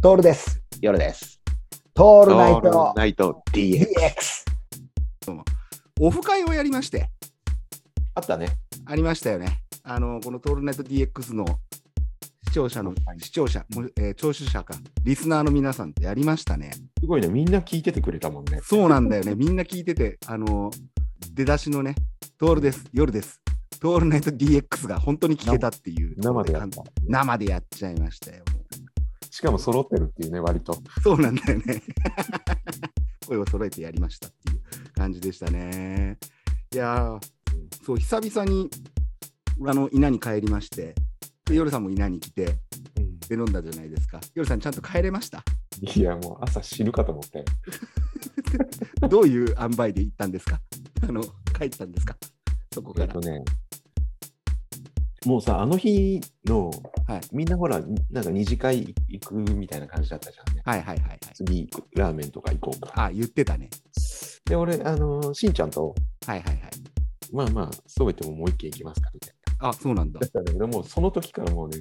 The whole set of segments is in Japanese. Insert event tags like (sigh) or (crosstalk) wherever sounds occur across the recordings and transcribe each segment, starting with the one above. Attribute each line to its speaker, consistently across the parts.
Speaker 1: トールです。
Speaker 2: 夜です。
Speaker 1: ト
Speaker 2: オ
Speaker 1: ールナイト
Speaker 2: ナイト DX。
Speaker 1: DX。
Speaker 3: オフ会をやりまして、
Speaker 2: あったね。
Speaker 3: ありましたよね。あの、このトールナイト DX の視聴者の、視聴者、もうえー聴取者か、リスナーの皆さんとやりましたね。
Speaker 2: すごいね。みんな聞いててくれたもんね。
Speaker 3: そうなんだよね。みんな聞いてて、あの、出だしのね、トールです、夜です。トールナイト DX が本当に聞けたっていう
Speaker 2: 生でやった。
Speaker 3: 生でやっちゃいましたよ。
Speaker 2: しかも揃ってるっていうね、割と。
Speaker 3: そうなんだよね。声を揃えてやりましたっていう感じでしたね。いやー、そう、久々に、あの、稲に帰りまして、で夜さんも稲に来て、で、飲んだじゃないですか。夜さん、ちゃんと帰れました。
Speaker 2: いや、もう朝知るかと思って。
Speaker 3: どういう塩梅で行ったんですか (laughs) あの、帰ったんですかそこ
Speaker 2: え
Speaker 3: か
Speaker 2: っ
Speaker 3: ら
Speaker 2: と。ね、もうさ、あの日の、
Speaker 3: はい
Speaker 2: みんなほら、なんか二次会行くみたいな感じだったじゃんね。
Speaker 3: はいはいはいはい。
Speaker 2: 次、ラーメンとか行こうか。
Speaker 3: あ、言ってたね。
Speaker 2: で、俺、あのーしんちゃんと、
Speaker 3: はいはいはい。
Speaker 2: まあまあ、そう言ってももう一軒行きますかみたいな。
Speaker 3: あ、そうなんだ
Speaker 2: だ。ったんだけど、もうその時からもうね、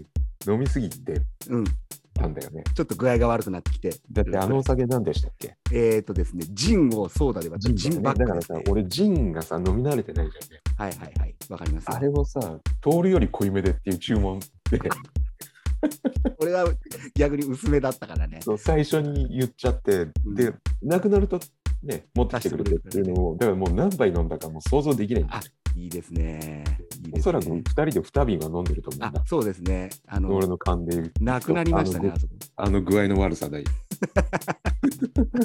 Speaker 2: 飲みすぎて
Speaker 3: うん。ち
Speaker 2: たんだよね。
Speaker 3: ょっと具合が悪くなってきて。
Speaker 2: だってあのお酒何でしたっけ
Speaker 3: えーとですね、ジンをソーダで割ったジン
Speaker 2: だ
Speaker 3: バ
Speaker 2: よ
Speaker 3: ッ
Speaker 2: ねだか
Speaker 3: グで
Speaker 2: ら
Speaker 3: す
Speaker 2: さ
Speaker 3: ね。、
Speaker 2: 俺ジンがさ、飲み慣れてないじゃんね。
Speaker 3: はいはいはい。わかりますよ。
Speaker 2: あれをさ、通るより濃いめでっていう注文で、
Speaker 3: 俺は逆に薄めだったからね。
Speaker 2: そう最初に言っちゃって、
Speaker 3: ん
Speaker 2: で、なくなるとね、持ってきてくれてっていうのを、だからもう何杯飲んだかもう想像できないんだよ
Speaker 3: あいいですね。いい
Speaker 2: お
Speaker 3: です
Speaker 2: そらく
Speaker 3: ね
Speaker 2: 2。人で2瓶は飲んでると思う
Speaker 3: あ
Speaker 2: んだ。
Speaker 3: そうですね。あの
Speaker 2: 俺、の勘で言う
Speaker 3: なくなりましたね、
Speaker 2: あの
Speaker 3: あそこ。
Speaker 2: あの具合の悪さだよ。 (laughs)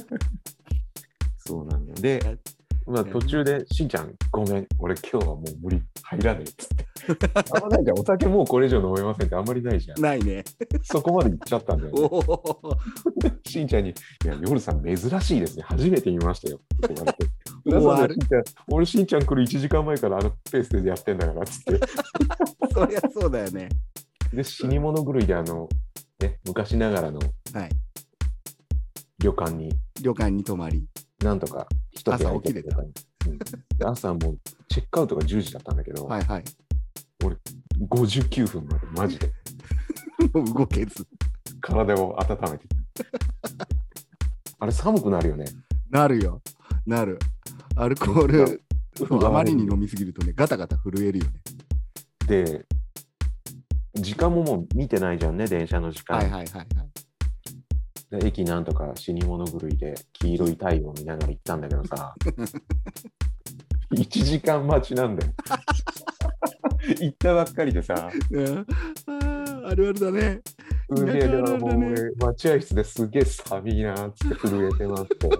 Speaker 2: そうなんだよ。で、まあ、
Speaker 3: ね
Speaker 2: 途中で、しんちゃん、ごめん、俺今日はもう無理、入らねえっつって。あんまないじゃん、お酒もうこれ以上飲めませんってあんまりないじゃん。
Speaker 3: ないね。
Speaker 2: そこまで行っちゃったんだよ、
Speaker 3: お
Speaker 2: ね。
Speaker 3: お。
Speaker 2: しんちゃんに、いや、夜さん、珍しいですね、初めて見ま
Speaker 3: (laughs)
Speaker 2: したよ。って言われて
Speaker 3: 終わる
Speaker 2: だからしんちゃん俺、しんちゃん来る1時間前からあのペースでやってんだからっつ
Speaker 3: (laughs)
Speaker 2: って。
Speaker 3: そりゃそうだよね。
Speaker 2: で、死に物狂いで、あの、ね、昔ながらの
Speaker 3: はい。
Speaker 2: 旅館に、
Speaker 3: 旅館に泊まり。
Speaker 2: なんとか一部
Speaker 3: 朝
Speaker 2: 屋
Speaker 3: 起きれた
Speaker 2: 空いてる旅館にうんで朝もう、チェックアウトが10時だったんだけど、
Speaker 3: はいはい。
Speaker 2: 59分までマジで
Speaker 3: もう動けず。
Speaker 2: 体を温めて。
Speaker 3: (laughs)
Speaker 2: あれ寒くなるよね。
Speaker 3: なるよ。なる。アルコール、そうあまりに飲みすぎるとね、ガタガタ震えるよね。
Speaker 2: で、時間ももう見てないじゃんね、電車の時間。
Speaker 3: はいはいはいはい。
Speaker 2: で駅なんとか死に物狂いで黄色い太陽を見ながら行ったんだけど (laughs) さ、1時間待ちなんだよ。行ったばっかりでさ、
Speaker 3: うんあーあるあるだね。
Speaker 2: すげえ、
Speaker 3: 田舎
Speaker 2: だ
Speaker 3: ある
Speaker 2: か
Speaker 3: あ
Speaker 2: ら
Speaker 3: る
Speaker 2: も
Speaker 3: だ
Speaker 2: う
Speaker 3: ね
Speaker 2: 俺、待合室ですげえ寒いなーっつって震えてますと。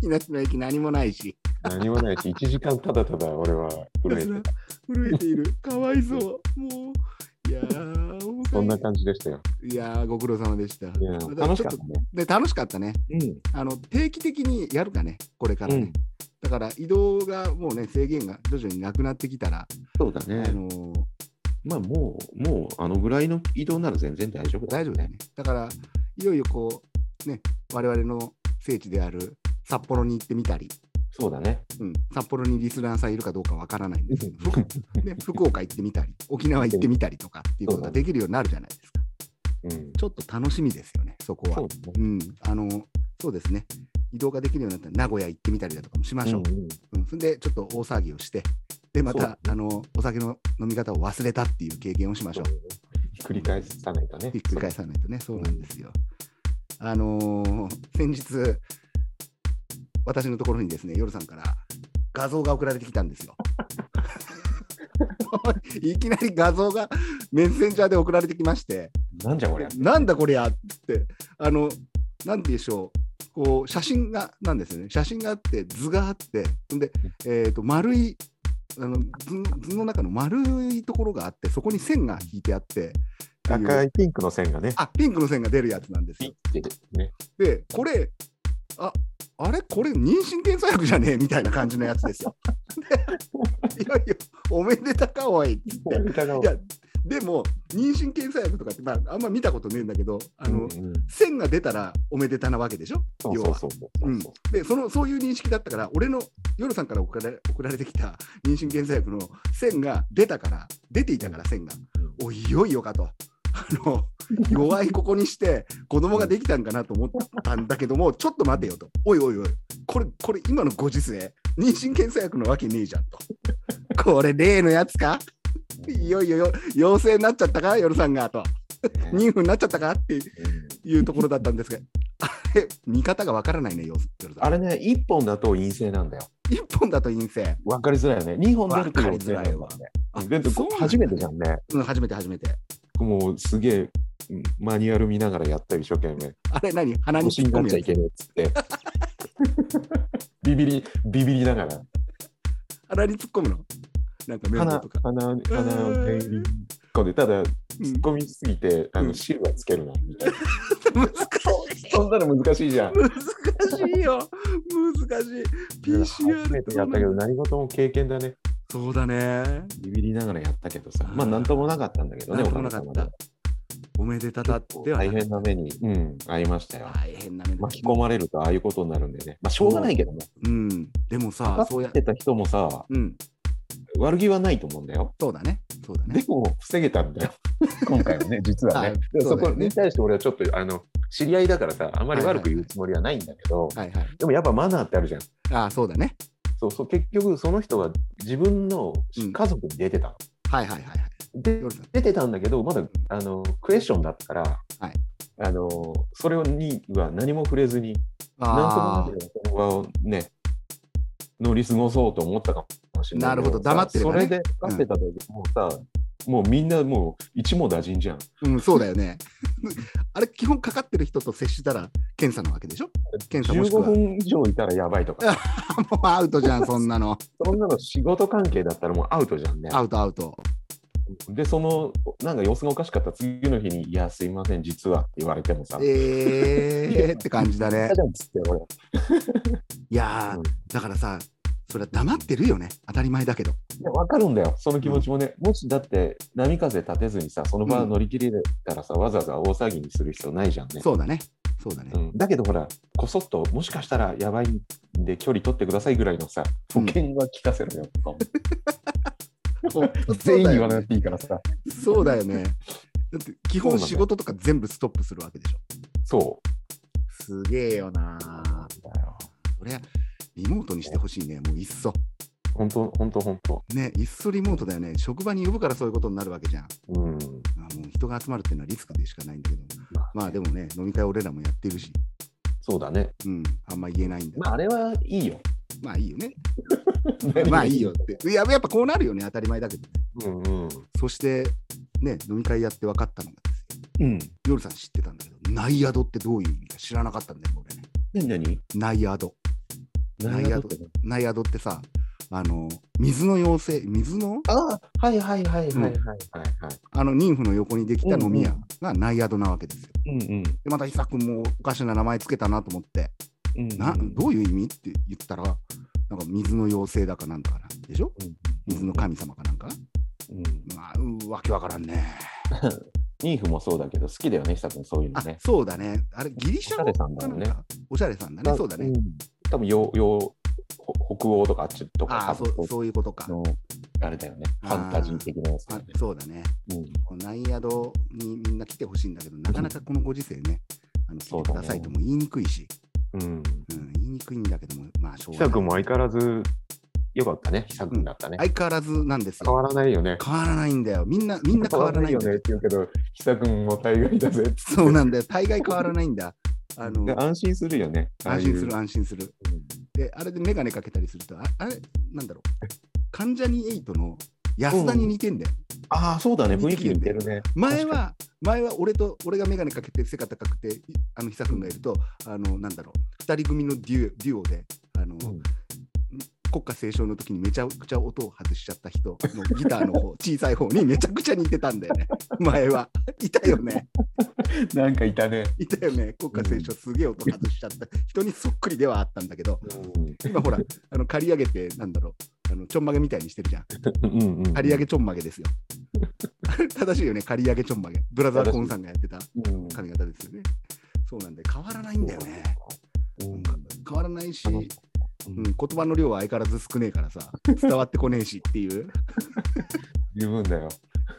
Speaker 3: 東の駅何もないし。
Speaker 2: 何もないし、1時間ただただ俺は震えてた。
Speaker 3: 震えている。
Speaker 2: (laughs)
Speaker 3: かわいそう。もう。いやー、お迎え
Speaker 2: そんな感じでしたよ。
Speaker 3: いやー、ご苦労様でした。
Speaker 2: いや
Speaker 3: ま
Speaker 2: 楽しかっ
Speaker 3: ち
Speaker 2: た
Speaker 3: ょ
Speaker 2: ね。
Speaker 3: とで楽しかったね。
Speaker 2: うん
Speaker 3: あの定期的にやるかね、これからね。
Speaker 2: うん
Speaker 3: だから移動がもうね、制限が徐々になくなってきたら、
Speaker 2: そうだ
Speaker 3: あのー
Speaker 2: まあもう、もうあのぐらいの移動なら全然大丈夫
Speaker 3: 大丈夫だよ。ね。だから、いよいよこう、ね、我々の聖地である札幌に行ってみたり、
Speaker 2: そうだね。
Speaker 3: うん、札幌にリスナーさんいるかどうかわからないんですけど、ふね、福岡行ってみたり、沖縄行ってみたりとかっていうことができるようになるじゃないですか。
Speaker 2: うん。
Speaker 3: ちょっと楽しみですよね、そこは
Speaker 2: そう。だね。
Speaker 3: うん、あの、そうですね。移動ができるようになったら名古屋行ってみたりだとかもしましょ
Speaker 2: う
Speaker 3: う。
Speaker 2: んうん
Speaker 3: うんそんで、ちょっと大騒ぎをして、で、また、あの、お酒の飲み方を忘れたっていう経験をしましょう。
Speaker 2: 繰り返さないとね。
Speaker 3: ひっくり返さないとね、そうなんですよ。あのー先日、私のところにですね、夜さんから画像が送られてきたんですよ。 (laughs) いきなり画像がメッセンジャーで送られてきまして、
Speaker 2: なんじゃこりゃ。
Speaker 3: なんだこりゃって、あの、なんて言うんでしょう、こう、写真が、なんですよね、写真があって、図があって、んで、えっ、と、丸い、あの図、図の中の丸いところがあって、そこに線が引いてあって、っていう
Speaker 2: 赤いピンクの線がね。
Speaker 3: あ、ピンクの線が出るやつなんですよ。
Speaker 2: てね。
Speaker 3: で、これ、あ、あれこれ妊娠検査薬じゃねえみたいな感じのやつで
Speaker 2: (laughs)
Speaker 3: すよ。でいよいよ、おめでたかおい。いや、でも、妊娠検査薬とかって、まあ、あんま見たことねえんだけど、あ
Speaker 2: うん
Speaker 3: の、
Speaker 2: うん
Speaker 3: 線が出たらおめでたなわけでしょ
Speaker 2: そうそうそうそう。
Speaker 3: うんでそのそういう認識だったから俺の夜さんから送られ送られてきた (laughs) 妊娠検査薬の線が出たから出ていたから線がおいよいよかとあの弱いここにして子供ができたんかなと思ったんだけどもちょっと待てよとおいおいおいこれこれ今のご時世妊娠検査薬のわけねえじゃんとこれ例のやつかいよいよよ陽性になっちゃったか夜さんがと
Speaker 2: ね
Speaker 3: 妊婦になっちゃったかって
Speaker 2: うん
Speaker 3: いうところだったんですがあれ見方がわからないね夜夜さん
Speaker 2: あれね、1本だと陰性なんだよ。
Speaker 3: 一本だと陰性
Speaker 2: わかりづらいよね。2本出ると陽性
Speaker 3: わ
Speaker 2: な
Speaker 3: かりづらい
Speaker 2: ん
Speaker 3: わ
Speaker 2: だね。
Speaker 3: あ
Speaker 2: で
Speaker 3: そうなんだ
Speaker 2: 初めてじゃんね。
Speaker 3: うん初めて初めて
Speaker 2: もうすげえうんマニュアル見ながらやったよ一生懸命。
Speaker 3: あれ何鼻に
Speaker 2: 腰
Speaker 3: 突っ
Speaker 2: に
Speaker 3: 込
Speaker 2: なっ
Speaker 3: む
Speaker 2: ちゃ
Speaker 3: や
Speaker 2: い
Speaker 3: つ
Speaker 2: けねえっつって。 (laughs) ビビり、ビビりながら。
Speaker 3: 鼻に突っ込むのなんかメモ
Speaker 2: 鼻、
Speaker 3: とか、
Speaker 2: 鼻、
Speaker 3: え
Speaker 2: 鼻を全員こで、ただ、突っ
Speaker 3: うん
Speaker 2: 込みすぎて、あ
Speaker 3: う
Speaker 2: の、
Speaker 3: ん
Speaker 2: 汁はつけるな、みたいな。
Speaker 3: 難
Speaker 2: そんなの難しいじゃん。
Speaker 3: 難しいよ難しい PCR
Speaker 2: 初めてやったけど、何事も経験だね。
Speaker 3: そうだね
Speaker 2: ビビりながらやったけどさ
Speaker 3: あ。ー
Speaker 2: まあ、なんともなかったんだけどね、
Speaker 3: なんともなかった
Speaker 2: おかげさ
Speaker 3: おめでたたっ
Speaker 2: ま
Speaker 3: て
Speaker 2: で
Speaker 3: は
Speaker 2: 大
Speaker 3: な
Speaker 2: 変な目に、うん、遭いましたよ。
Speaker 3: 大変な目で
Speaker 2: 巻き込まれるとああいうことになるんでね。まあ、しょうがないけども。
Speaker 3: うんでも
Speaker 2: か
Speaker 3: さそう
Speaker 2: か
Speaker 3: や
Speaker 2: ってた人もさ、
Speaker 3: うん
Speaker 2: 悪気はないと思うんだよ。
Speaker 3: そうだねそうだ
Speaker 2: で
Speaker 3: ね
Speaker 2: も防げたんだよ、今回はね、実は
Speaker 3: はい
Speaker 2: ね。でも
Speaker 3: そ
Speaker 2: そう
Speaker 3: だ
Speaker 2: こ
Speaker 3: よね
Speaker 2: に対して俺はちょっとあの知り合いだからさ、あんまり悪く言うつもりはないんだけど、
Speaker 3: はいはい
Speaker 2: でもやっぱマナーってあるじゃん。
Speaker 3: ああそうだね
Speaker 2: そうそう結局、その人は自分の
Speaker 3: うん
Speaker 2: 家族に出てたの。
Speaker 3: はいはいはいはい
Speaker 2: で
Speaker 3: 夜さん
Speaker 2: 出てたんだけど、まだあのクエスチョンだったから、
Speaker 3: はい
Speaker 2: あのそれには何も触れずに、なんと
Speaker 3: あ
Speaker 2: もなくその場をね、乗り過ごそうと思ったかもしれないけ。
Speaker 3: なるほど黙ってればね
Speaker 2: それで黙ってた時、もうさ、もうみんなもう一網打尽じゃん。
Speaker 3: あうんそうだよね (laughs) あれ基本かかってる人と接したら検査なわけでしょ検査もしく
Speaker 2: 15
Speaker 3: は
Speaker 2: 分以上いたらやばいとか、
Speaker 3: (laughs) もうアウトじゃんそんなの
Speaker 2: そんなの仕事関係だったらもうアウトじゃんね。
Speaker 3: アウトアウト
Speaker 2: で、その、なんか様子がおかしかった次の日に、いや、すいません、実はって言われてもさ、
Speaker 3: (laughs) えーって感じだね
Speaker 2: 嫌じゃんっつって俺、
Speaker 3: いやー、
Speaker 2: うん
Speaker 3: だからさ、それは黙ってるよね、当たり前だけど。
Speaker 2: いや分かるんだよ、その気持ちもね、もしだって波風立てずにさ、その場乗り切れたらさ、わざわざ大騒ぎにする必要ないじゃんね。
Speaker 3: そうだね、そうだね。
Speaker 2: うん、だけどほら、こそっと、もしかしたらやばいんで、距離取ってくださいぐらいのさ、保険は聞かせろよ、全員 (laughs) に言わなくていいからさ、
Speaker 3: そうだよね。だって基本仕事とか全部ストップするわけでしょ。
Speaker 2: そ
Speaker 3: すげえよな
Speaker 2: う。なんだよ
Speaker 3: そりゃ、リモートにしてほしいね、もういっそ。
Speaker 2: 本当、本当、本当。
Speaker 3: ね、いっそリモートだよね。職場に呼ぶからそういうことになるわけじゃん。
Speaker 2: うん。
Speaker 3: まあもう人が集まるっていうのはリスクでしかないんだけど。
Speaker 2: まあ、
Speaker 3: まあでもね、飲み会俺らもやってるし、
Speaker 2: そうだね。
Speaker 3: うん、あんま言えないんだ。
Speaker 2: まあ、あれはい (laughs) いよ。
Speaker 3: まあいいよね。まあいいよって。いや、やっぱこうなるよね、当たり前だけどね。
Speaker 2: うんうん。
Speaker 3: そして、ね、飲み会やって分かったのがですよ、
Speaker 2: うん。
Speaker 3: 夜さん知ってたんだけど、ナイアドってどういう意味か知らなかったんだよ、俺ね。
Speaker 2: 何何
Speaker 3: ナイアド。ナイアドナイアドってさ、あの、水の妖精、水の
Speaker 2: ああ、はいはいはいはい
Speaker 3: うん
Speaker 2: はいはいはい。
Speaker 3: あの妊婦の横にできた飲み屋がナイアドなわけですよ。
Speaker 2: うんうん。
Speaker 3: で、また久くんもおかしな名前つけたなと思って、
Speaker 2: うん
Speaker 3: などういう意味って言ったら、なんか水の妖精だかなんだかな。でしょ
Speaker 2: うん
Speaker 3: 水の神様かなんか。
Speaker 2: うん。
Speaker 3: まあ、うんわけわからんね。
Speaker 2: ニーフもそうだけど、好きだよね、久くん、そういうの
Speaker 3: あ、
Speaker 2: ね。
Speaker 3: そうだね。あれ、ギリシャ
Speaker 2: おしゃれさん
Speaker 3: か
Speaker 2: だもんね
Speaker 3: なんかおしゃれさんだね。そうだね。
Speaker 2: ん。多分、洋、洋、ほ北欧とかあっちと
Speaker 3: あ
Speaker 2: か、
Speaker 3: あ
Speaker 2: 多分
Speaker 3: そう、そういうことか。
Speaker 2: の、あれだよね。フ
Speaker 3: あー
Speaker 2: ァンタジー的なやつだ
Speaker 3: あ
Speaker 2: よね。
Speaker 3: そうだね。
Speaker 2: うん
Speaker 3: こうナイアドにみんな来てほしいんだけど、なかなかこのご時世 (laughs) ね、あの来
Speaker 2: そ
Speaker 3: て
Speaker 2: う
Speaker 3: く
Speaker 2: だね
Speaker 3: ださいとも言いにくいし、
Speaker 2: うん。
Speaker 3: うん、言いにくいんだけども、まあ、しょう
Speaker 2: 久
Speaker 3: がな
Speaker 2: く
Speaker 3: い。
Speaker 2: んも相変わらず、よかったね、久くんだったね。
Speaker 3: 相変わらずなんです
Speaker 2: 変
Speaker 3: よ。
Speaker 2: わらないよね。
Speaker 3: 変わらないんだよ。みんな、みんな変わらないん
Speaker 2: よ
Speaker 3: だ
Speaker 2: ねっ
Speaker 3: よ
Speaker 2: て。言うけど、久くんも大概だぜっつって
Speaker 3: そうなんだよ。大概変わらないんだ。あの (laughs)
Speaker 2: で、安心するよね。
Speaker 3: 安心する、
Speaker 2: ああいう
Speaker 3: 安心する。
Speaker 2: うん
Speaker 3: で、あれで眼鏡かけたりすると、ああれ、なんだろう。関ジャニ8の安田に似てんだよ。
Speaker 2: ああ、そうだね。雰囲気似てるね。
Speaker 3: 前は、前は俺と、俺が眼鏡かけて背が高くて、いあの、久くんがいると、あの、なんだろう、二人組のデュデュオで、あの、
Speaker 2: うん
Speaker 3: 国歌斉唱の時にめちゃくちゃ音を外しちゃった人のギターの
Speaker 2: (laughs)
Speaker 3: 方、小さい方にめちゃくちゃ似てたんだよね、前は。いたよね、
Speaker 2: なんかいたね。
Speaker 3: いたよね、国歌斉唱すげえ音外しちゃった人にそっくりではあったんだけど、今ほら、あの、刈り上げて、なんだろう、あの、ちょんまげみたいにしてるじゃん。
Speaker 2: うんうん
Speaker 3: 刈り上げちょんまげですよ。 (laughs) 正しいよね、刈り上げちょんまげ。ブラザーコーンさんがやってた。
Speaker 2: うん
Speaker 3: 髪型ですよね。そうなんで変わらないんだよね。
Speaker 2: うん
Speaker 3: 変わらないし、
Speaker 2: あ
Speaker 3: う
Speaker 2: の
Speaker 3: ん、言葉
Speaker 2: (laughs)
Speaker 3: の量は相変わらず少ねえからさ、伝わってこねえしっていう。
Speaker 2: 十分だよ。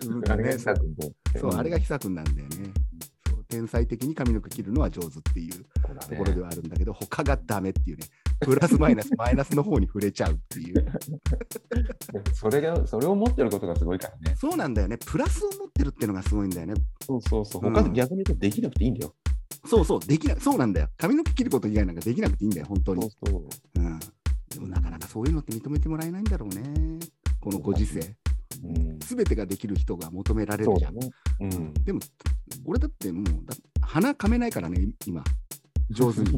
Speaker 3: うん
Speaker 2: あれが
Speaker 3: ね
Speaker 2: 久君と。
Speaker 3: そう、あれが久くんなんだよね。そう天才的に髪の毛切るのは上手っていう
Speaker 2: ところ
Speaker 3: ところではあるんだけど、他がダメっていうね、プラスマイナス、マイナスの方に触れちゃうっていう。
Speaker 2: それが、それを持ってることがすごいからね。
Speaker 3: そうなんだよね、プラスを持ってるっていうのがすごいんだよね。
Speaker 2: そうそうそう。
Speaker 3: うん
Speaker 2: 他で逆に言うとできなくていいんだよ。
Speaker 3: そうそう、できない、そうなんだよ。髪の毛切ること以外なんかできなくていいんだよ、本当に。
Speaker 2: そうそう。
Speaker 3: うん。でもなかなかそういうのって認めてもらえないんだろうね。このご時世。
Speaker 2: うん。
Speaker 3: すべてができる人が求められる
Speaker 2: そう
Speaker 3: じゃ
Speaker 2: だ
Speaker 3: ん。
Speaker 2: ね。うん。
Speaker 3: でも、俺だってもう、だ鼻かめないからね、今。上手
Speaker 2: (laughs)
Speaker 3: に。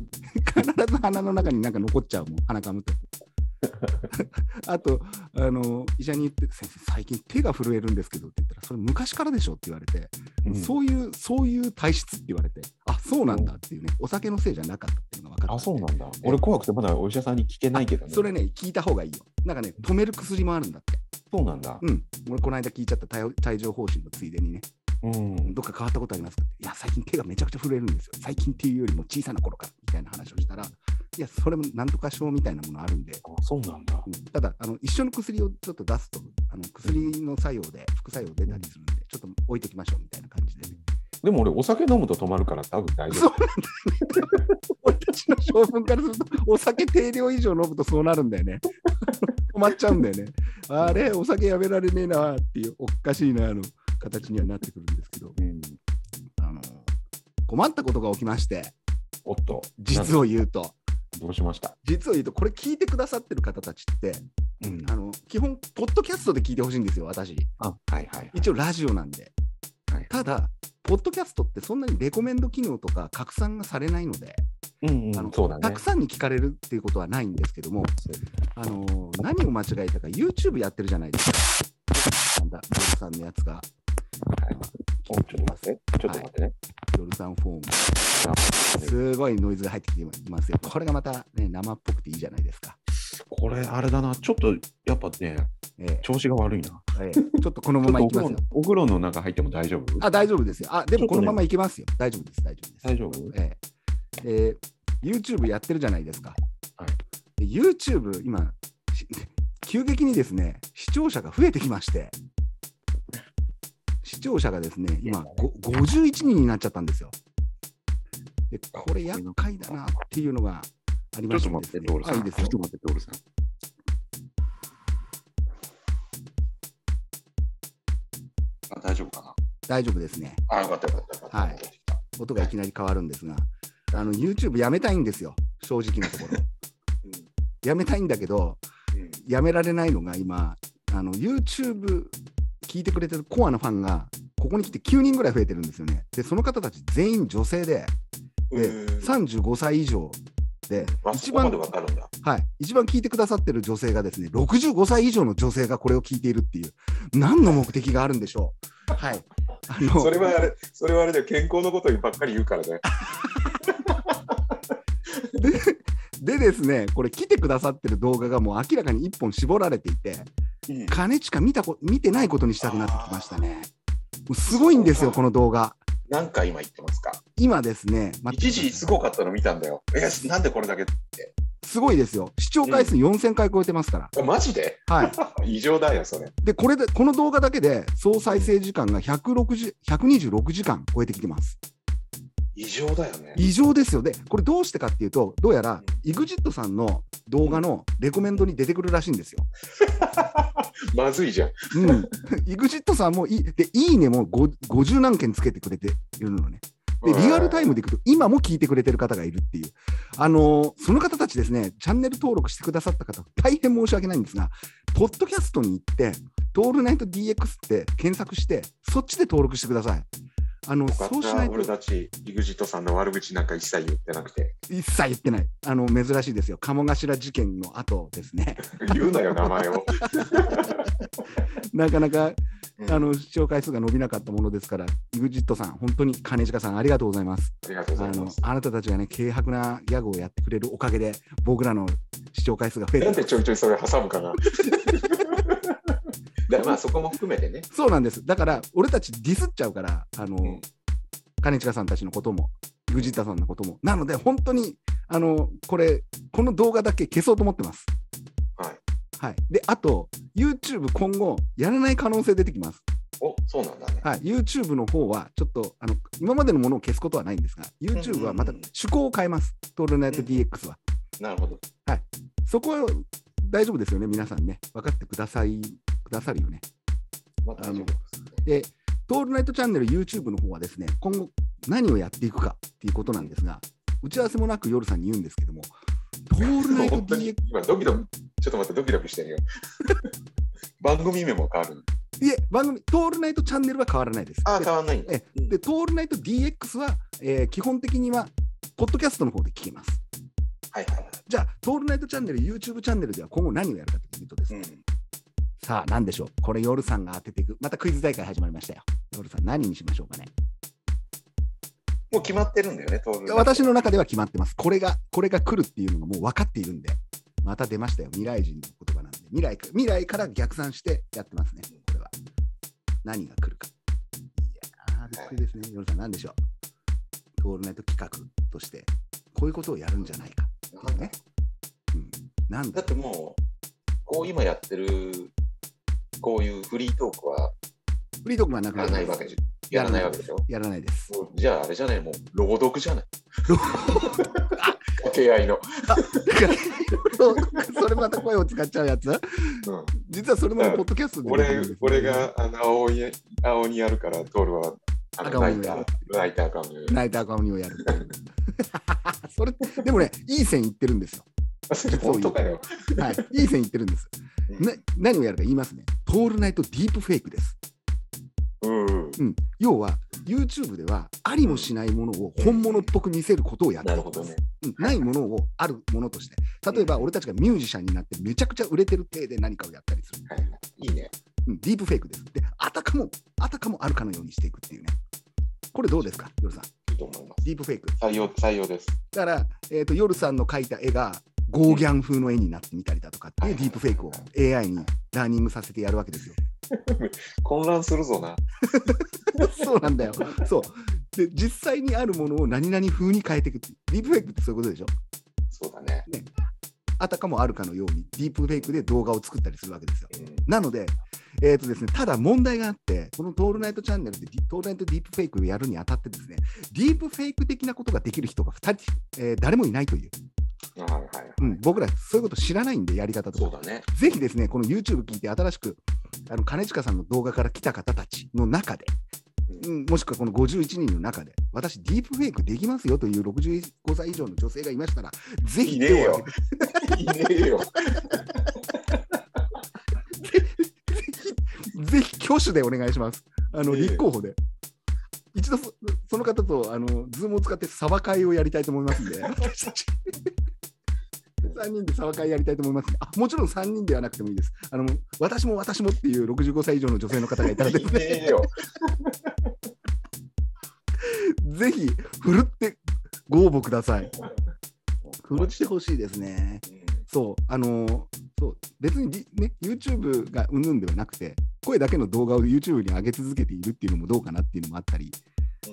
Speaker 3: 必ず鼻の中になんか残っちゃうもん、鼻かむと。あと、あの、医者に言って、先生、最近手が震えるんですけどって言ったら、それ昔からでしょって言われて、
Speaker 2: うん
Speaker 3: そういう、そういう体質って言われて、あ、そうなんだっていうね、お酒のせいじゃなかったっていうのが分かった。
Speaker 2: あ、そうなんだ。俺怖くてまだお医者さんに聞けないけどね。
Speaker 3: それね、聞いた方がいいよ。なんかね、止める薬もあるんだって。
Speaker 2: そうなんだ。
Speaker 3: うん。俺、この間聞いちゃった帯帯状疱疹のついでにね、
Speaker 2: うん。
Speaker 3: どっか変わったことありますかっていや、最近手がめちゃくちゃ震えるんですよ。最近っていうよりも小さな頃からみたいな話をしたら、いや、それもなんとか症みたいなものあるんで、
Speaker 2: あそうなんだ
Speaker 3: う。んただあの、一緒の薬をちょっと出すと、あの薬の作用で副作用出たりするんで、ちょっと置いときましょうみたいな感じでね。
Speaker 2: でも俺、お酒飲むと止まるから多分大丈
Speaker 3: そう
Speaker 2: 夫。
Speaker 3: なんだよね。俺たちの性分からすると、お酒定量以上飲むとそうなるんだよね。 (laughs) 止まっちゃうんだよね。あれ、お酒やめられねえなっていう、おっかしいなの形にはなってくるんですけど、
Speaker 2: うん。
Speaker 3: あの困ったことが起きまして、
Speaker 2: おっと。
Speaker 3: 実を言うと。
Speaker 2: どうしました
Speaker 3: 実を言うと、これ聞いてくださってる方たちって、
Speaker 2: うん
Speaker 3: あの基本、ポッドキャストで聞いてほしいんですよ、私。
Speaker 2: あ、はいはい。
Speaker 3: 一応、ラジオなんで。
Speaker 2: はい
Speaker 3: ただ、ポッドキャストってそんなにレコメンド機能とか拡散がされないので、
Speaker 2: うん
Speaker 3: あ
Speaker 2: う
Speaker 3: の
Speaker 2: ん。そうだ
Speaker 3: た
Speaker 2: ね
Speaker 3: く。さんに聞かれるっていうことはないんですけども、あのー何を間違えたか、YouTube やってるじゃないですか。なんだ、ヨルさんのやつが、
Speaker 2: はいおちょっと待って。ちょっと待ってね。
Speaker 3: ヨルさんフォーム。すごいノイズが入ってきていますよ。これがまた、ね、生っぽくていいじゃないですか。
Speaker 2: これ、あれだな。ちょっと、やっぱね、
Speaker 3: ええ
Speaker 2: 調子が悪いな。
Speaker 3: ええちょっとこのまま
Speaker 2: ちょ
Speaker 3: い
Speaker 2: っ
Speaker 3: き
Speaker 2: とお
Speaker 3: ます
Speaker 2: 風
Speaker 3: よ
Speaker 2: 呂。お風呂の中入っても大丈夫
Speaker 3: あ、大丈夫ですよ。あ、でも
Speaker 2: ちょっと
Speaker 3: この
Speaker 2: ね
Speaker 3: ままいけますよ。大丈夫です、大丈夫です。
Speaker 2: 大丈夫
Speaker 3: えええー YouTube やってるじゃないですか。
Speaker 2: は
Speaker 3: で YouTube、今、し (laughs) 急激にですね、視聴者が増えてきまして、視聴者がですね、今、ご51人になっちゃったんですよ。で、これ、厄介だなっていうのがあり
Speaker 2: ちょ
Speaker 3: ま
Speaker 2: っ
Speaker 3: し
Speaker 2: と待って、
Speaker 3: てですね
Speaker 2: ドールさ
Speaker 3: あ
Speaker 2: ん。
Speaker 3: いいです
Speaker 2: ちょ
Speaker 3: よ
Speaker 2: っと待って、ドールさん。あ大丈夫か
Speaker 3: 大丈夫ですね。
Speaker 2: なあ、よかったよかったよかった。
Speaker 3: はい音がいきなり変わるんですが、あの YouTube やめたいんですよ、正直なとこ
Speaker 2: (laughs)
Speaker 3: ろ。やめたいんだけど、
Speaker 2: うんうん
Speaker 3: やめられないのが今あの YouTube 聞いてくれてるコアなファンがここに来て9人ぐらい増えてるんですよねでその方たち全員女性でで35歳以上で一番,、
Speaker 2: わかるんだ。
Speaker 3: はい、一番聞いてくださってる女性がですね65歳以上の女性がこれを聞いているっていう何の目的があるんでしょうはいあの
Speaker 2: それはあれ、それはあれだよ、健康のことばっかり言うからね。
Speaker 3: でですねこれ来てくださってる動画がもう明らかに1本絞られていて金しか見たこ見てないことにしたくなってきましたねもうすごいんですよこの動画
Speaker 2: なんか今言ってますか。
Speaker 3: 今ですね、待って
Speaker 2: 一時すごかったの見たんだよ。え、なんでこれだけ。
Speaker 3: すごいですよ、視聴回数4000回超えてますから、
Speaker 2: あマジで
Speaker 3: は
Speaker 2: (laughs)
Speaker 3: い、
Speaker 2: 異常だよ、それ。
Speaker 3: でこれでこの動画だけで総再生時間が160 126時間超えてきてます。
Speaker 2: 異常だよね。
Speaker 3: 異常ですよ、でこれどうしてかっていうと、どうやら EXIT さんの動画のレコメンドに出てくるらしいんですよ。
Speaker 2: まずいじゃん。
Speaker 3: うん、EXIT さんもいい、でいいねもご50何件つけてくれているのね。でリアルタイムでいくと、今も聞いてくれてる方がいるっていう、あのーその方たちですね、チャンネル登録してくださった方、大変申し訳ないんですが、ポッドキャストに行って、トールナイト DX って検索して、そっちで登録してください。あの
Speaker 2: よかった
Speaker 3: そうしないと
Speaker 2: 俺たち、イグジットさんの悪口なんか一切言ってなく
Speaker 1: (laughs)
Speaker 2: て。
Speaker 3: 一切言ってない、あの珍しいですよ、鴨頭事件の後ですね、
Speaker 2: 言うなよ、名前を。
Speaker 3: なかなか
Speaker 2: うん
Speaker 3: あの視聴回数が伸びなかったものですから、EXIT さん、本当に金近さん、ありがとうございます。
Speaker 2: ありがとうご
Speaker 3: あ
Speaker 2: ざい
Speaker 3: の
Speaker 2: ます。
Speaker 3: あなたたちがね、軽薄なギャグをやってくれるおかげで、僕らの視聴回数が増え
Speaker 2: な
Speaker 3: た
Speaker 2: んでちょいちょいそれ挟む
Speaker 1: (laughs)
Speaker 2: かな。だまあそこも含めてね。
Speaker 3: そうなんです。だから、俺たちディスっちゃうから、あの、
Speaker 2: うん
Speaker 3: 金近さんたちのことも、グジッタさんのことも。なので、本当に、あの、これ、この動画だけ消そうと思ってます。
Speaker 2: はい。
Speaker 3: はい。で、あと、YouTube 今後、やらない可能性出てきます。
Speaker 2: お
Speaker 1: そうなんだね。
Speaker 3: はい、YouTube の方は、ちょっとあの今までのものを消すことはないんですが、YouTube はまた
Speaker 1: うんうんうん
Speaker 3: 趣向を変えます、トールナイト DX は。
Speaker 1: なるほど。
Speaker 3: そこは大丈夫ですよね、皆さんね、分かってください、くださるよね。
Speaker 1: また大丈夫ですね。
Speaker 3: で、トールナイトチャンネル YouTube の方はですね、今後何をやっていくかっていうことなんですが、打ち合わせもなく夜さんに言うんですけども、トールナイ
Speaker 1: (laughs)
Speaker 3: ト
Speaker 1: 本当に
Speaker 3: DX、
Speaker 1: 今ドキドキ、ちょっと待って、ドキドキしてるよ。 (laughs) 番組名も変わる。
Speaker 3: いえ、番組、トールナイトチャンネルは変わらないです。
Speaker 1: ああ、
Speaker 3: で
Speaker 1: 変わんないんだ。
Speaker 3: えで、トールナイト DX は、えー基本的には、ポッドキャストの方で聞けます。
Speaker 1: はいはいはい。
Speaker 3: じゃあ、トールナイトチャンネル、YouTube チャンネルでは今後何をやるかというとです
Speaker 1: う
Speaker 3: ね、
Speaker 1: ん、
Speaker 3: さあ、何でしょうこれ、夜さんが当てていく。またクイズ大会始まりましたよ。夜さん、何にしましょうかね。
Speaker 1: もう決まってるんだよね、当分。
Speaker 3: 私の中では決まってます。これが、これが来るっていうのがもう分かっているんで、また出ましたよ。未来人の言葉なんで、未来か未来から逆算してやってますね、これは。何が来るか。いやー、びっくりですね。夜さん、何でしょうトールナイト企画として、こういうことをやるんじゃないか。
Speaker 1: なんだ
Speaker 3: ねうん、なん
Speaker 1: だ
Speaker 3: だ
Speaker 1: ってもう、こう今やってる、こういうフリートークは
Speaker 3: フリートークはなく
Speaker 1: や
Speaker 3: な
Speaker 1: ら
Speaker 3: り
Speaker 1: ない
Speaker 3: ま
Speaker 1: わ
Speaker 3: す
Speaker 1: けじゃやらないわけでしょ。
Speaker 3: やらないです。
Speaker 1: もうじゃああれじゃない、もう朗読じゃない。(laughs)
Speaker 3: 朗
Speaker 1: 掛け合いの。
Speaker 3: (laughs) それまた声を使っちゃうやつ
Speaker 1: うん
Speaker 3: 実はそれもポッドキャストで出て
Speaker 1: 俺
Speaker 3: るんですよ、
Speaker 1: 俺があの青に青にやるから、トールはあのラ
Speaker 3: 赤鬼
Speaker 1: イ
Speaker 3: をや
Speaker 1: タ
Speaker 3: る
Speaker 1: ー、ライターかもよ。
Speaker 3: ナイターカムニをやる (laughs) っていうそれでもねいい線いってるんですよ、
Speaker 1: 本当かよ。
Speaker 3: はい、いい線いってるんですな何をやるか言いますねトールナイトディープフェイクです、
Speaker 1: うんうん。
Speaker 3: うん、要は YouTube ではありもしないものを本物っぽく見せることをやって
Speaker 1: な
Speaker 3: る
Speaker 1: るほ
Speaker 3: んで
Speaker 1: どね。
Speaker 3: すうんないものをあるものとして例えば俺たちがミュージシャンになってめちゃくちゃ売れてる体で何かをやったりする
Speaker 1: はいはいいいね。
Speaker 3: うん、ディープフェイクです。で、あたかも、あたかもあるかのようにしていくっていうね。これどうですか、夜さん。
Speaker 1: いいと思います。
Speaker 3: ディープフェイク。
Speaker 1: 採用、採用です。
Speaker 3: だから、えー、と夜さんの描いた絵がゴーギャン風の絵になってみたりだとかっていうディープフェイクを AI にラーニングさせてやるわけですよ。
Speaker 1: 混乱するぞな。
Speaker 3: そうなんだ (laughs) よ。そう。で、実際にあるものを何々風に変えていくっていう。ディープフェイクってそういうことでしょ。
Speaker 1: そうだね。
Speaker 3: あたかもあるかのようにディープフェイクで動画を作ったりするわけですよ。
Speaker 1: うん
Speaker 3: なので、えーとですね、ただ問題があって、このトールナイトチャンネルでディトールナイトディープフェイクをやるにあたってですね、ディープフェイク的なことができる人が2人、えー誰もいないという、
Speaker 1: はいはいはい。
Speaker 3: うん、僕らそういうこと知らないんで、やり方とか。
Speaker 1: そうだね。
Speaker 3: ぜひですね、この YouTube 聞いて、新しくあの金近さんの動画から来た方たちの中で、うんもしくはこの51人の中で、私、ディープフェイクできますよという65歳以上の女性がいましたら、ぜひ
Speaker 1: いねえよ。いねえ (laughs) よ。
Speaker 3: ぜひ挙手でお願いします。あの、
Speaker 1: ええ
Speaker 3: 立候補で。一度そその方とあのズームを使ってサバ会をやりたいと思います (laughs) んで、私たち3人でサバ会やりたいと思いますんであ。もちろん3人ではなくてもいいです。あの私も私もっていう65歳以上の女性の方がいたらで (laughs)
Speaker 1: い
Speaker 3: す
Speaker 1: ね
Speaker 3: ね、
Speaker 1: えよ。
Speaker 3: ぜひ振るってご応募ください。振るってほしいですね。そう、あのそう別にリ、ね、YouTube がうんぬんではなくて、声だけの動画を YouTube に上げ続けているっていうのもどうかなっていうのもあったり、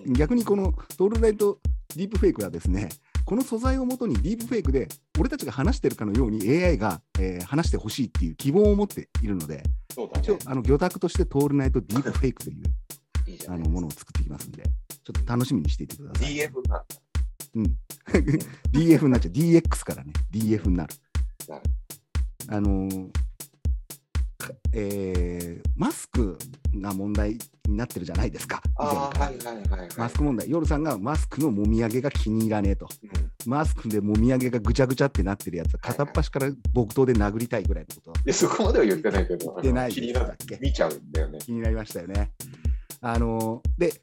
Speaker 1: うん
Speaker 3: 逆にこのトールナイトディープフェイクはですね、この素材をもとにディープフェイクで、俺たちが話してるかのように AI が、えー話してほしいっていう希望を持っているので、
Speaker 1: そうだ
Speaker 3: 一応
Speaker 1: ね。
Speaker 3: あの魚拓としてトールナイトディープフェイクという
Speaker 1: いいじゃ
Speaker 3: あ
Speaker 1: ない
Speaker 3: のものを作っていきますんで、ちょっと楽しみにしていてください。
Speaker 1: DF な。
Speaker 3: DF になっちゃう、DX からね、DF になる
Speaker 1: なる。
Speaker 3: あのーかえーマスクが問題になってるじゃないですか。以前
Speaker 1: あ
Speaker 3: か
Speaker 1: あ、
Speaker 3: ら
Speaker 1: はいはいはいはい。
Speaker 3: マスク問題、夜さんがマスクのもみあげが気に入らねえと、
Speaker 1: うん
Speaker 3: マスクでもみあげがぐちゃぐちゃってなってるやつは、片っ端から木刀で殴りたいぐらいのことは
Speaker 1: でそこまでは言ってないけど、
Speaker 3: 言ってない
Speaker 1: 気に
Speaker 3: で
Speaker 1: な
Speaker 3: し
Speaker 1: る
Speaker 3: たっ。け
Speaker 1: 見ちゃうんだよね。
Speaker 3: 気になりましたよね。あので、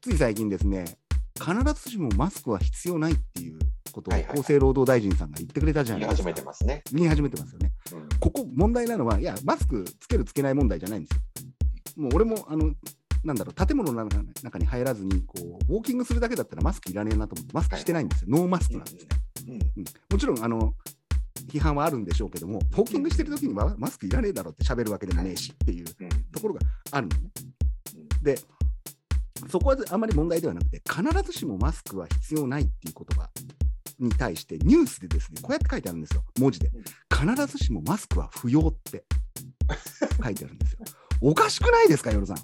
Speaker 3: つい最近ですね、必ずしもマスクは必要ないっていうことを
Speaker 1: はいはいはい
Speaker 3: 厚生労働大臣さんが言ってくれたじゃ
Speaker 1: 言
Speaker 3: ないい
Speaker 1: 始
Speaker 3: ですか。
Speaker 1: めてますね。
Speaker 3: 言い始めてますよね。
Speaker 1: うん
Speaker 3: ここ問題なのは、いや、マスクつけるつけない問題じゃないんですよ。もう俺も、あの、なんだろう、建物の中中に入らずに、こう、ウォーキングするだけだったらマスクいらねえなと思って、マスクしてないんですよ。ノーマスクなんですね。
Speaker 1: うん
Speaker 3: うんもちろん、あの、批判はあるんでしょうけども、ウォーキングしてる時にはマスクいらねえだろって喋るわけでもねえしっていう
Speaker 1: うん
Speaker 3: ところがあるのね。で、そこはあんまり問題ではなくて、必ずしもマスクは必要ないっていう言葉に対して、ニュースでですね、こうやって書いてあるんですよ、文字で
Speaker 1: うん。
Speaker 3: 必ずしもマスクは不要って書いてあるんですよ。おかしくないですか、夜さん。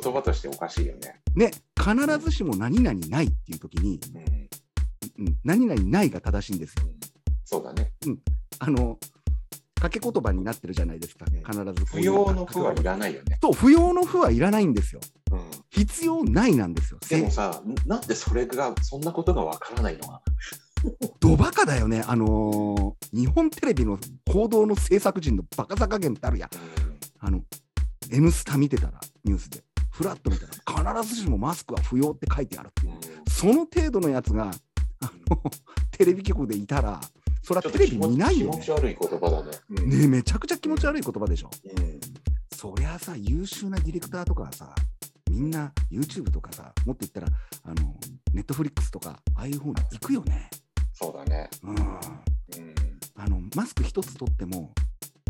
Speaker 2: 言葉としておかしいよね。
Speaker 3: ね、必ずしも何々ないっていう時に、
Speaker 2: うん、
Speaker 3: うん、何々ないが正しいんですよ。
Speaker 2: そうだね。
Speaker 3: あの、掛け言葉になってるじゃないですか。
Speaker 2: うん
Speaker 3: 必ずこう
Speaker 2: 不
Speaker 3: いう
Speaker 2: 要の負はいらないよね。
Speaker 3: そう、不要の負はいらないんですよ。
Speaker 2: うん、
Speaker 3: 必要ないなんですよ。
Speaker 2: でも
Speaker 3: せ
Speaker 2: さ、なんでそれが、そんなことがわからないのが、
Speaker 3: ドバカだよね。あのー日本テレビの報道の制作陣のバカさ加減ってあるやん。
Speaker 2: うん
Speaker 3: あの、M スタ見てたら、ニュースで。フラッと見たら、必ずしもマスクは不要って書いてあるっていう。その程度のやつが、あの、テレビ局でいたら、そりゃ
Speaker 2: ちょっ
Speaker 3: テ
Speaker 2: と
Speaker 3: レ
Speaker 2: 気
Speaker 3: ビ
Speaker 2: 持
Speaker 3: 見
Speaker 2: ち
Speaker 3: ないよ
Speaker 2: 気持
Speaker 3: ね
Speaker 2: ち。悪い言葉だね。うん
Speaker 3: ねえめちゃくちゃ気持ち悪い言葉でしょ。
Speaker 2: うん
Speaker 3: そりゃさ、優秀なディレクターとかはさ、みんな YouTube とかさ、もっと言ったら、あの、Netflix とか、ああいう方に行くよね。
Speaker 2: そうだね。
Speaker 3: うん。
Speaker 2: うん
Speaker 3: あの、マスク一つ取っても、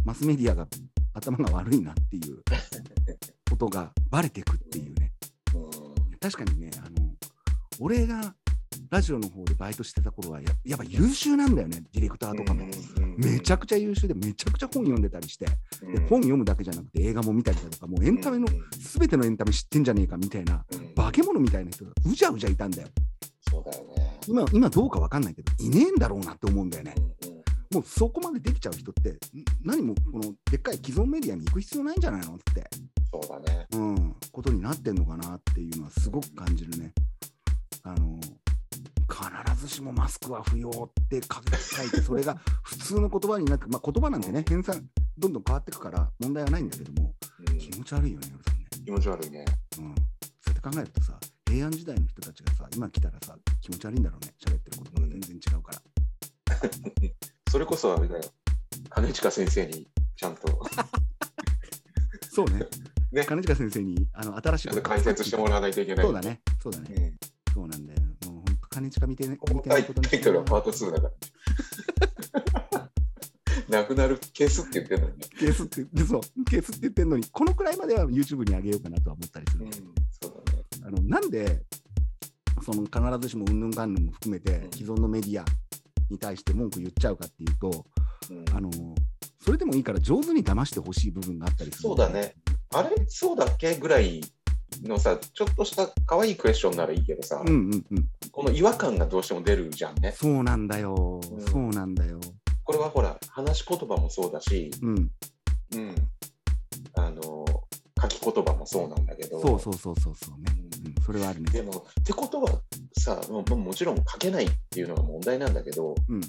Speaker 3: マスメディアが頭が悪いなっていうことがバレてくっていうね。
Speaker 2: うん
Speaker 3: 確かにね、あの、俺がラジオの方でバイトしてた頃はや、やっぱ優秀なんだよね、ディレクターとかも。めちゃくちゃ優秀で、めちゃくちゃ本読んでたりして、で本読むだけじゃなくて映画も見たりだとか、もうエンタメの、すべてのエンタメ知ってんじゃねえかみたいな、
Speaker 2: うん
Speaker 3: 化け物みたいな人がうじゃうじゃいたんだよ。
Speaker 2: そうだよね。
Speaker 3: 今、今どうかわかんないけど、いねえんだろうなって思うんだよね。
Speaker 2: うんうん
Speaker 3: もうそこまでできちゃう人って、ん何もこのでっかい既存メディアに行く必要ないんじゃないのって、
Speaker 2: そうだね。
Speaker 3: うん、ことになってんのかなっていうのはすごく感じるね。あの必ずしもマスクは不要って書書いて、それが普通の言葉になって、まあ、言葉なんてね、編纂どんどん変わってくから問題はないんだけども、
Speaker 2: うん
Speaker 3: 気持ち悪いよね、ヨルさんね。
Speaker 2: 気持ち悪いね。
Speaker 3: うん、そうやって考えるとさ平安時代の人たちがさ今来たらさ気持ち悪いんだろうね喋ってることが全然違うから、
Speaker 2: それこそあれだよ。金近先生にちゃんと
Speaker 3: そうね
Speaker 2: ね
Speaker 3: 金近先生にあの新し
Speaker 2: ち
Speaker 3: い
Speaker 2: ゃんと解説してもらわないといけない。
Speaker 3: そうだねそうだね
Speaker 2: うん。
Speaker 3: そうなんだよもうほんと金近見てね
Speaker 2: ここ
Speaker 3: 見てな
Speaker 2: タ
Speaker 3: い
Speaker 2: イ
Speaker 3: ことに
Speaker 2: タイトルはパート2だから。な (laughs) くなるケースって言ってんのにね。
Speaker 3: ケースってそうケースって言ってんのにこのくらいまでは YouTube に上げようかなとは思ったりする、
Speaker 2: そうだね。
Speaker 3: あのなんでその必ずしもうんぬんかんぬんも含めて
Speaker 2: うん
Speaker 3: 既存のメディアに対して文句言っちゃうかっていうと
Speaker 2: うん
Speaker 3: あのそれでもいいから上手に騙してほしい部分があったりする
Speaker 2: そうだね。あれそうだっけぐらいのさ、ちょっとした可愛いクエスチョンならいいけどさ、
Speaker 3: うんうんうん
Speaker 2: この違和感がどうしても出るじゃんね。
Speaker 3: そうなんだよ、
Speaker 2: うん
Speaker 3: そうなんだよ。
Speaker 2: これはほら、話し言葉もそうだし、
Speaker 3: うん、
Speaker 2: うん、あの書き言葉もそうなんだけど、
Speaker 3: そうそうそうそうそうね。
Speaker 2: う
Speaker 3: うんん、それはあるね。
Speaker 2: でも、ってことはさ、もうもちろん書けないっていうのが問題なんだけど、
Speaker 3: うん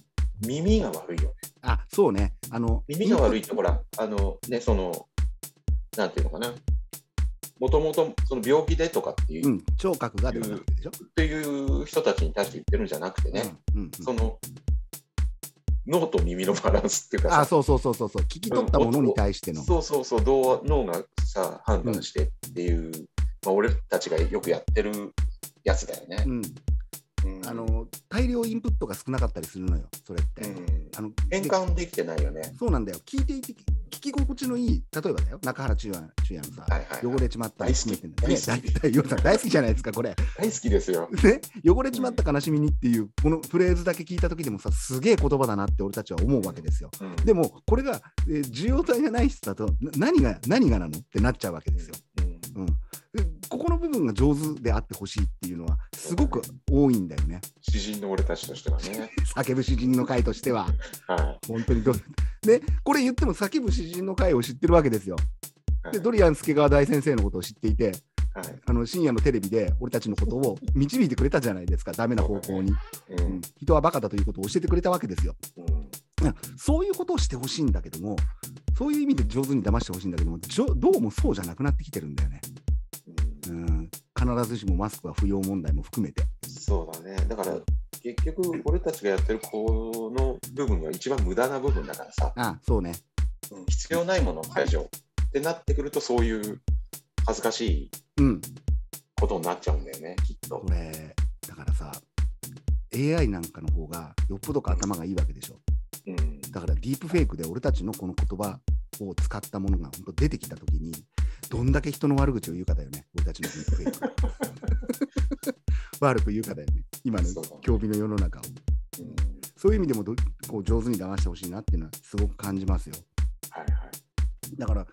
Speaker 2: 耳が悪いよね。
Speaker 3: あ、そうね。あの、
Speaker 2: 耳が悪いっ
Speaker 3: イン
Speaker 2: てほら、あのね、その、なんていうのかな、もともとその病気でとかっていう
Speaker 3: プ。うん、聴覚がではなくてでしょ。
Speaker 2: っていう人たちに対して言ってるんじゃなくてね、
Speaker 3: うん、うん、
Speaker 2: その脳と耳のバランスっていうか
Speaker 3: あ、
Speaker 2: さ
Speaker 3: そうそうそうそうそう。聞き取ったものに対しての。
Speaker 2: そうそうそうどう脳がさ判断してっていう、まあ、俺たちがよくやってるやつだよね
Speaker 3: う。ん、
Speaker 2: うん
Speaker 3: あの、大量インプットが少なかったりするのよ。それって。
Speaker 2: うん
Speaker 3: あの、
Speaker 2: 変
Speaker 3: で
Speaker 2: 換できてないよね。
Speaker 3: そうなんだよ。聞いていて、聞き心地のいい、例えばだよ。中原中也、中也のさ。
Speaker 2: はいはいはい
Speaker 3: 汚れちまった
Speaker 2: 大好き
Speaker 3: ね
Speaker 2: 大
Speaker 3: 大
Speaker 2: 好き
Speaker 3: 大大大大好きじゃないですかこれ
Speaker 2: 大好きですよ。
Speaker 3: ね、汚れちまった悲しみにっていうこのフレーズだけ聞いた時でもさすげえ言葉だなって俺たちは思うわけですよ
Speaker 2: うん
Speaker 3: でもこれが、えー受容体がない人だとな何が何がなのってなっちゃうわけですよ、
Speaker 2: うん
Speaker 3: うん、でここの部分が上手であってほしいっていうのはすごく多いんだよね
Speaker 2: 詩人の俺たちとしては
Speaker 3: (laughs)
Speaker 2: ね。
Speaker 3: 叫ぶ詩人の会としては
Speaker 2: は
Speaker 3: 本当に (laughs) どうでこれ言っても叫ぶ詩人の会を知ってるわけですよ
Speaker 2: い。
Speaker 3: でドリアン助川大先生のことを知っていて
Speaker 2: はいはい
Speaker 3: あの深夜のテレビで俺たちのことを導いてくれたじゃないですかダメな方向に
Speaker 2: う
Speaker 3: うん
Speaker 2: ん
Speaker 3: 人はバカだということを教えてくれたわけですよ。
Speaker 2: うん
Speaker 3: そういうことをしてほしいんだけども、そういう意味で上手に騙してほしいんだけども、じょどうもそうじゃなくなってきてるんだよね。
Speaker 2: うん
Speaker 3: うん、必ずしもマスクは不要問題も含めて。
Speaker 2: そうだね。だから結局俺たちがやってるこの部分が一番無駄な部分だからさ、
Speaker 3: ああそうね。
Speaker 2: 必要ないものを解除ってなってくるとそういう恥ずかしい
Speaker 3: うん、
Speaker 2: ことになっちゃうんだよね、きっと
Speaker 3: こ。れ、だからさ、AI なんかの方がよっぽどか頭がいいわけでしょ。
Speaker 2: うん、
Speaker 3: だからディープフェイクで俺たちのこの言葉を使ったものが本当出てきたときに、どんだけ人の悪口を言うかだよね、俺たちのディープフェイク。 (laughs) 悪く言うかだよね、今の
Speaker 2: そうだね
Speaker 3: 競技の世の中を。
Speaker 2: うん
Speaker 3: そういう意味でもどこう上手に騙してほしいなっていうのはすごく感じますよ。
Speaker 2: はいはい。
Speaker 3: だから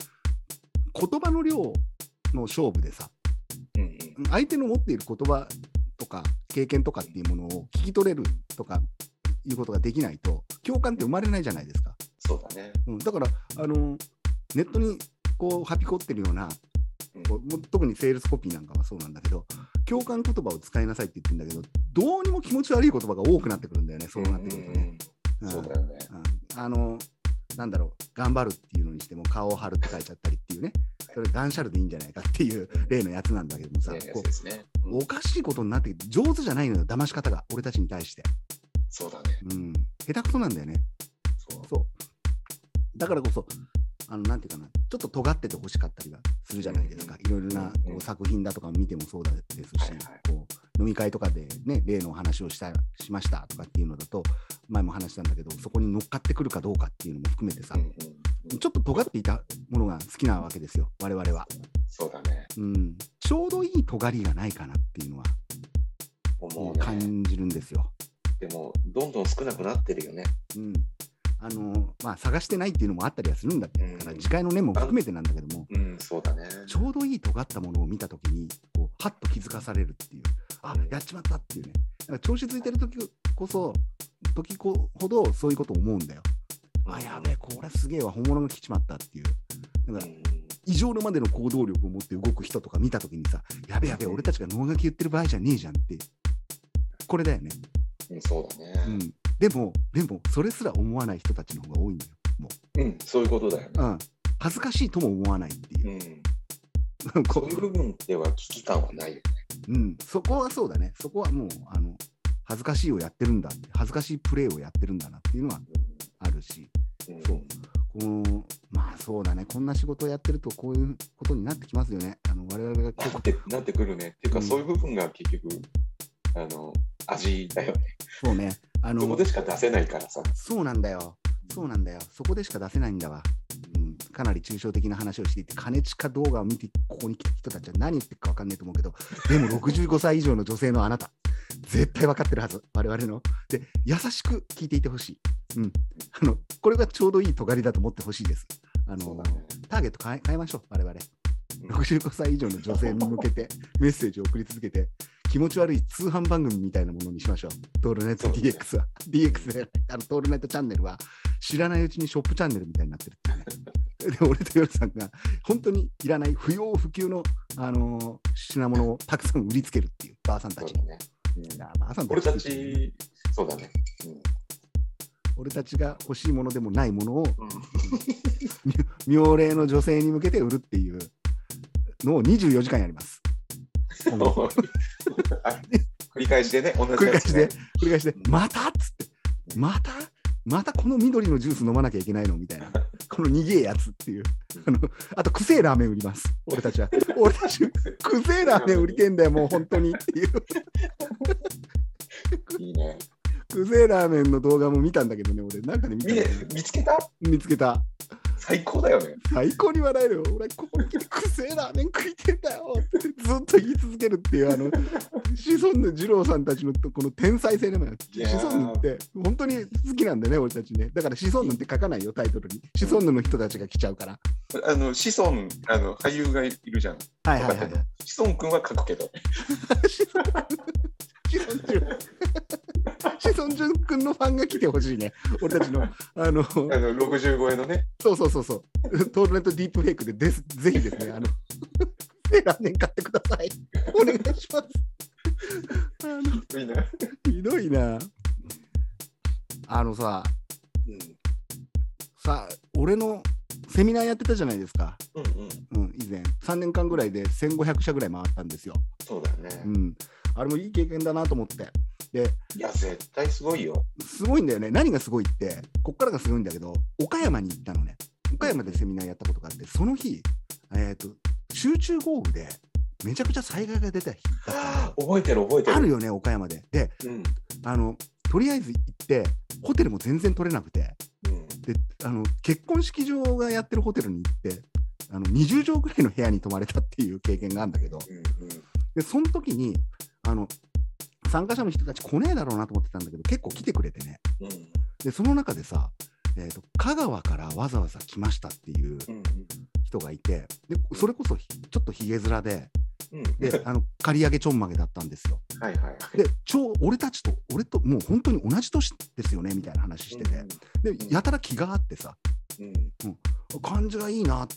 Speaker 3: 言葉の量の勝負でさ、相手の持っている言葉とか経験とかっていうものを聞き取れるとかいうことができないと共感って生まれないじゃないですか。
Speaker 2: そうだね。
Speaker 3: うん、だからあのネットにこうはびこってるような
Speaker 2: うん
Speaker 3: こうもう特にセールスコピーなんかはそうなんだけど共感言葉を使いなさいって言ってるんだけどどうにも気持ち悪い言葉が多くなってくるんだよねそうなってくるとね。
Speaker 2: うん
Speaker 3: ん
Speaker 2: そうだよね。
Speaker 3: うんあのなんだろう頑張るっていうのにしても顔を張るって書いちゃったりっていうねそれ断捨離でいいんじゃないかっていう例のやつなんだけどもさ
Speaker 2: ねや
Speaker 3: こ
Speaker 2: つですね。
Speaker 3: う
Speaker 2: うん
Speaker 3: おかしいことになって上手じゃないのよ騙し方が俺たちに対して、
Speaker 2: そうだね。
Speaker 3: うん、下手くそなんだよね
Speaker 2: そう
Speaker 3: そう。だからこそ、あの、なんていうかな、ちょっと尖ってて欲しかったりはするじゃないですか。いろいろな
Speaker 2: うんう
Speaker 3: こ
Speaker 2: ん
Speaker 3: う作品だとか見てもそうだですし
Speaker 2: はいはい、
Speaker 3: こう飲み会とかでね、例のお話をしたしましたとかっていうのだと、前も話したんだけど、そこに乗っかってくるかどうかっていうのも含めてさ
Speaker 2: うん、うんうん
Speaker 3: ちょっと尖っていたものが好きなわけですよ、我々は。
Speaker 2: そうだね。
Speaker 3: うん、ちょうどいい尖りがないかなっていうのは
Speaker 2: 思うね。
Speaker 3: 感じるんですよ。
Speaker 2: でも、どんどん少なくなってるよね。
Speaker 3: うんあのまあ、探してないっていうのもあったりはするんだけど、だから
Speaker 2: うん
Speaker 3: 次回の念も含めてなんだけども、
Speaker 2: うん、そうだね。
Speaker 3: ちょうどいい尖ったものを見たときにこう、はっと気づかされるっていう、あ
Speaker 2: うん
Speaker 3: やっちまったっていうね、だから調子ついてるときこそ、時こほどそういうことを思うんだよ。あ、やべえ、これすげえわ、本物が来ちまったっていう。だから、異常のまでの行動力を持って動く人とか見たときにさ、やべえやべえ、俺たちが脳書き言ってる場合じゃねえじゃんって。これだよね。
Speaker 2: うん、そうだ
Speaker 3: う
Speaker 2: ね。
Speaker 3: ん。でも、でも、それすら思わない人たちの方が多いんだよ。も
Speaker 2: うん、そういうことだよ
Speaker 3: う。う
Speaker 2: ね。
Speaker 3: ん。恥ずかしいとも思わないっていうう。
Speaker 2: ん。
Speaker 3: (laughs) こ
Speaker 2: そういう部分では危機感はないよね。
Speaker 3: うん、そこはそうだね、そこはもう、あの、恥ずかしいをやってるんだって、恥ずかしいプレーをやってるんだなっていうのはあるし、
Speaker 2: うん
Speaker 3: そう。この、まあそうだね、こんな仕事をやってると、こういうことになってきますよね。あの、我々がこ
Speaker 2: なってなってくるね。っていうか、
Speaker 3: うん
Speaker 2: そういう部分が結局、あの、味だよね。
Speaker 3: そうね、あ
Speaker 2: そこ
Speaker 3: の
Speaker 2: で、しか出せないからさ。
Speaker 3: そうなんだよ、そうなんだよ、そこでしか出せないんだわ。うん、かなり抽象的な話をしていて、兼近動画を見て、ここに来た人たちは何言ってるか分かんないと思うけど、でも65歳以上の女性のあなた、絶対分かってるはず、我々の。で、優しく聞いていてほしい。うん、あのこれがちょうどいい尖りだと思ってほしいです。あ
Speaker 2: そう
Speaker 3: の
Speaker 2: だね。
Speaker 3: ターゲット変え変えましょう、我々。
Speaker 2: うん
Speaker 3: 65歳以上の女性に向け
Speaker 2: (laughs)
Speaker 3: てメッセージを送り続けて、気持ち悪い通販番組みたいなものにしましょう。トールナイト
Speaker 2: そうです
Speaker 3: DX は。DX で、あのトールナイトチャンネルは、知らないうちにショップチャンネルみたいになってるっていう
Speaker 2: (laughs)
Speaker 3: ね。で、俺とヨルさんが、本当にいらない不要不急の、あのー品物をたくさん売りつけるっていう、ばあさんた
Speaker 2: そう
Speaker 3: ち
Speaker 2: だ
Speaker 3: に。
Speaker 2: ね。うん
Speaker 3: いやばあさん
Speaker 2: 俺た
Speaker 3: って言ってる
Speaker 2: ち、そうだね。
Speaker 3: 俺たちが欲しいものでもないものを、
Speaker 2: うん。
Speaker 3: 妙齢の女性に向けて売るっていうのを24時間やります。今後
Speaker 2: (laughs) あ繰り返しでね、同じ
Speaker 3: 繰り
Speaker 2: や
Speaker 3: 返
Speaker 2: つ
Speaker 3: し
Speaker 2: ね
Speaker 3: で、繰り返して、またっつって、また、またこの緑のジュース飲まなきゃいけないのみたいな、この逃げえやつっていう、あのあと、くせえラーメン売ります、俺たちは。俺たち、くせえラーメン売りてんだよ、もう本当にっていう、
Speaker 2: いいね。
Speaker 3: くせえラーメンの動画も見たんだけどね、俺、なんかで見た
Speaker 2: 見
Speaker 3: んだ
Speaker 2: ね
Speaker 3: けど
Speaker 2: 見つけた
Speaker 3: 見つけた。
Speaker 2: 最高だよね。
Speaker 3: 最高に笑えるよ。俺、ここに来てくせえラーメン食いてんだよってずっと言い続けるっていう、あ (laughs) の、子孫の二郎さんたちのこの天才性でもよ。
Speaker 2: いやー
Speaker 3: 子孫のって本当に好きなんだよね、俺たちね。だから子孫のって書かないよ、タイトルに。子孫のの人たちが来ちゃうから。
Speaker 2: あの、子孫、あの、俳優がいるじゃん。
Speaker 3: はいはいはい。
Speaker 2: 子孫くんは書くけど。
Speaker 3: 子孫淳。子孫淳君のファンが来てほしいね。俺たちの、あの、
Speaker 2: あの、60超えのね。
Speaker 3: そうそうそうそう。 (laughs) トールネットディープフェイクでです、ぜひですね、あの、 (laughs) ラーメン買ってください。お願いします。あの
Speaker 2: いいね。
Speaker 3: ひどいな。あのさ、
Speaker 2: う
Speaker 3: さ、俺のセミナーやってたじゃないですか。
Speaker 2: ん。うんうん。
Speaker 3: うん、以前。3年間ぐらいで1500社ぐらい回ったんですよ。
Speaker 2: そうだ
Speaker 3: う
Speaker 2: ね。
Speaker 3: ん。あれもいい経験だなと思って。で、
Speaker 2: いや、絶対すごいよ。
Speaker 3: すごいんだよね。何がすごいって、こっからがすごいんだけど、岡山に行ったのね。岡山でセミナーやったことがあって、その日、えっ、と、集中豪雨で、めちゃくちゃ災害が出た日だったのよ
Speaker 2: あー覚えてる覚えてる。
Speaker 3: あるよね、岡山で。で、
Speaker 2: うん。
Speaker 3: あの、とりあえず行って、ホテルも全然取れなくて、
Speaker 2: うん。
Speaker 3: で、あの、結婚式場がやってるホテルに行って、あの20畳ぐらいの部屋に泊まれたっていう経験があるんだけど、
Speaker 2: うんうん。
Speaker 3: で、その時に、あの、参加者の人たち来ねえだろうなと思ってたんだけど、結構来てくれてね。
Speaker 2: うん
Speaker 3: でその中でさ、えーと香川からわざわざ来ましたってい
Speaker 2: う
Speaker 3: う
Speaker 2: ん
Speaker 3: 人がいてでそれこそひちょっとひげ面で
Speaker 2: うん。
Speaker 3: で、あの、刈り上げちょんまげだったんですよ。
Speaker 2: はいはいはい。
Speaker 3: で、ちょう、俺たちと、俺と、もう本当に同じ年ですよね、みたいな話してて。で、やたら気があってさ、
Speaker 2: うん。
Speaker 3: 感じがいいな。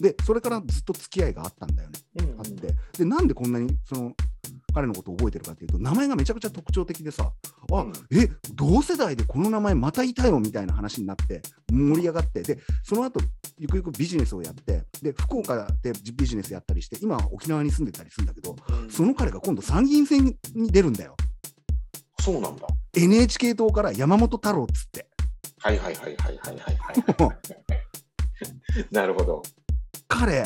Speaker 3: で、それからずっと付き合いがあったんだよね。
Speaker 2: うん。
Speaker 3: あって、で、なんでこんなに、その、彼のことを覚えてるかっていうと、名前がめちゃくちゃ特徴的でさ、あ、
Speaker 2: うん
Speaker 3: え、同世代でこの名前またいたよみたいな話になって、盛り上がって、で、その後、ゆくゆくビジネスをやって、で、福岡でビジネスやったりして、今は沖縄に住んでたりするんだけど、
Speaker 2: うん。
Speaker 3: その彼が今度参議院選に出るんだよ。
Speaker 2: そうなんだ。
Speaker 3: NHK 党から山本太郎っつって。 (laughs)
Speaker 2: はいはいはいはいはいはいはい。なるほど。
Speaker 3: 彼、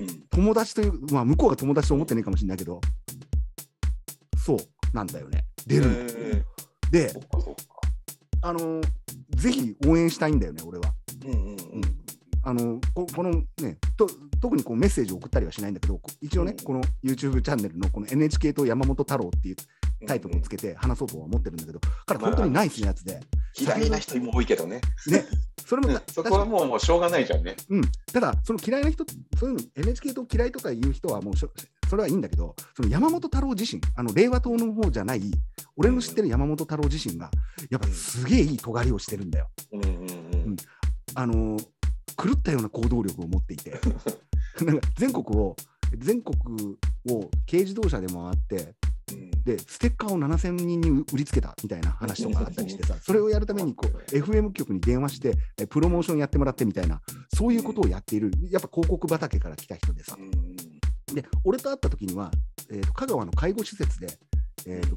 Speaker 2: うん。
Speaker 3: 友達という、まあ、向こうが友達と思ってないかもしれないけど、そうなんだよね。出るんだよ
Speaker 2: えー
Speaker 3: で
Speaker 2: そ、っかそっか。
Speaker 3: あのーぜひ応援したいんだよね、俺は。
Speaker 2: うんうんうん。
Speaker 3: あのーここのねと、特にこうメッセージを送ったりはしないんだけど、こ一応ね、
Speaker 2: うん
Speaker 3: この YouTube チャンネルのこの NHK と山本太郎っていうタイトルをつけて話そうとは思ってるんだけど、彼、本当にナイスなやつで、
Speaker 2: 嫌いな人も多いけどね。
Speaker 3: それも、
Speaker 2: そこはもうもうしょうがないじゃんね。
Speaker 3: うん、ただ、その嫌いな人、そういうの NHK 党嫌いとかいう人は、もうしょそれはいいんだけど、その山本太郎自身、あの令和党の方じゃない、俺の知ってる山本太郎自身が、やっぱすげえいい尖りをしてるんだよ。
Speaker 2: うんうんうん。
Speaker 3: あのー狂ったような行動力を持っていて、なんか全国を、全国を軽自動車で回って、
Speaker 2: うん
Speaker 3: で、ステッカーを7000人に売りつけたみたいな話とかあったりしてさ、それをやるためにこう、FM 局に電話して、えプロモーションやってもらってみたいな、そういうことをやっている、やっぱ広告畑から来た人でさ
Speaker 2: う、んうん
Speaker 3: で、俺と会った時には、えーと香川の介護施設で、えーと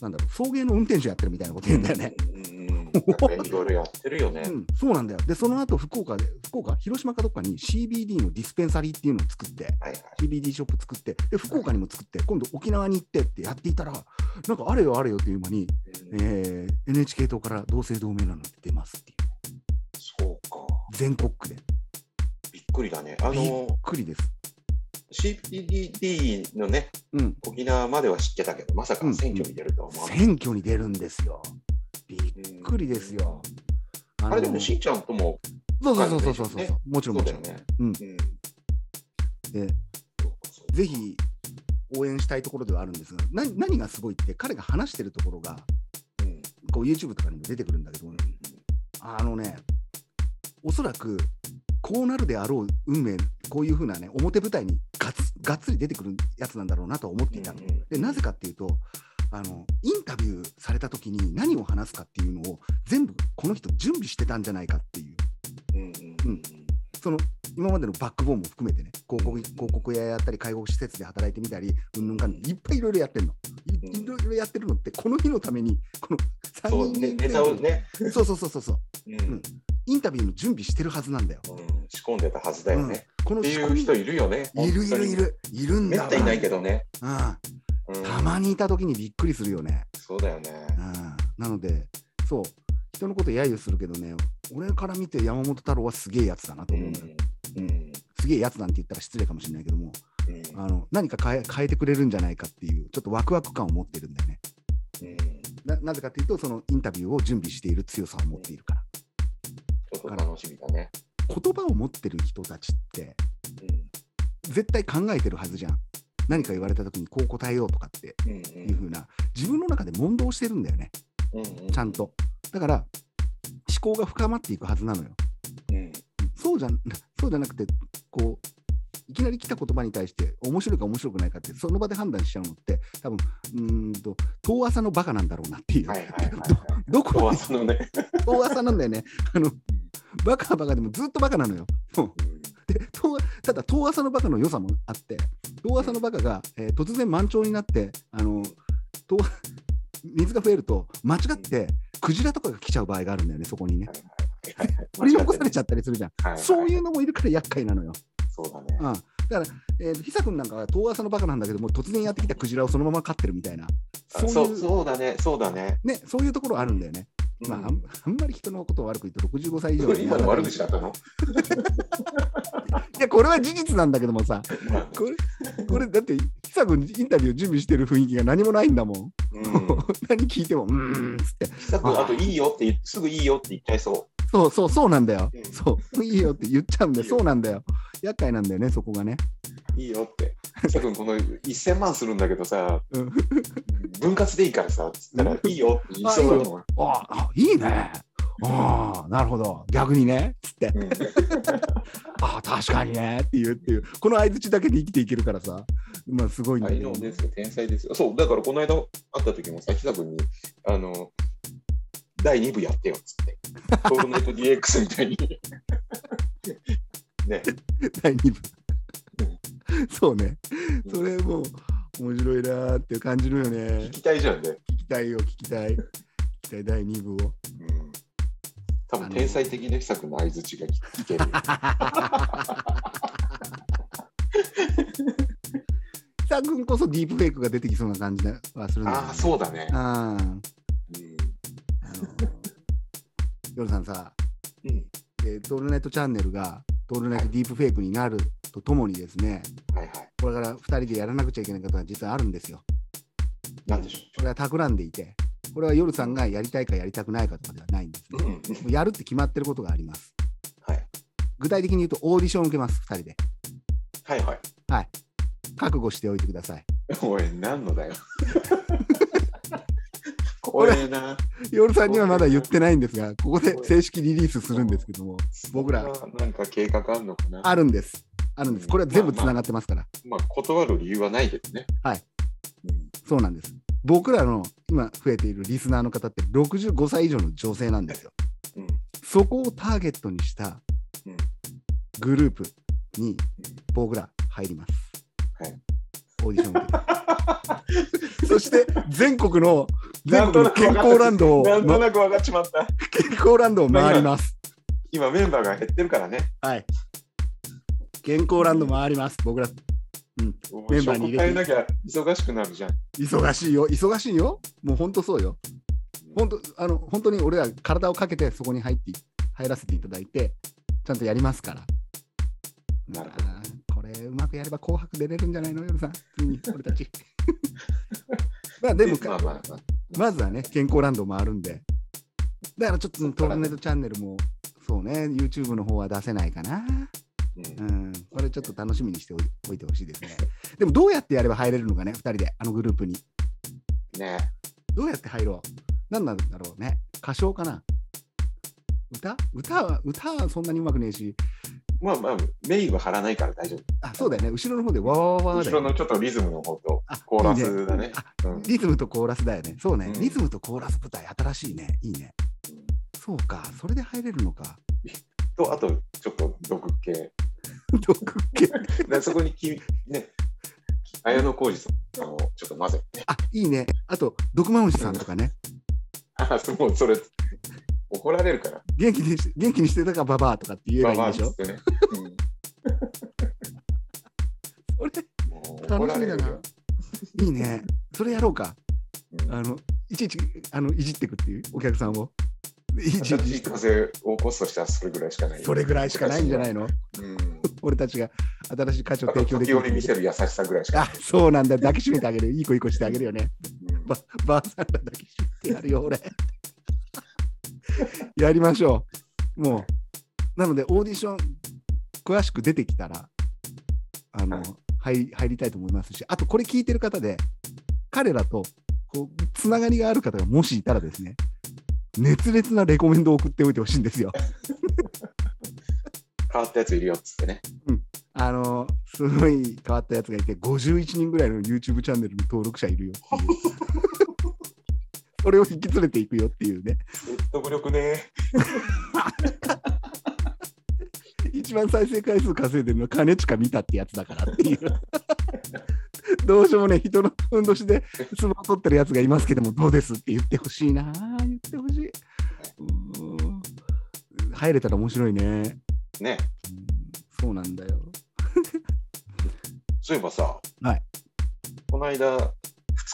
Speaker 3: なんだろう、送迎の運転手やってるみたいなこと言うんだよね。
Speaker 2: うんうんうんなんかいろいろやってるよね
Speaker 3: う。ん、そうなんだよ。で、その後福岡で、福岡、広島かどっかに CBD のディスペンサリーっていうのを作って、
Speaker 2: はいはい。
Speaker 3: CBD ショップ作って、で、福岡にも作って、今度沖縄に行ってってやっていたら、なんかあれよあれよという間に、えー NHK 党から同姓同名なのって出ますっていう、
Speaker 2: そうか。
Speaker 3: 全国区で、
Speaker 2: びっくりだね。あ
Speaker 3: びっ
Speaker 2: の、
Speaker 3: くりです。
Speaker 2: CPDD のね、
Speaker 3: うん、
Speaker 2: 沖縄までは知ってたけど、まさか選挙に出るとは思わない。
Speaker 3: 選挙に出るんですよ。びっ
Speaker 2: びっ
Speaker 3: くりです。よ。あ
Speaker 2: あ
Speaker 3: の
Speaker 2: れでも、しんちゃんとも
Speaker 3: そうそうそうそうそうそう、
Speaker 2: ね
Speaker 3: もちろん
Speaker 2: そ
Speaker 3: も
Speaker 2: う
Speaker 3: ち
Speaker 2: だ
Speaker 3: ろ
Speaker 2: よ
Speaker 3: ん。
Speaker 2: ね。
Speaker 3: う
Speaker 2: う
Speaker 3: ん
Speaker 2: ん
Speaker 3: で
Speaker 2: そうかそうか
Speaker 3: ぜひ応援したいところではあるんですが、な何がすごいって、彼が話してるところが、
Speaker 2: うん
Speaker 3: こう YouTube とかにも出てくるんだけど、あのね、おそらくこうなるであろう運命、こういうふうなね、表舞台にがっつがっつり出てくるやつなんだろうなとは思っていたの。
Speaker 2: うんうん
Speaker 3: で、なぜかっていうと、あのインタビューされた時に何を話すかっていうのを全部この人準備してたんじゃないかっていう
Speaker 2: うんうんうん
Speaker 3: その今までのバックボーンも含めてね広告広告屋やったり介護施設で働いてみたりうんぬんかんぬんいっぱいいろいろやってるのいいろいろやってるのってこの日のためにこの
Speaker 2: そ
Speaker 3: 3
Speaker 2: う
Speaker 3: 人
Speaker 2: ね、ネタをね、
Speaker 3: そうそうそうそうそう
Speaker 2: うんん
Speaker 3: インタビューの準備してるはずなんだよ。
Speaker 2: うん仕込んでたはずだよね。
Speaker 3: うん、この
Speaker 2: って
Speaker 3: 仕
Speaker 2: い
Speaker 3: 込
Speaker 2: う
Speaker 3: み
Speaker 2: 人いるよね。
Speaker 3: いるいるい
Speaker 2: 本
Speaker 3: るいる
Speaker 2: 当
Speaker 3: ん
Speaker 2: に。め
Speaker 3: だ
Speaker 2: ったにいないけどね。
Speaker 3: わ
Speaker 2: うん
Speaker 3: うん、たまにいた時にびっくりするよね、
Speaker 2: そうだよね。
Speaker 3: うん、なのでそう人のこと揶揄するけどね俺から見て山本太郎はすげえやつだなと
Speaker 2: う
Speaker 3: 思うんんだよ、
Speaker 2: うん
Speaker 3: すげえやつなんて言ったら失礼かもしれないけども
Speaker 2: うん
Speaker 3: あの何か変え変えてくれるんじゃないかっていうちょっとワクワク感を持ってるんだよね
Speaker 2: うん
Speaker 3: ななぜかっていうとそのインタビューを準備している強さを持っているから
Speaker 2: ちょっと楽しみだね。
Speaker 3: 言葉を持ってる人たちって
Speaker 2: う
Speaker 3: 絶対考えてるはずじゃん何か言われた時にこう答えようとかって
Speaker 2: んうん
Speaker 3: いう風な自分の中で問答してるんだよね
Speaker 2: うんうん
Speaker 3: ちゃんとだから思考が深まっていくはずなのよ
Speaker 2: うん
Speaker 3: そうじゃんそうじゃなくてこういきなり来た言葉に対して面白いか面白くないかってその場で判断しちゃうのって多分うーんと遠浅のバカなんだろうなっていう、
Speaker 2: はいはいはいはい。
Speaker 3: どこ
Speaker 2: 今日
Speaker 3: ま
Speaker 2: は
Speaker 3: で
Speaker 2: そのね。
Speaker 3: (laughs) 遠浅なんだよねあのバカはバカでもずっとバカなのよで遠ただ遠浅のバカの良さもあって遠浅のバカが、えー突然満潮になってあの遠水が増えると間違ってクジラとかが来ちゃう場合があるんだよねそこにね振り残されち
Speaker 2: ゃ
Speaker 3: ゃったりするじゃん、
Speaker 2: う。
Speaker 3: そういううのもいるから厄介なのよ
Speaker 2: そうだね。
Speaker 3: うん、だから、えー、久君なんかは遠浅のバカなんだけども、突然やってきたクジラをそのまま飼ってるみたいな、
Speaker 2: あ
Speaker 3: そ
Speaker 2: そう
Speaker 3: いう
Speaker 2: うそうだね、そうだね。
Speaker 3: ね、そういうところあるんだよね。まあ、あ
Speaker 2: うん
Speaker 3: んあんまり人のことを悪く言って、65歳以上の
Speaker 2: 今の悪口だったの
Speaker 3: いや、これは事実なんだけどもさ、これ、これだって、久君インタビュー準備してる雰囲気が何もないんだもん。
Speaker 2: うん。
Speaker 3: (laughs) 何聞いても、うーんっつって、
Speaker 2: 久くんあといいよって言う、すぐいいよって言っちゃいそ
Speaker 3: そうそう、そうなんだよ
Speaker 2: う。ん
Speaker 3: そう、いいよって言っちゃうんで、
Speaker 2: いいよ
Speaker 3: そうなんだよ。厄介なんだよね、そこがね。
Speaker 2: う。いいよって。さくん、この1000万するんだけどさ、
Speaker 3: うん
Speaker 2: 分割でいいからさ、つったら、いいよって言いそうだもん。
Speaker 3: ああ、いいね。ああ、なるほど。逆にね。つって。
Speaker 2: うん
Speaker 3: ああ、確かにね。っていう、っていう。この相づちだけで生きていけるからさ。まあ、すごいんだ
Speaker 2: 才
Speaker 3: けど
Speaker 2: 能ですよ、天才ですよ。そう、だからこの間会った時もさ、久君に、あの、第2部やってよっつ
Speaker 3: (laughs)
Speaker 2: って、トールネット DX みたいに。 (laughs) ね、
Speaker 3: 第2部。そうね。それもう面白いなーっていう感じるよね
Speaker 2: 聞。きたいじゃんね。
Speaker 3: 聞きたいよ、聞きたい。聞きたい第2部を。
Speaker 2: うん、多分天才的で久君の相づちが聞けるよ。
Speaker 3: さくんこそディープフェイクが出て (laughs) きそうな感じがするんだよね
Speaker 2: ああ、そうだね。
Speaker 3: あー
Speaker 2: うん
Speaker 3: あのー、夜さんさ、
Speaker 2: うん
Speaker 3: えートールネットチャンネルがトールネットディープフェイクになるとともにですね、
Speaker 2: はいはい。
Speaker 3: これから2人でやらなくちゃいけないことが実はあるんですよ。
Speaker 2: なんでし
Speaker 3: これは企んでいて、これは夜さんがやりたいかやりたくないかとかではないんです
Speaker 2: ょ
Speaker 3: ね
Speaker 2: う。。うん、
Speaker 3: もうやるって決まってることがあります。
Speaker 2: はい
Speaker 3: 具体的に言うとオーディションを受けます、2人で。
Speaker 2: はいはい。
Speaker 3: 覚悟しておいてください。
Speaker 2: おい、何のだ
Speaker 3: (laughs)
Speaker 2: よ。怖えな。
Speaker 3: 夜さんにはまだ言ってないんですが、ここで正式リリースするんですけども、僕ら
Speaker 2: そんななんか計画あんのかな。
Speaker 3: あるんです。あるんです。これは全部つながってますから。
Speaker 2: まあ、断る理由はないけどね。
Speaker 3: はい
Speaker 2: うん。
Speaker 3: そうなんです。僕らの今増えているリスナーの方って65歳以上の女性なんですよ。
Speaker 2: うん
Speaker 3: そこをターゲットにした
Speaker 2: うん
Speaker 3: グループに僕ら入ります。
Speaker 2: はい
Speaker 3: オーディションを受けて (laughs) そして全国の全国の健
Speaker 2: なんとなく
Speaker 3: 康ランドを
Speaker 2: なんと
Speaker 3: 健
Speaker 2: なく分かっちまった。
Speaker 3: 康ランドを回ります。
Speaker 2: 今メンバーが減ってるからね。
Speaker 3: はい。健康ランド回ります。僕らメンバーに入れて
Speaker 2: 職変えなきゃ忙しくなるじゃん。
Speaker 3: 忙しいよ。忙しいよ。もう本当そうよ。本当あの本当に俺ら体をかけてそこに入って入らせていただいてちゃんとやりますから。
Speaker 2: なるほ
Speaker 3: あーこれうまくやれば紅白出れるんじゃないの夜さん。ついに俺たち。 (laughs) まあでも
Speaker 2: まあまあまあ。
Speaker 3: まずはね健康ランド回るんで。だからちょっと
Speaker 2: そっか
Speaker 3: ト
Speaker 2: ら
Speaker 3: ールネットチャンネルもそうね YouTube の方は出せないかな。
Speaker 2: うん
Speaker 3: うんこれちょっと楽しみにしておいおいてほしいですね。でもどうやってやれば入れるのかね2人であのグループに。
Speaker 2: ね
Speaker 3: どうやって入ろう何なんだろうね歌唱かな歌歌は歌はそんなにうまくねえし、
Speaker 2: まあまあ、メインは張らないから大丈夫。
Speaker 3: あ、そうだよね。後ろの方でわわわわだ
Speaker 2: 後ろ
Speaker 3: よ、
Speaker 2: の
Speaker 3: ね。
Speaker 2: ちょっとリズムの方と
Speaker 3: あ
Speaker 2: コーラスだ
Speaker 3: いい
Speaker 2: ね。
Speaker 3: あ
Speaker 2: うん
Speaker 3: リズムとコーラスだよね。そうね
Speaker 2: う。ん
Speaker 3: リズムとコーラス舞台、新しいね。いいね。そうか。それで入れるのか。
Speaker 2: と、あと、ちょっと毒系。
Speaker 3: どこっけ
Speaker 2: でそこに君、ね、綾野浩二さんをちょっと混ぜ (laughs) て。
Speaker 3: あ、いいね。あと、毒まおじさんとかね。
Speaker 2: あ、そうもうそれ、怒られるから。
Speaker 3: 元気にし元気にしてたか、ババアとかって言えばいいんでしょ。
Speaker 2: まあまあつってね。うん
Speaker 3: それ
Speaker 2: もう怒
Speaker 3: 楽
Speaker 2: ら
Speaker 3: しみ
Speaker 2: れ
Speaker 3: だ
Speaker 2: る
Speaker 3: な
Speaker 2: よ。。
Speaker 3: いいね。それやろうか。
Speaker 2: うん
Speaker 3: あの、いちいち、あの、いじってくっていう、お客さんを。いちい
Speaker 2: 新しい
Speaker 3: ち、
Speaker 2: 風を起こすとしたらそれぐらいしかない。
Speaker 3: それぐらいしかないんじゃないの
Speaker 2: うん。
Speaker 3: 俺たちが新しい価値を
Speaker 2: あと
Speaker 3: 提供でき
Speaker 2: 時折見せ
Speaker 3: る。
Speaker 2: る優しさぐらいしかない。
Speaker 3: あ、そうなんだ。抱きしめてあげる。いい子いい子してあげるよね。
Speaker 2: うん
Speaker 3: ばばあさんが抱きしめてやるよ、俺。 (laughs) やりましょう。もう。なので、オーディション、詳しく出てきたら、あの、
Speaker 2: はい
Speaker 3: 入り入りたいと思いますし、あと、これ聞いてる方で、彼らと、こう、つながりがある方がもしいたらですね、熱烈なレコメンドを送っておいてほしいんですよ。
Speaker 2: 変わったやついるよっつってね。
Speaker 3: あの、すごい変わったやつがいて、51人ぐらいの YouTube チャンネルの登録者いるよっていう。 (laughs) それを引き連れていくよっていうね。
Speaker 2: 説得力ね。
Speaker 3: 一番再生回数稼いでるのは金近見たってやつだからっていう。 (laughs) どうしようもね、人のふんどしで相撲取ってるやつがいますけども、どうですって言ってほしいな、言ってほしい。うーん入れたら面白いね。うん
Speaker 2: ね。
Speaker 3: そうなんだよ。
Speaker 2: そういえばさ、
Speaker 3: はい
Speaker 2: この間、2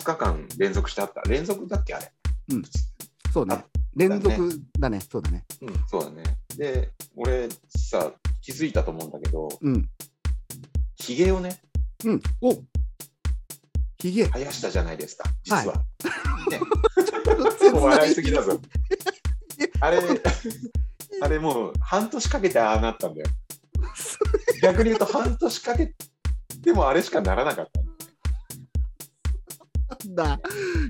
Speaker 2: 日間連続してあった。連続だっけあれ。
Speaker 3: そうね
Speaker 2: あ。
Speaker 3: 連続だね。そうだね。
Speaker 2: うん、そうだね。で、俺さ、気づいたと思うんだけど、
Speaker 3: うん。
Speaker 2: ひげをね、
Speaker 3: うん。おひげ。
Speaker 2: 生やしたじゃないですか、実は。ね、
Speaker 3: 切ない
Speaker 2: 笑いすぎだぞ。あれ、あれもう半年かけてああなったんだよ。逆に言うと半年かけでもあれしかならなかった。
Speaker 3: だ。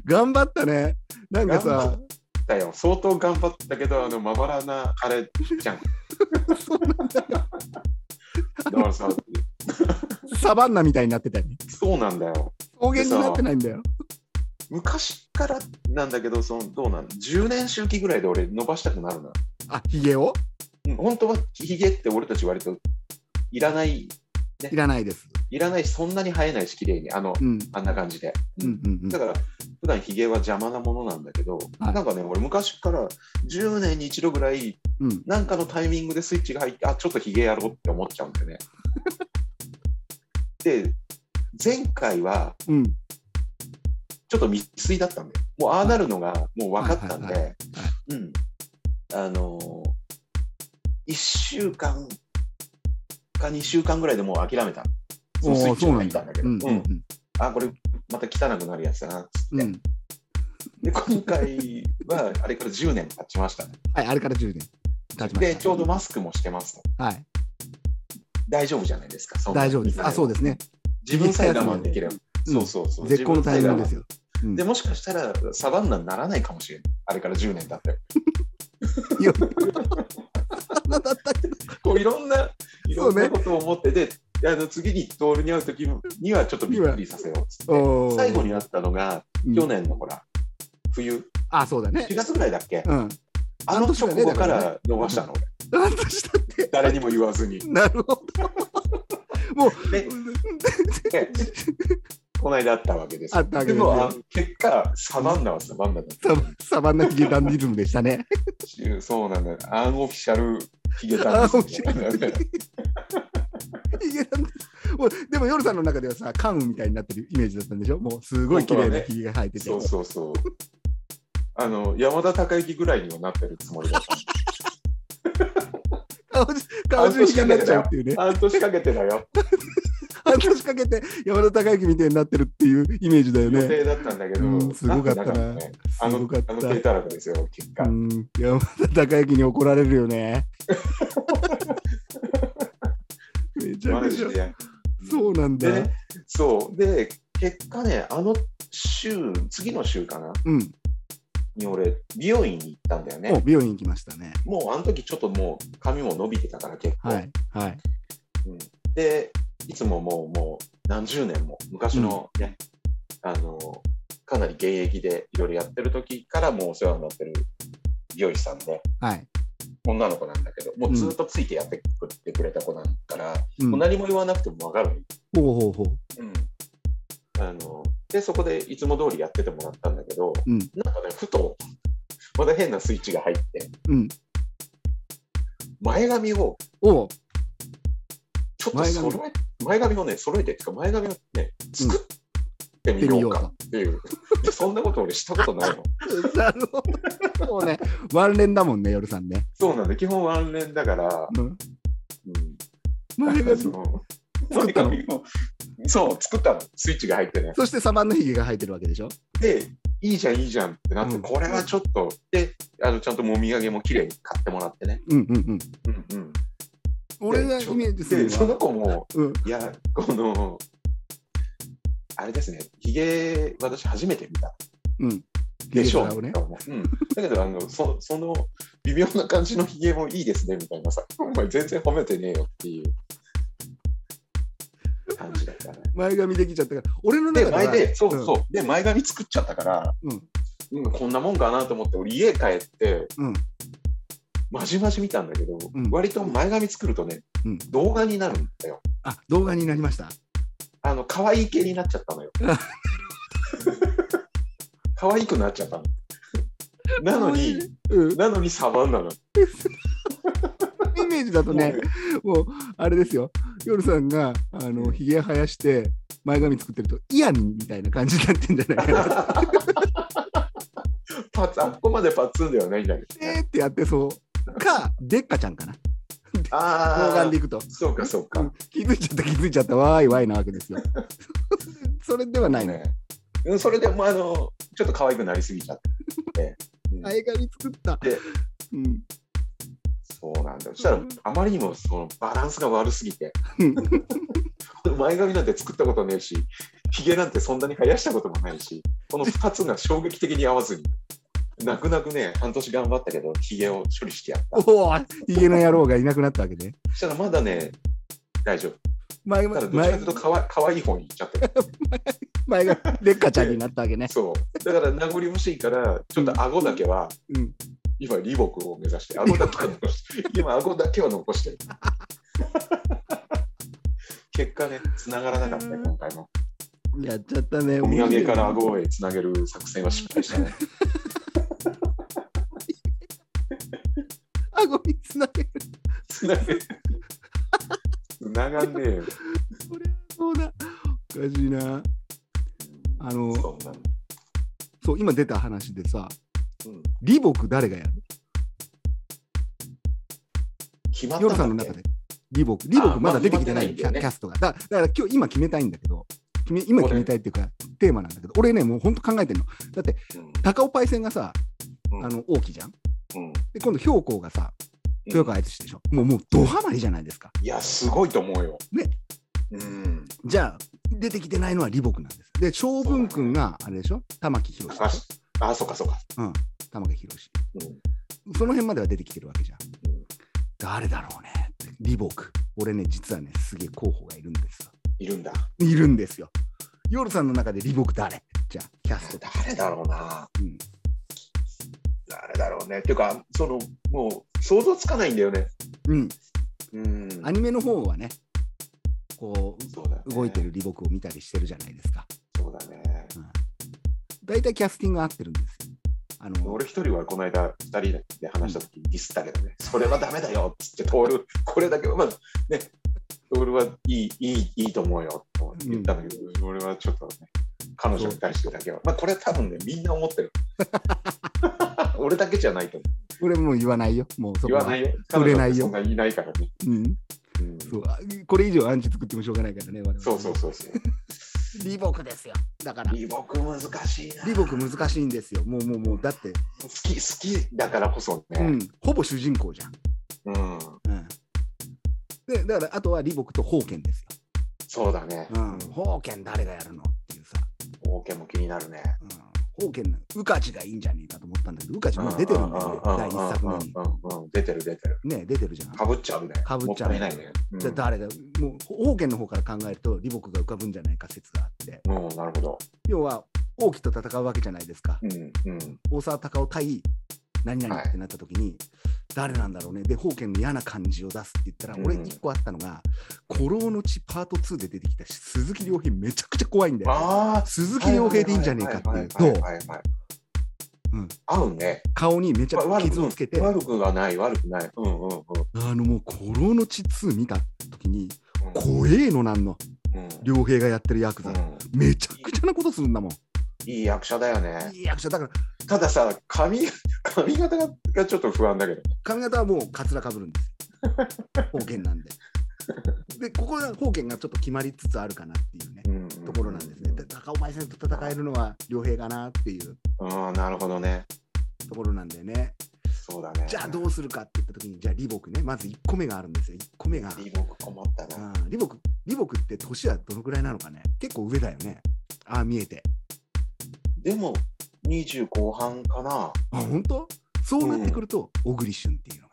Speaker 3: 頑張ったね。なんか
Speaker 2: 頑
Speaker 3: さ、
Speaker 2: だよ相当頑張ったけど、あのまばらなあれじゃん。だからさ、
Speaker 3: サバンナみたいになってたよね。
Speaker 2: そうなんだよ。
Speaker 3: 草原になってないんだよ。
Speaker 2: 昔からなんだけど、そのどうなん ?10 年周期ぐらいで俺伸ばしたくなるな。
Speaker 3: あ、ヒゲを
Speaker 2: うん本当はヒゲって俺たち割といらない、
Speaker 3: いらないです。
Speaker 2: いらないし、そんなに生えないし、綺麗に、あの、
Speaker 3: うん。
Speaker 2: あんな感じで。
Speaker 3: うんうんうん
Speaker 2: だから、普段ヒゲは邪魔なものなんだけど、
Speaker 3: はい
Speaker 2: なんかね、俺昔から10年に一度ぐらい、
Speaker 3: うん。
Speaker 2: なんかのタイミングでスイッチが入って、あ、ちょっとヒゲやろうって思っちゃうんだよ
Speaker 3: (laughs)
Speaker 2: ね。で、前回は
Speaker 3: うん。
Speaker 2: ちょっと未遂だったんだよ。もうああなるのがもう分かったん
Speaker 3: はいはい
Speaker 2: で、うん。あのー、1週間か2週間ぐらいでもう諦めた。そのスイ
Speaker 3: お
Speaker 2: ッ
Speaker 3: お、
Speaker 2: チ
Speaker 3: そう
Speaker 2: が
Speaker 3: な
Speaker 2: 入
Speaker 3: ん
Speaker 2: った
Speaker 3: だ
Speaker 2: んだけ。ど、
Speaker 3: う
Speaker 2: うんん
Speaker 3: うんうん
Speaker 2: あ、これまた汚くなるやつだなっつって。
Speaker 3: うん。
Speaker 2: で今回
Speaker 3: (laughs)
Speaker 2: はあれから10年経ちましたね。
Speaker 3: はい、あれから10年経ちました。
Speaker 2: で、ちょうどマスクもしてますと。
Speaker 3: はい、
Speaker 2: 大丈夫じゃないですか。そんな
Speaker 3: 大丈夫です。あ、そうですね。
Speaker 2: 自分さえ我慢できれば。
Speaker 3: うん
Speaker 2: そうそうそう。
Speaker 3: 絶好のタイミングです
Speaker 2: よ。
Speaker 3: よ。うん
Speaker 2: でもしかしたらサバンナにならないかもしれない。あれから10年経って。
Speaker 3: いやなんだったっけ
Speaker 2: こういろんな、いろん
Speaker 3: そう
Speaker 2: な
Speaker 3: ね
Speaker 2: ことを思ってで、あの次にトールに会う時にはちょっとびっくりさせようっつって。
Speaker 3: おー
Speaker 2: 最後に会ったのが、
Speaker 3: うん
Speaker 2: 去年のほら、冬、
Speaker 3: あ、そうだね
Speaker 2: 4。月ぐらいだっけ
Speaker 3: うん。
Speaker 2: あの直後から伸ばした
Speaker 3: (laughs)
Speaker 2: の、
Speaker 3: なんとしたって。
Speaker 2: 誰にも言わずに。
Speaker 3: なるほど。もう、
Speaker 2: ででこの間あったわけです
Speaker 3: あ
Speaker 2: よ。
Speaker 3: ったわ
Speaker 2: で
Speaker 3: けです
Speaker 2: も
Speaker 3: よ
Speaker 2: あの結果、サバンナはサバンナだっ
Speaker 3: サバサバンナヒゲダンディズムでしたね。
Speaker 2: たしそうなんだよ。アンオフィシャルヒゲ
Speaker 3: あ
Speaker 2: ダン
Speaker 3: 面
Speaker 2: ディ
Speaker 3: 白い
Speaker 2: ズムなんだよね。
Speaker 3: ヒゲダンディズムもうでも、夜さんの中ではさ、カンウみたいになってるイメージだったんでしょもう、すごい綺麗なヒゲが生えてて。
Speaker 2: そうそうそう。あの山田孝之ぐらいにはなってるつもりだ
Speaker 3: (laughs)
Speaker 2: った。
Speaker 3: 顔中顔中ヒゲになっちゃうっていうね。
Speaker 2: 半年かけてだよ。
Speaker 3: 半年かけて山田孝之みたいになってるっていうイメージだよ
Speaker 2: 予
Speaker 3: ね。
Speaker 2: 定だったんだけど、
Speaker 3: うんすごかった
Speaker 2: ん
Speaker 3: な
Speaker 2: ね。あ
Speaker 3: す
Speaker 2: の
Speaker 3: ごかった
Speaker 2: あ。の低たらくですよ、結果。
Speaker 3: うん、山田孝之に怒られる
Speaker 2: (laughs)
Speaker 3: よね。めちゃ
Speaker 2: マ
Speaker 3: くち
Speaker 2: ジ
Speaker 3: ゃ。
Speaker 2: で。
Speaker 3: そうなんだ。
Speaker 2: でね、そう。で、結果ね、あの週、次の週かな、
Speaker 3: うん、
Speaker 2: に俺、美容院に行ったんだよ
Speaker 3: もう
Speaker 2: ね。
Speaker 3: 美容院行きましたね。
Speaker 2: もうあの時ちょっともう髪も伸びてたから結構。
Speaker 3: はい、はい。
Speaker 2: で、いつももう、もう何十年も昔のね、あの、かなり現役でいろいろやってる時からもうお世話になってる美容師さんで、
Speaker 3: はい。
Speaker 2: 女の子なんだけど、もうずっとついてやってくってくれた子なんだから、
Speaker 3: うん、
Speaker 2: もう
Speaker 3: ほう
Speaker 2: 何も言わなくてもわかるのよ
Speaker 3: ほうほう。
Speaker 2: あのでそこでいつも通りやっててもらったんだけど、
Speaker 3: うん
Speaker 2: なんかねふとまた変なスイッチが入って
Speaker 3: うん。
Speaker 2: 前髪を
Speaker 3: おう
Speaker 2: ちょっと揃え前髪をね揃えてっていうか前髪をね作ってみようかって
Speaker 3: (laughs)
Speaker 2: いう、でそんなこと俺したことないの
Speaker 3: なるほど。 (laughs) そうね。ワンレンだもんね、夜さんね。
Speaker 2: そうなんで基本ワンレンだから、
Speaker 3: (laughs) うん、
Speaker 2: うん、
Speaker 3: 前
Speaker 2: なんかその
Speaker 3: 髪作ったの
Speaker 2: 前髪をそう作ったのスイッチが入ってね
Speaker 3: そしてサバンのヒゲが生えてるわけでしょ。
Speaker 2: でいいじゃんいいじゃんってなって、
Speaker 3: うん
Speaker 2: これはちょっとであのちゃんともみあげも綺麗に買ってもらってね、
Speaker 3: うんうんうん。
Speaker 2: うんうん、
Speaker 3: 俺がイメージする
Speaker 2: でそ
Speaker 3: の
Speaker 2: の
Speaker 3: は。
Speaker 2: 子も
Speaker 3: うん、
Speaker 2: いやこのあれですねひげ私初めて見た
Speaker 3: うん。
Speaker 2: でしょ
Speaker 3: ヒゲ
Speaker 2: う
Speaker 3: 柄をね
Speaker 2: うん、だけどあのそその微妙な感じのひげもいいですねみたいなさお前全然褒めてねえよっていう感じだったね
Speaker 3: 前髪できちゃったから。俺の
Speaker 2: で
Speaker 3: 中では。
Speaker 2: 前でそう
Speaker 3: うん
Speaker 2: そう、で前髪作っちゃったから、
Speaker 3: うん
Speaker 2: うんこんなもんかなと思って俺家帰って、
Speaker 3: うん
Speaker 2: まじまじ見たんだけど、
Speaker 3: うん
Speaker 2: 割と前髪作るとね、
Speaker 3: うん
Speaker 2: 動画になるんだよ
Speaker 3: あ、動画になりました。
Speaker 2: あの可愛い系になっちゃった
Speaker 3: (laughs)
Speaker 2: のよ。可愛くなっちゃ
Speaker 3: (laughs)
Speaker 2: ったの。なのに、
Speaker 3: うん、
Speaker 2: なのにサバンナなの。
Speaker 3: イメージだとね
Speaker 2: もう、
Speaker 3: もうあれですよ、夜さんがあのひげ生やして前髪作ってると、イヤミンみたいな感じになってんじゃないかな。
Speaker 2: パツあっこまでパツンではないんだけど、
Speaker 3: え
Speaker 2: ね。
Speaker 3: ーってやってそう。か、でっかちゃんかな。老
Speaker 2: あ
Speaker 3: 眼でいくと。
Speaker 2: そうかそう
Speaker 3: う
Speaker 2: か
Speaker 3: ん。気づいちゃった、気づいちゃった、わーいわーいなわけですよ。 (laughs) それではないね。
Speaker 2: ね。うんそれでもうあのちょっと可愛くなりすぎちゃって。うん
Speaker 3: 前髪作った。
Speaker 2: で
Speaker 3: うん、
Speaker 2: そうなんだよ。そしたらあまりにもそのバランスが悪すぎて。前髪なんて作ったことねえし、ひげなんてそんなに生やしたこともないし、この2つが衝撃的に合わずに、泣く泣くね、半年頑張ったけど、ひげを処理してやった。
Speaker 3: おお、家の野郎がいなくなったわけね。
Speaker 2: そしたらまだね、大丈夫。
Speaker 3: 前
Speaker 2: ただどっちかと
Speaker 3: 前前
Speaker 2: いうとかわかわいい方に行っちゃってる。
Speaker 3: 前がレッカちゃんになったわけね。
Speaker 2: そう。だから名残惜しいから、ちょっと顎だけは、
Speaker 3: うん、
Speaker 2: 今、リボクを目指して、顎だけは残して、今、顎だけは残してる。結果ね、繋がらなかったね、今回も。
Speaker 3: やっちゃったね。
Speaker 2: お土産から顎へ繋げる作戦は失敗したね。
Speaker 3: 顎につなげる。
Speaker 2: 繋げる。繋がんねえよ。
Speaker 3: そりゃそうだ。おかしいな。あの、
Speaker 2: そんなの。
Speaker 3: そう、今出た話でさ、
Speaker 2: うん、
Speaker 3: リボク誰がやる
Speaker 2: 決まっ
Speaker 3: ヨル
Speaker 2: た
Speaker 3: さんの
Speaker 2: んだっ
Speaker 3: 中
Speaker 2: け
Speaker 3: で。リボク。リボ
Speaker 2: あ
Speaker 3: クまだ出てきてな
Speaker 2: まだ決
Speaker 3: いキ
Speaker 2: まってないんだよ
Speaker 3: ャ
Speaker 2: ね
Speaker 3: キャストが。だだから今日今決めたいんだけど、決め今決めたいっていうか、テーマなんだけど、俺ね、もう本当考えてんの。だって、
Speaker 2: うん
Speaker 3: 高尾パイセンがさ、
Speaker 2: うん
Speaker 3: あの、大きじゃん。
Speaker 2: うん
Speaker 3: で、今度、標高がさ、
Speaker 2: うん
Speaker 3: 豊川悦司でしょ。もう、もう、ドハマりじゃないですか。
Speaker 2: いや、すごいと思うよ。
Speaker 3: ね。
Speaker 2: うん。
Speaker 3: じゃあ、出てきてないのはリボクなんです。で、将軍君が、あれでしょ玉木宏
Speaker 2: あ、しあそっかそっか。
Speaker 3: 玉木宏。
Speaker 2: うん
Speaker 3: その辺までは出てきてるわけじゃん
Speaker 2: うん。
Speaker 3: 誰だろうねってリボク。俺ね、実はね、すげえ候補がいるんですよ。
Speaker 2: いるんだ。
Speaker 3: いるんですよ。ヨルさんの中でリボク誰じゃあ、キャストだ。
Speaker 2: 誰だろうな。
Speaker 3: うん
Speaker 2: 誰だろうね。っていうか、その、もう、想像つかないんだよね。
Speaker 3: うん。
Speaker 2: うん。
Speaker 3: アニメの方はね、こ
Speaker 2: そうだね
Speaker 3: う、動いてるリボクを見たりしてるじゃないですか。
Speaker 2: そうだね。
Speaker 3: 大体キャスティング合ってるんですよ。あの、
Speaker 2: 俺一人はこの間二人で話した時にディスったけどね、それはダメだよっつって徹これだけはまあね徹はいいいいいいと思うよと言ったんだけど、俺はちょっとね彼女に対してだけはまあこれは多分ねみんな思
Speaker 3: (laughs)
Speaker 2: ってる俺だけじゃないと思
Speaker 3: 俺もう言わないよ。もう
Speaker 2: う
Speaker 3: そこ
Speaker 2: 言
Speaker 3: は
Speaker 2: わないよ
Speaker 3: 触れないよ
Speaker 2: 彼女ってそんないないからね、
Speaker 3: うん。
Speaker 2: うん
Speaker 3: そうあこれ以上アンチ作ってもしょうがないからね、我々
Speaker 2: そうそうそうそう
Speaker 3: リボクですよ。だから、
Speaker 2: リボク難しいな
Speaker 3: リボク難しいんですよ。もうもうもう、だって、
Speaker 2: 好き好きだからこそうね
Speaker 3: ん、ほぼ主人公じゃん。
Speaker 2: うん、
Speaker 3: うん。で、だから、あとはリボクと宝剣ですよ。
Speaker 2: そうだね
Speaker 3: うん。宝剣誰がやるのっていうさ。
Speaker 2: 冒険も気になるね
Speaker 3: うん。宝剣な、ウカチがいいんじゃねえかと思ったんだけど、ウカチもう出てるんだよ、第一作目に。
Speaker 2: うんうんうん出てる出てる。
Speaker 3: ね、出てるじゃん。
Speaker 2: かぶっちゃうね。
Speaker 3: かぶっちゃう
Speaker 2: もったいないね。うん
Speaker 3: じゃあ誰だもう宝剣の方から考えると、リボクが浮かぶんじゃないか説があって、
Speaker 2: うん、なるほど。
Speaker 3: 要は、王毅と戦うわけじゃないですか。
Speaker 2: うんうん。
Speaker 3: 大沢たかお対何々ってなった時に、誰なんだろうねで宝剣の嫌な感じを出すって言ったら、
Speaker 2: うん
Speaker 3: 俺一個あったのが「古老の地パート2」で出てきた鈴木亮平めちゃくちゃ怖いんだよ
Speaker 2: ああ。
Speaker 3: 鈴木亮平でいいんじゃねえかっていう
Speaker 2: は
Speaker 3: と
Speaker 2: ははいはいはい
Speaker 3: うん
Speaker 2: 合うね。
Speaker 3: 顔にめちゃくちゃ傷をつけてあ
Speaker 2: 悪くはない、悪くない。うんうんうん。
Speaker 3: のもう「古老の地2」見た時に
Speaker 2: うん
Speaker 3: 怖えのなんの
Speaker 2: うん
Speaker 3: 亮平がやってるヤクザ、
Speaker 2: うん
Speaker 3: めちゃくちゃなことするんだもん
Speaker 2: いい役者だよね。
Speaker 3: いい役者だから
Speaker 2: たださ、髪 (laughs) 髪型ががちょっと不安だけど。
Speaker 3: 髪型はもうカツラかぶるんですよ
Speaker 2: (laughs)
Speaker 3: 宝剣なんででここが宝剣がちょっと決まりつつあるかなっていうね
Speaker 2: うんうん
Speaker 3: ところなんですね。で高尾パイセンと戦えるのは良平かなっていう
Speaker 2: うん、なるほどね。
Speaker 3: ところなんでね。
Speaker 2: そうだね。
Speaker 3: じゃあどうするかって言った時に、じゃあリボクね、まず1個目があるんですよ。1個目が。
Speaker 2: リボク困ったな。
Speaker 3: うんリボク、リボクって年はどのくらいなのかね結構上だよね。ああ、見えて。
Speaker 2: でも、20後半かな。
Speaker 3: あ、本当そうなってくると、小栗旬っていうのが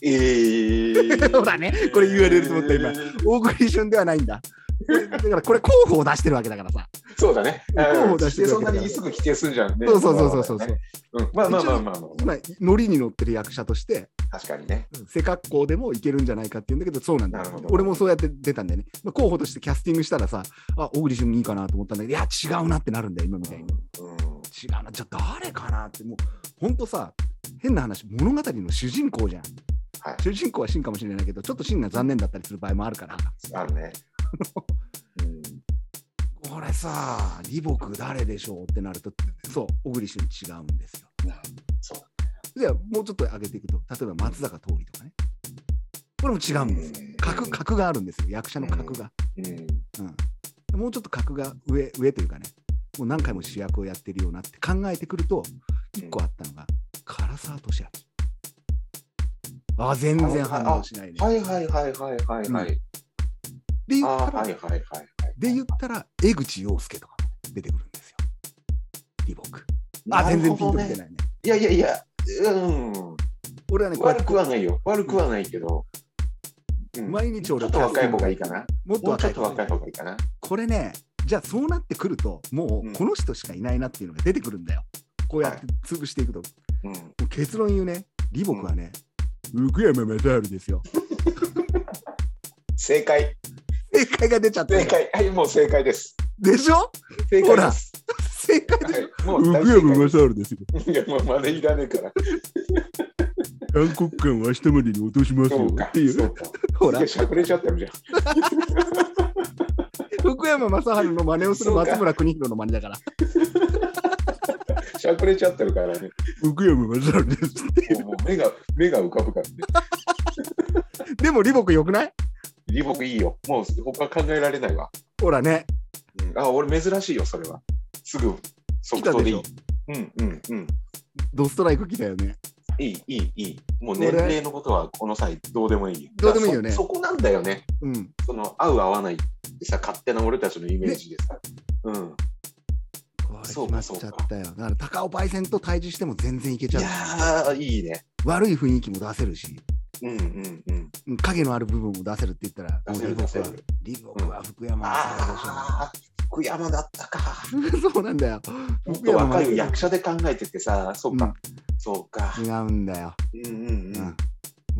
Speaker 3: いるんですよ。
Speaker 2: ええ (laughs) ー。
Speaker 3: ほらねこれ言われると思った今
Speaker 2: えー
Speaker 3: 小栗旬ではないんだ。だからこれ候補を出してるわけだからさ。
Speaker 2: そうだね。
Speaker 3: 候補
Speaker 2: うん
Speaker 3: 出してる
Speaker 2: そ
Speaker 3: わ
Speaker 2: ん
Speaker 3: け
Speaker 2: な
Speaker 3: だから
Speaker 2: にすぐ否定するんじゃんね。
Speaker 3: そうそうそうそうそう
Speaker 2: だねうんまあまあまあまあまあ、
Speaker 3: 今、ノリに乗ってる役者として、
Speaker 2: 確かにね。
Speaker 3: 背格好でもいけるんじゃないかっていうんだけど、そうなんだよ
Speaker 2: なるほど
Speaker 3: 俺もそうやって出たんだよね。まあ、候補としてキャスティングしたらさ、あ、小栗旬いいかなと思ったんだけど、いや、違うなってなるんだよ、今みたいに。
Speaker 2: うん
Speaker 3: 違うな、じゃあ誰かなって、もう、ほんとさ、変な話、物語の主人公じゃん。
Speaker 2: はい
Speaker 3: 主人公は真かもしれないけど、ちょっと真が残念だったりする場合もあるから、
Speaker 2: ある
Speaker 3: (laughs)
Speaker 2: ね。うん
Speaker 3: これさ、李牧誰でしょうってなると、そう、小栗旬違うんですよ。
Speaker 2: そう
Speaker 3: じゃあ、もうちょっと上げていくと、例えば松坂桃李とかね。これも違うんですよ。格格があるんですよ、役者の格が。
Speaker 2: うん
Speaker 3: うん、もうちょっと格が上上というかねもう何回も主役をやってるようなって考えてくると一個あったのが唐沢俊明あ全然反応しないね
Speaker 2: はいはいはいはいはいはい。
Speaker 3: で言
Speaker 2: あ
Speaker 3: っ
Speaker 2: あ、
Speaker 3: たら
Speaker 2: はいはいはい。
Speaker 3: で言ったら、江口洋介とか出てくるんですよ。リボック。あ、全然ピンときて
Speaker 2: い。
Speaker 3: ないね。
Speaker 2: いやいやいや、うん。
Speaker 3: 俺はね、こうやっ
Speaker 2: 悪
Speaker 3: て
Speaker 2: くはないよ。悪くはないけど。うん
Speaker 3: 毎日
Speaker 2: ちょっ
Speaker 3: 俺
Speaker 2: と若い方がいいかな。
Speaker 3: もっと
Speaker 2: もうちょ
Speaker 3: 若
Speaker 2: っ
Speaker 3: い
Speaker 2: と
Speaker 3: 方が
Speaker 2: 若
Speaker 3: い
Speaker 2: い
Speaker 3: い。
Speaker 2: 方がいいかな。
Speaker 3: これね、じゃあそうなってくると、も
Speaker 2: うん
Speaker 3: うこの人しかいないなっていうのが出てくるんだよ。こうやって潰していくと。
Speaker 2: うん。
Speaker 3: もう結論言うね、リボックはね、福山雅治ですよ。
Speaker 2: 正解。
Speaker 3: 正解が出ちゃって
Speaker 2: 正
Speaker 3: る。
Speaker 2: 解。はい、もう正解です。
Speaker 3: でしょ
Speaker 2: 正解です。
Speaker 3: 正解でしょ
Speaker 2: はい、もう (laughs)
Speaker 3: 福
Speaker 2: 大正
Speaker 3: 山
Speaker 2: 解
Speaker 3: 雅
Speaker 2: です。
Speaker 3: 治です
Speaker 2: (laughs) い
Speaker 3: よ。
Speaker 2: や、もうまだいらねえから。
Speaker 3: 韓国間を明日までに落とします
Speaker 2: そ
Speaker 3: よ
Speaker 2: うか
Speaker 3: っ。てい。
Speaker 2: そううか。
Speaker 3: ほ
Speaker 2: い
Speaker 3: ら
Speaker 2: や、、しゃくれちゃってるじゃん。
Speaker 3: 福山雅治の真似をする
Speaker 2: そうか
Speaker 3: 松村邦弘の真似だから。
Speaker 2: しゃくれちゃってるからね。
Speaker 3: 福山雅治ですって。
Speaker 2: もうもう目が、目が浮かぶからね。
Speaker 3: でもリボックよくない
Speaker 2: リボクいいよ。もう他考えられないわ。
Speaker 3: ほらね、
Speaker 2: うんあ、俺珍しいよ、それは。すぐ即答でいい。うんうんうん。
Speaker 3: ドストライク来たよね。
Speaker 2: いいいいいい。もう
Speaker 3: 俺
Speaker 2: 年齢のことはこの際どうでもいいよ。
Speaker 3: どうでもいいよね
Speaker 2: だからそそこなんだよね。
Speaker 3: うん。
Speaker 2: その合う合わないってさ、勝手な俺たちのイメージでさ。うん。
Speaker 3: これ決まっちゃったよ。だから高尾焙煎と対峙しても全然いけ
Speaker 2: い
Speaker 3: ちゃう
Speaker 2: や。ー、いいね。
Speaker 3: 悪い雰囲気も出せるし、
Speaker 2: うんうんうん。
Speaker 3: うん影のある部分も出せるって言ったら、
Speaker 2: 出せる
Speaker 3: もうリボックは
Speaker 2: 出せる
Speaker 3: リボックは福山雅
Speaker 2: ああ、福山だったか。
Speaker 3: 治でしょ。そうなんだよ。
Speaker 2: もっと若い
Speaker 3: 福
Speaker 2: 役者で考えててさ、そうか、そうか。
Speaker 3: 山雅治違うんだよ。
Speaker 2: うんうんうん。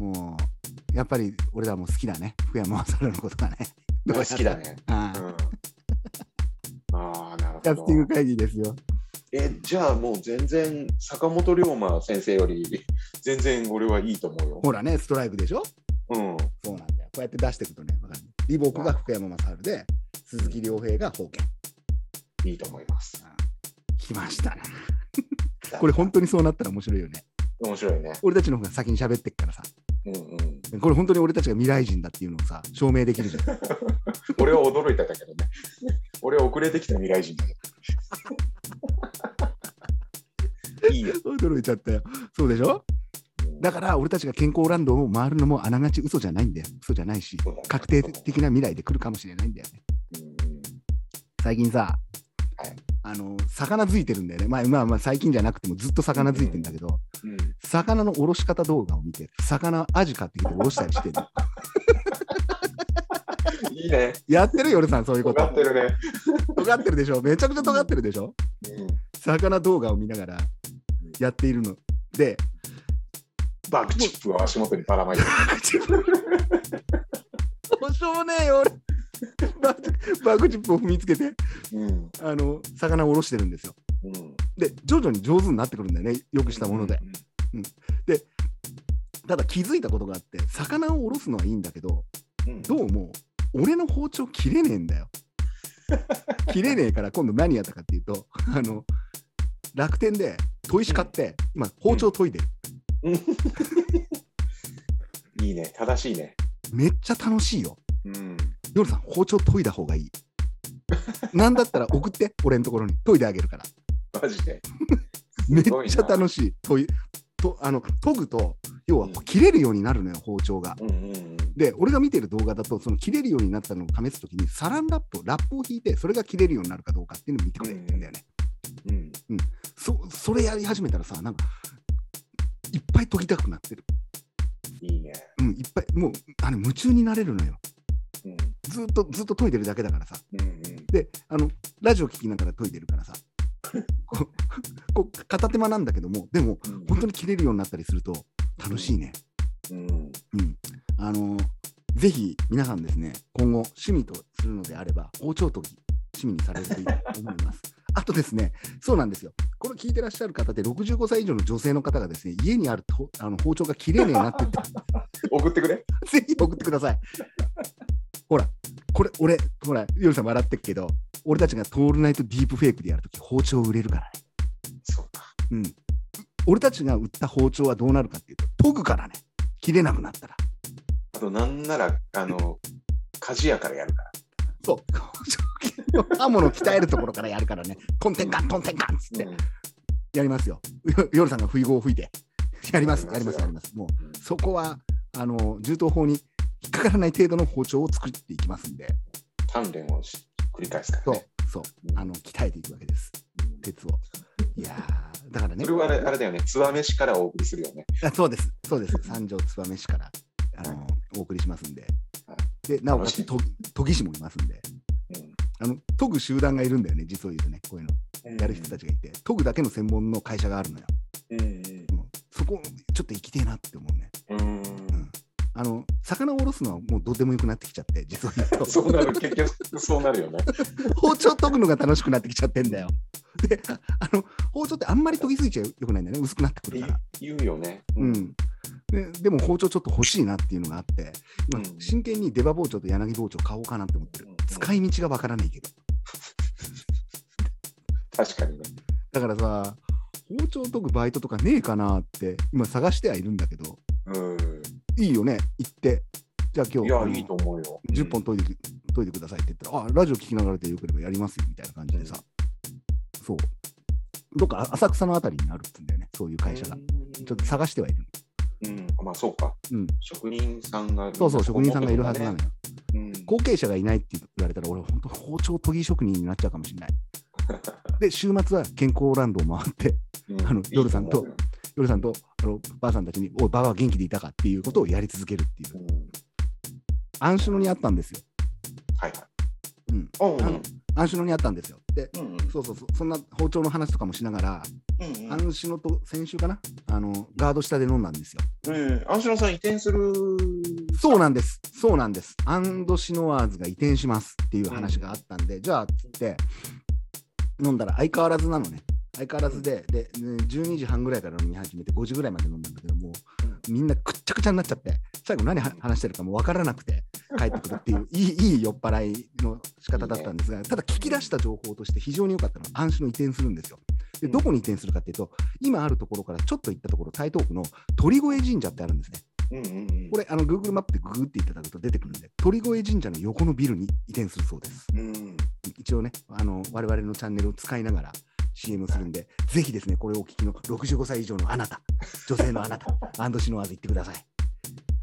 Speaker 3: うん、もう、やっぱり俺らも好きだね。福山雅治のことがね。
Speaker 2: だから好きだね。
Speaker 3: あ
Speaker 2: う
Speaker 3: あ
Speaker 2: ん。ああ、な
Speaker 3: キャ
Speaker 2: る
Speaker 3: ス
Speaker 2: ほ
Speaker 3: ティン
Speaker 2: ど
Speaker 3: グ。会議ですよ。
Speaker 2: え、じゃあもう全然、坂本龍馬先生より、全然俺はいいと思うよ。
Speaker 3: ほらね、ストライクでしょ
Speaker 2: うん。
Speaker 3: そうなんだよ。こうやって出していくとね、わかる。リボックが福山雅治で、鈴木亮平が宝剣。
Speaker 2: いいと思います。
Speaker 3: 来ましたね。これ本当にそうなったら面白いよね。
Speaker 2: 面白いね。
Speaker 3: 俺たちの方が先に喋ってっからさ。
Speaker 2: うんうん。
Speaker 3: これ本当に俺たちが未来人だっていうのをさ、証明できるじゃん。
Speaker 2: 俺は驚いたんだけどね。 (laughs) 俺は遅れてきた未来人だよ。 (laughs) いいよ。
Speaker 3: 驚いちゃったよ。そうでしょだから俺たちが健康ランドを回るのもあながち嘘じゃないんだよ。嘘じゃないし、確定的な未来で来るかもしれないんだよね。
Speaker 2: うん
Speaker 3: 最近さ
Speaker 2: はい、
Speaker 3: あの、魚づいてるんだよね。まあまあまあ最近じゃなくてもずっと魚づいてんだけど、
Speaker 2: うん。
Speaker 3: 魚のおろし方動画を見て、魚アジ買ってきておろしたりしてる。
Speaker 2: いいね。
Speaker 3: やってるよ、俺さん、そういうこ
Speaker 2: 尖
Speaker 3: と
Speaker 2: って。るね。
Speaker 3: 尖ってるでしょめちゃくちゃ尖ってるでしょ
Speaker 2: うん
Speaker 3: 魚動画を見ながらやっているので、
Speaker 2: バックチップを足元にばらまいて。
Speaker 3: どうしようもねえよ、俺。バ (laughs) バグチップを踏みつけて、
Speaker 2: うん。
Speaker 3: あの、魚をおろしてるんですよ。
Speaker 2: うん。
Speaker 3: で、徐々に上手になってくるんだよね、よくしたもので。
Speaker 2: うん。
Speaker 3: ただ気づいたことがあって、魚をおろすのはいいんだけど、
Speaker 2: うん
Speaker 3: どうも、俺の包丁切れねえんだよ。切れねえから、今度何やったかっていうと、あの、楽天で砥石買って、今、包丁研いでる。
Speaker 2: いいね。正しいね。
Speaker 3: めっちゃ楽しいよ。
Speaker 2: うん。
Speaker 3: 夜さん包丁研いだ方がいいなんだったら送って俺のところに研いであげるから
Speaker 2: マジで。
Speaker 3: (laughs) めっ
Speaker 2: すごい
Speaker 3: ち
Speaker 2: な
Speaker 3: ゃ楽しい研いとあの研ぐと要は
Speaker 2: うん
Speaker 3: 切れるようになるのよ包丁が
Speaker 2: うんうんうん。
Speaker 3: で俺が見てる動画だとその切れるようになったのを試すときにサランラップをラップを引いてそれが切れるようになるかどうかっていうのを見てくれって言うんだよね、
Speaker 2: うん。
Speaker 3: そそれやり始めたらさなんかいっぱい研ぎたくなってる
Speaker 2: いいね。
Speaker 3: うんいっぱいもうあの夢中になれるのよ
Speaker 2: うん。
Speaker 3: ずっとずっと研いでるだけだからさ
Speaker 2: うんうん。
Speaker 3: であのラジオ聞きながら研いでる (laughs) からさこうこう片手間なんだけどもでも本当に切れるようになったりすると楽しいね、
Speaker 2: うん。
Speaker 3: うん、あのぜひ皆さんですね今後趣味とするのであれば包丁研ぎ趣味にされるといいと思います (laughs) あとですねそうなんですよこれ聞いてらっしゃる方で65歳以上の女性の方がですね家にあるとあの包丁が切れねえなって言って
Speaker 2: 送ってくれ。
Speaker 3: (laughs) ぜひ送ってください。ほら、これ、俺、ほら、ヨルさん笑ってるけど、俺たちがトールナイトディープフェイクでやるとき、包丁売れるからね。
Speaker 2: そうか。
Speaker 3: うん。う俺たちが売った包丁はどうなるかっていうと、研ぐからね、切れなくなったら。
Speaker 2: あと、なんなら、あの、鍛冶屋からやるから。
Speaker 3: そう、包丁 (laughs) 切る刃物を鍛えるところからやるからね、トンテンカン、トンテンカンっつって
Speaker 2: うん
Speaker 3: やりますよ。よヨルさんが不意号を吹いて、やります、
Speaker 2: や
Speaker 3: や
Speaker 2: り
Speaker 3: り
Speaker 2: ま
Speaker 3: ます
Speaker 2: よ
Speaker 3: す、やります。もう、そこは、あの、銃刀法に引っかからない程度の包丁を作っていきますんで、
Speaker 2: 鍛錬をし繰り返すから
Speaker 3: そう
Speaker 2: ね。、
Speaker 3: そう、あの、鍛えていくわけです。鉄を。いやーだからね
Speaker 2: それ。はあれあれだよね、つわめしからお送りするよね。
Speaker 3: あそうです、そうです。三条燕市から、あの、お送りしますんで
Speaker 2: は。
Speaker 3: で、なおかつ、
Speaker 2: 楽
Speaker 3: と研ぎ師もいますんで、
Speaker 2: うん
Speaker 3: あの、研ぐ集団がいるんだよね、実を言うとね、こういうの、やる人たちがいて、研ぐだけの専門の会社があるのよ。
Speaker 2: うんうん
Speaker 3: うんそこ、ちょっと行きてえなって思うね。
Speaker 2: うん
Speaker 3: うんあの、魚をおろすのはもうどうでもよくなってきちゃって、実を言う
Speaker 2: (laughs)
Speaker 3: と。
Speaker 2: そうなる、結局そうなる
Speaker 3: (laughs)
Speaker 2: よね。
Speaker 3: 包丁研ぐのが楽しくなってきちゃってんだよ。で、あの、包丁ってあんまり研ぎすぎちゃよくないんだよね、薄くなってくるから。
Speaker 2: 言うよね。
Speaker 3: う。ん、ででも包丁ちょっと欲しいなっていうのがあって、今
Speaker 2: うん
Speaker 3: 真剣に出刃包丁と柳包丁買おうかなって思ってる
Speaker 2: うん。
Speaker 3: 使い道がわからないけど。
Speaker 2: 確かにね。
Speaker 3: だからさ、包丁研ぐバイトとかねえかなって、今探してはいるんだけど、
Speaker 2: う
Speaker 3: いいよね、行って。じゃあ今
Speaker 2: ん。い
Speaker 3: 日あ
Speaker 2: や、
Speaker 3: の
Speaker 2: いいと思うよ。
Speaker 3: 10本研いで研いでくださいって言ったら、あ、ラジオ聞きながらでよければやりますよみたいな感じでさ。そう。どっか浅草のあたりにあるっつうんだよね、そういう会社が。ち
Speaker 2: うん
Speaker 3: ょっと探してはいる。
Speaker 2: うん、まあそうか。
Speaker 3: うん
Speaker 2: 職人さんが。
Speaker 3: そうそう、職人さんがいるはずなの
Speaker 2: ね
Speaker 3: よ。
Speaker 2: うん
Speaker 3: 後継者がいないって言われたら、俺、本当、包丁研ぎ職人になっちゃうかもしれない。で、週末は健康ランドを回って、 (laughs)
Speaker 2: うん
Speaker 3: あの夜さんと
Speaker 2: いい思
Speaker 3: 夜さんとあのばあさんたちに、おい、ばあは元気でいたかっていうことをやり続けるっていうう、
Speaker 2: ようん
Speaker 3: アンシュノにあったんですよ。
Speaker 2: はい
Speaker 3: うんあ
Speaker 2: はい
Speaker 3: のアンシュノにあったんですよ。で、
Speaker 2: うん。うん
Speaker 3: そうそうそう、そんな包丁の話とかもしながら、
Speaker 2: うん
Speaker 3: アンシュノと先週かな、あのガード下で飲んだんですよ。
Speaker 2: うん。安城さん移転する。
Speaker 3: そうなんです、そうなんです。アンドシノワーズが移転しますっていう話があったんで、じゃあつって、飲んだら相変わらずなのね。相変わらずで、で、ね12時半ぐらいから飲み始めて、5時ぐらいまで飲んだんだけども、みんなくっちゃくちゃになっちゃって、最後何は話してるかも分からなくて帰ってくるっていう、 (laughs) いいいい酔っ払いの仕方だったんですが、ただ聞き出した情報として非常に良かったのは、安心の移転するんですよ。で、どこに移転するかっていうと、今あるところからちょっと行ったところ、台東区の鳥越神社ってあるんですね。
Speaker 2: うんうんうん
Speaker 3: これ、あの、Google マップでググっていただくと出てくるんで、鳥越神社の横のビルに移転するそうです。
Speaker 2: うん。
Speaker 3: 一応ね、あの、我々のチャンネルを使いながら CM するんで、ぜひですね、これをお聞きの65歳以上のあなた、女性のあなた、 (laughs) アンドシノワーズ行ってください。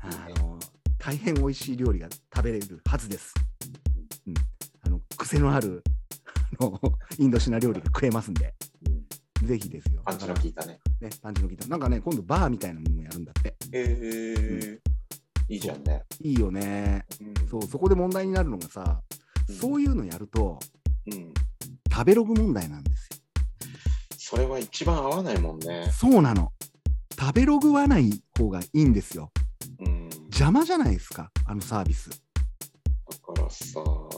Speaker 3: あの、大変美味しい料理が食べれるはずです。うん。あの、癖のある、あの、 (laughs) インドシナ料理が食えますんで、ぜひですよ。
Speaker 2: パンチの
Speaker 3: だか
Speaker 2: 効いたね。
Speaker 3: らね、パンチの効いた。なんかね、今度バーみたいなのもやるんだって。
Speaker 2: ええ。いいじゃんね。
Speaker 3: いいよね。そう、そこで問題になるのがさ、そう
Speaker 2: い
Speaker 3: いうのやると、
Speaker 2: うん。
Speaker 3: 食べログ問題なんですよ。
Speaker 2: それは一番合わないもんね。
Speaker 3: そうなの。食べログはない方がいいんですよ。
Speaker 2: うん。
Speaker 3: 邪魔じゃないですか、あのサービス。
Speaker 2: だからさ、そ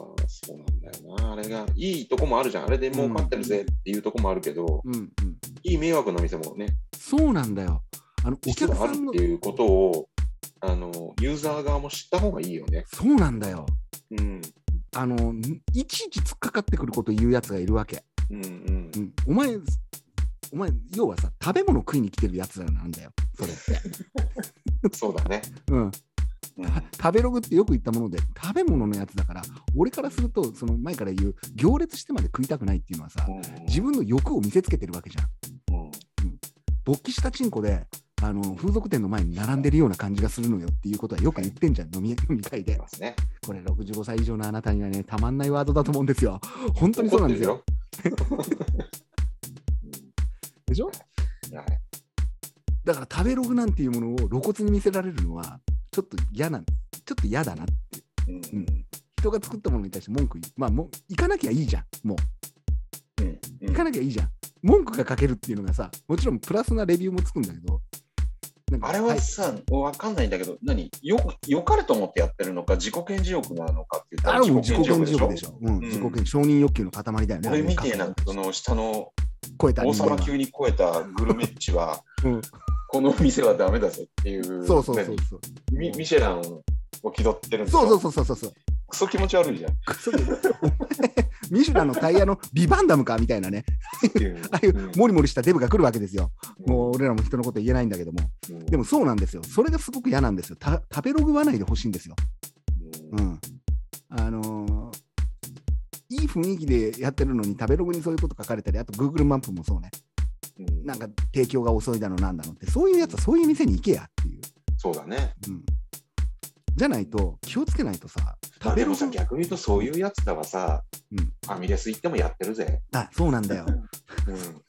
Speaker 2: うなんだよな。あれが、いいとこもあるじゃん。あれで儲かってるぜっていうとこもあるけど、
Speaker 3: うんうん。
Speaker 2: いい迷惑の店もね、
Speaker 3: そうなんだよ。あの、お
Speaker 2: 実
Speaker 3: 客
Speaker 2: はあ
Speaker 3: さ
Speaker 2: るっ
Speaker 3: んの
Speaker 2: て、いうことを、あの、ユーザー側も知った方がいいよね。
Speaker 3: そうなんだよ。
Speaker 2: うん。
Speaker 3: あの、んいちいち突っかかってくること言うやつがいるわけ。
Speaker 2: うんうん
Speaker 3: う。ん。お前、お前、要はさ、食べ物食いに来てるやつらなんだよ。それって。 (laughs)
Speaker 2: そうだね。
Speaker 3: うん。
Speaker 2: うん
Speaker 3: た食べログってよく言ったもので食べ物のやつだから俺からするとその前から言う行列してまで食いたくないっていうのはさ自分の欲を見せつけてるわけじゃん
Speaker 2: うん
Speaker 3: 勃起したチンコであの風俗店の前に並んでるような感じがするのよっていうことはよく言ってんじゃん飲み飲み会
Speaker 2: い
Speaker 3: で
Speaker 2: ますね。
Speaker 3: これ65歳以上のあなたにはねたまんないワードだと思うんですよ (laughs) 本当にそうなんですよ
Speaker 2: 怒ってるよ。
Speaker 3: でしょ
Speaker 2: うんはい
Speaker 3: だから食べログなんていうものを露骨に見せられるのはちょっと嫌なちょっと嫌だな
Speaker 2: うん
Speaker 3: ん人が作ったものに対して文句言うまあもう行かなきゃいいじゃんもう
Speaker 2: うんう
Speaker 3: 行
Speaker 2: ん
Speaker 3: かなきゃいいじゃん。文句が書けるっていうのがさ、もちろんプラスなレビューもつくんだけど、なんか
Speaker 2: あれ
Speaker 3: は
Speaker 2: はいさ、わかんないんだけど、何よよかれと思ってやってるのか、自己顕示欲なのかって言ったら
Speaker 3: あれも自己顕示欲でし
Speaker 2: ょ。
Speaker 3: ょ。うん、
Speaker 2: ん
Speaker 3: 自己顕示承認欲求の塊だよね。
Speaker 2: 俺み
Speaker 3: あ
Speaker 2: て
Speaker 3: れ
Speaker 2: えな、その下の
Speaker 3: 超えた
Speaker 2: 王
Speaker 3: 人間
Speaker 2: 様
Speaker 3: は
Speaker 2: 級に超えたグルメッチは、
Speaker 3: うん
Speaker 2: この店はダメだぜっていう、
Speaker 3: そうそうそうそう。
Speaker 2: ミミシェランを気取ってるん
Speaker 3: そう
Speaker 2: う。
Speaker 3: そうそうそうそう。
Speaker 2: クソ気持ち悪いじゃんっ
Speaker 3: そうお前ミシュランのタイヤのビバンダムかみたいなね、
Speaker 2: ていう。
Speaker 3: ああいう
Speaker 2: うん
Speaker 3: モリモリしたデブが来るわけですよ。 (laughs) もう俺らも人のこと言えないんだけども。
Speaker 2: うん
Speaker 3: でもそうなんですよ。それがすごく嫌なんですよ。た食べログはないでほしいんですよ。
Speaker 2: うん
Speaker 3: うん、あのーいい雰囲気でやってるのに食べログにそういうこと書かれたりあと Google マップもそうね
Speaker 2: うん
Speaker 3: なんか提供が遅いだのなんだのってそういうやつはそういう店に行けやっていう、
Speaker 2: そうだね。
Speaker 3: うん、じゃないと、気をつけないとさ、
Speaker 2: まあ、でもさ、
Speaker 3: 食べログ
Speaker 2: 逆に言うとそういうやつらはさ、
Speaker 3: うん
Speaker 2: ファミレス行ってもやってるぜ。
Speaker 3: あ、そうなんだよ。 (laughs)
Speaker 2: うん、フ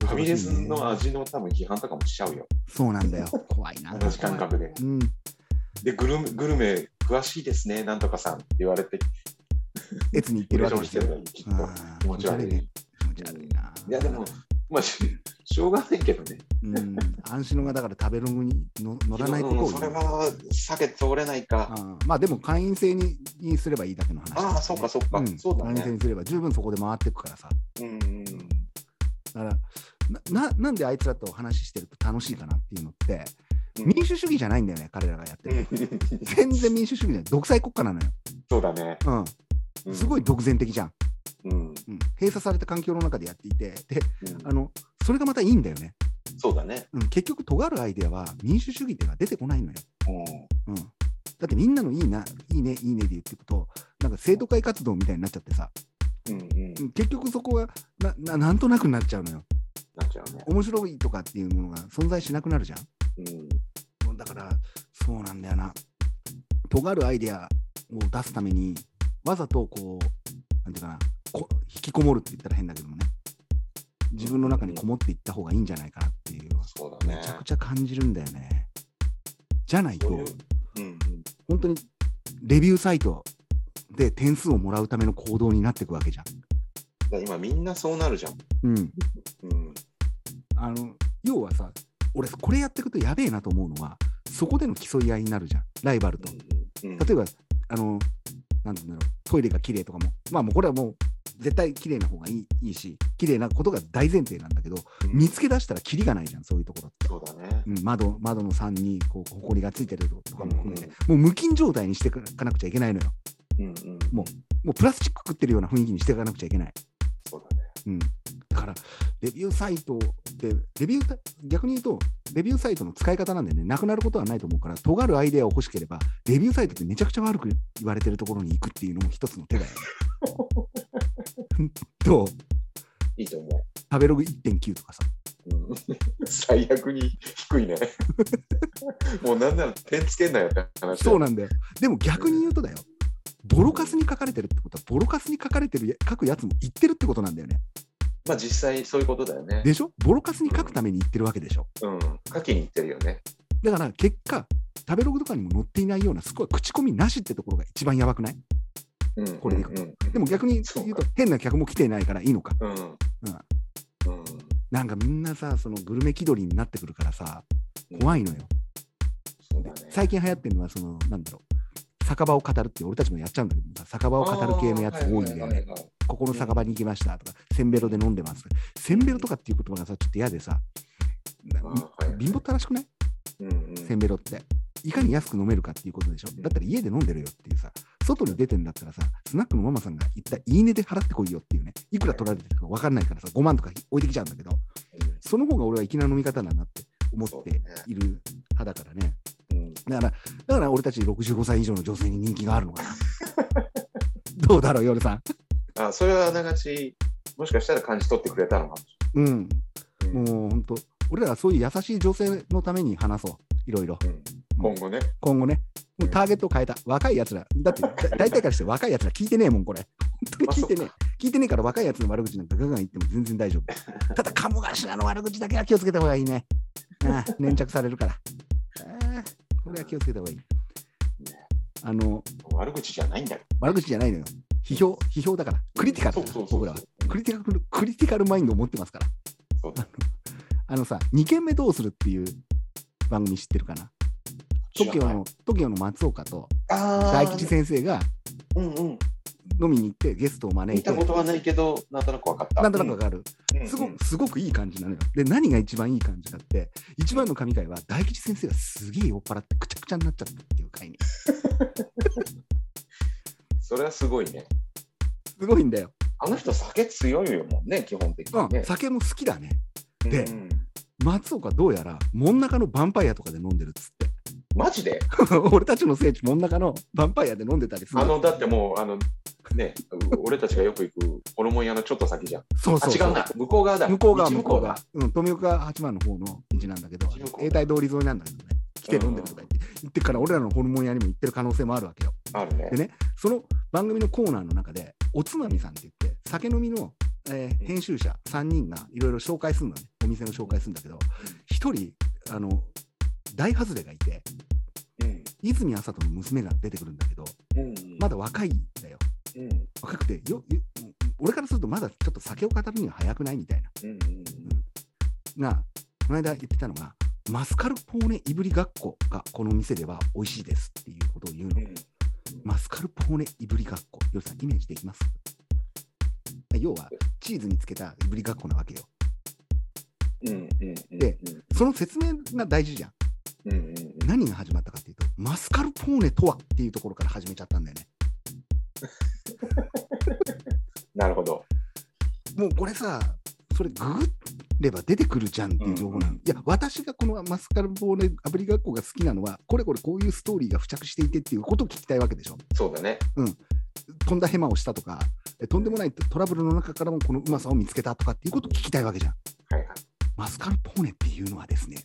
Speaker 2: ァミレスの味の多分批判とかもしちゃうよ。
Speaker 3: そうなんだよ。怖いな。
Speaker 2: 同じ感覚で。
Speaker 3: うん。
Speaker 2: でグルメ、グルメ詳しいですね、なんとかさんって言われて、
Speaker 3: 越に行ってるわけですよ。
Speaker 2: きっと。
Speaker 3: あー
Speaker 2: 気持ち悪いね。
Speaker 3: 気持ち悪いな。
Speaker 2: いやでも、まあ、し (laughs) しょうがないけどね。
Speaker 3: うん、安心のがだから食べログにの乗らないこと
Speaker 2: う
Speaker 3: を
Speaker 2: んそれは避けて通れないか。
Speaker 3: あーまあでも会員制ににすればいいだけの話だからね、
Speaker 2: ああ、そうか、そうか、
Speaker 3: ん
Speaker 2: そうだ
Speaker 3: 会員制
Speaker 2: ね。
Speaker 3: にすれば十分そこで回っていくからさ。
Speaker 2: うんうん
Speaker 3: だからなななんであいつらとお話ししてると楽しいかなっていうのって、
Speaker 2: うん
Speaker 3: 民主主義じゃないんだよね、彼らがやって
Speaker 2: う
Speaker 3: る。
Speaker 2: ん
Speaker 3: 全然民主主義じゃない、独裁国家なのよ。
Speaker 2: (laughs) そうだね。う
Speaker 3: うんん、すごい。独善的じゃん,、
Speaker 2: うん
Speaker 3: うん。閉鎖された環境の中でやっていて、で
Speaker 2: うん
Speaker 3: あのそれがまたいいんだよね。
Speaker 2: そうだね。
Speaker 3: うん、結局、尖るアイデアは民主主義っていうのは出てこないのよ。
Speaker 2: うん
Speaker 3: うん、だってみんなのいいな、いいね、いいねで言っていくと、なんか生徒会活動みたいになっちゃってさ、
Speaker 2: うんうん
Speaker 3: う。ん結局そこがなななんとなくなっちゃうのよ。
Speaker 2: なっちゃうね。
Speaker 3: 面白いとかっていうものが存在しなくなるじゃん。
Speaker 2: うん
Speaker 3: もうだから、そうなんだよな。尖るアイデアを出すために、わざとこう、なんていうかな、こ引きこもるって言ったら変だけどもね、自分の中にこもっていった方がいいんじゃないかなっていう、
Speaker 2: そうだね
Speaker 3: め。ちゃくちゃ感じるんだよね。じゃない
Speaker 2: そうい、
Speaker 3: と
Speaker 2: ううんうん
Speaker 3: 本当にレビューサイトで点数をもらうための行動になっていくわけじゃん。
Speaker 2: だから今みんなそうなるじゃん。
Speaker 3: うん、
Speaker 2: うん
Speaker 3: あの要はさ俺これやっていくとやべえなと思うのはそこでの競い合いになるじゃんライバルと。
Speaker 2: うんうん
Speaker 3: 例えばあのなんて言うんだろうトイレが綺麗とかもまあもうこれはもう絶対綺麗な方がいいいいし綺麗なことが大前提なんだけど
Speaker 2: うん
Speaker 3: 見つけ出したらキリがないじゃんそういうところって。
Speaker 2: そうだね。
Speaker 3: うん、窓窓の3にこう埃がついてるとかも含めて
Speaker 2: うん、
Speaker 3: もう無菌状態にしていかなくちゃいけないのよ
Speaker 2: うんうん。
Speaker 3: ももうプラスチック食ってるような雰囲気にしていかなくちゃいけない
Speaker 2: そうだね。
Speaker 3: うん、だから、レビューサイトで、レビューた、逆に言うと、レビューサイトの使い方なんでね、なくなることはないと思うから、尖るアイデアを欲しければ、レビューサイトってめちゃくちゃ悪く言われてるところに行くっていうのも一つの手だよ
Speaker 2: (laughs)
Speaker 3: ね。どう
Speaker 2: いいと思
Speaker 3: 食べログ1.9とかさ。
Speaker 2: う。うん (laughs) 最悪に低いね。 (laughs) もうなんなら点つけんなよって話
Speaker 3: そう
Speaker 2: な
Speaker 3: なんだよ。でも逆に言うとだよ。ボロカスに書かれてるってことは、ボロカスに書かれてるや書くやつも言ってるってことなんだよね。
Speaker 2: まあ実際そういうことだよね。
Speaker 3: でしょボロカスに書くために言ってるわけでしょ。
Speaker 2: うん。書きに行ってるよね。
Speaker 3: だから結果、食べログとかにも載っていないような、すごい口コミなしってところが一番やばくない
Speaker 2: うん。
Speaker 3: これでい
Speaker 2: うんうん。
Speaker 3: でも逆に
Speaker 2: そうか
Speaker 3: 言うと変な客も来てないからいいのか。
Speaker 2: うん。うん。
Speaker 3: なんかみんなさ、そのグルメ気取りになってくるからさ、怖
Speaker 2: い。
Speaker 3: いのよ。
Speaker 2: そうだね。
Speaker 3: 最近流行ってるのは、その、なんだろう、酒場を語るって、俺たちもやっちゃうんだけどさ、酒場を語る系のやつ多いんだ
Speaker 2: あー。は
Speaker 3: よね。
Speaker 2: いはいはいはい
Speaker 3: ここの酒場に行きましたとか、せんべろで飲んでますとか、せんべろとかっていう言葉がさ、ちょっと嫌でさ、な
Speaker 2: あーはい
Speaker 3: 貧乏ったらしくない
Speaker 2: うんうん
Speaker 3: せんべろって。いかに安く飲めるかっていうことでしょ。だったら家で飲んでるよっていうさ、外に出てんだったらさ、スナックのママさんが言ったいいねで払ってこいよっていうね、いくら取られてるか分かんないからさ、5万とか置いてきちゃうんだけど、その方が俺は粋な飲み方だなって思っている派だからね。
Speaker 2: うん
Speaker 3: だから、だから俺たち65歳以上の女性に人気があるのかな。どうだろう、夜さん。
Speaker 2: あそれはあながち、もしかしたら感じ取ってくれたのかもし
Speaker 3: うん、
Speaker 2: れない。
Speaker 3: もう本当、俺らはそういう優しい女性のために話そう。いろいろ。
Speaker 2: うん今後ね。
Speaker 3: 今後ね。もうターゲットを変えた。若いやつら。だって、だ大体からして若いやつら聞いてねえもん、これ。本当に聞いてねえ。聞いてねえから若いやつの悪口なんかガンガン言っても全然大丈夫。ただ、鴨頭の悪口だけは気をつけた方がいいね。ああ粘着されるから。ああこれは気をつけた方がいい。あの、
Speaker 2: 悪口じゃないんだけ
Speaker 3: 悪口じゃないのよ。批評、批評だから。クリティカルだから
Speaker 2: そうそうそう
Speaker 3: 僕らは。クリティカル、クリティカルマインドを持ってますから。
Speaker 2: ど。そうだ
Speaker 3: あのさ、2軒目どうするっていう番組知ってるかな ?TOKIO の、TOKIO の松岡と
Speaker 2: 大
Speaker 3: 大吉先生が
Speaker 2: うんうん。
Speaker 3: 飲みに行ってゲストを招
Speaker 2: 見
Speaker 3: いて
Speaker 2: た、ことはないけど、なんとなく分かった。
Speaker 3: なんとなくわかる。
Speaker 2: うん
Speaker 3: す
Speaker 2: う
Speaker 3: ご
Speaker 2: ん
Speaker 3: く、すごくいい感じなのよ。で、何が一番いい感じかって、一番の神回は大吉先生がすげえ酔っ払ってくちゃくちゃになっちゃったっていう回に。
Speaker 2: それはすごいね。
Speaker 3: すごいんだよ。
Speaker 2: あの人、酒強いよもんね、基本的
Speaker 3: う
Speaker 2: に
Speaker 3: ん、
Speaker 2: ね。
Speaker 3: 酒も好きだね。で
Speaker 2: うん
Speaker 3: 松岡どうやら、門中のヴァンパイアとかで飲んでるっつって。
Speaker 2: マジで
Speaker 3: (laughs) 俺たちの聖地、門中のヴァンパイアで飲んでたりする
Speaker 2: あの、だってもう、あの、ね、う俺たちがよく行く、ホルモン屋のちょっと先じゃん。
Speaker 3: そう
Speaker 2: あ、
Speaker 3: そう
Speaker 2: 違
Speaker 3: そう
Speaker 2: うな。向こう側だ。
Speaker 3: 向こう側、
Speaker 2: 道
Speaker 3: 向こう側。。うん、富岡八幡の方の道なんだけど
Speaker 2: 道向こ、う
Speaker 3: 永代通り沿いなんだけどね。来て飲んでるとか言って言ってから俺らのホルモン屋にも行ってる可能性もあるわけよ。
Speaker 2: あるね
Speaker 3: で。ねその番組のコーナーの中でおつまみさんって言って酒飲みの、えー編集者3人がいろいろ紹介するのねお店の紹介するんだけど1人あの大外れがいて
Speaker 2: うん。
Speaker 3: 泉あさとの娘が出てくるんだけど
Speaker 2: うん。
Speaker 3: まだ若いんだよ
Speaker 2: うん。うん。
Speaker 3: 若くてよよ俺からするとまだちょっと酒を語るには早くないみたいな。
Speaker 2: うん。
Speaker 3: が、この間言ってたのが、マスカルポーネいぶりがっこがこの店では美味しいですっていうことを言う
Speaker 2: う
Speaker 3: の。
Speaker 2: ん。
Speaker 3: マスカルポーネいぶりがっこ。よりさん、イメージできます要は、チーズにつけたいぶりがっこなわけよ。
Speaker 2: うん。うん。
Speaker 3: でその説明が大事じゃん。
Speaker 2: うん。うん。うん。
Speaker 3: 何が始まったかっていうと、マスカルポーネとはっていうところから始めちゃったんだよね。
Speaker 2: なるほど。
Speaker 3: もうこれさ、それググれば出てくるじゃんっていう情報な
Speaker 2: う
Speaker 3: の。
Speaker 2: んうん
Speaker 3: いや、私がこのマスカルポーネ炙りがっこが好きなのは、これこれこういうストーリーが付着していてっていうことを聞きたいわけでしょ。
Speaker 2: そうだね。
Speaker 3: 飛んだヘマをしたとか、えとんでもないトラブルの中からもこのうまさを見つけたとかっていうことを聞きたいわけじゃん。
Speaker 2: はいはい。
Speaker 3: マスカルポーネっていうのはですね、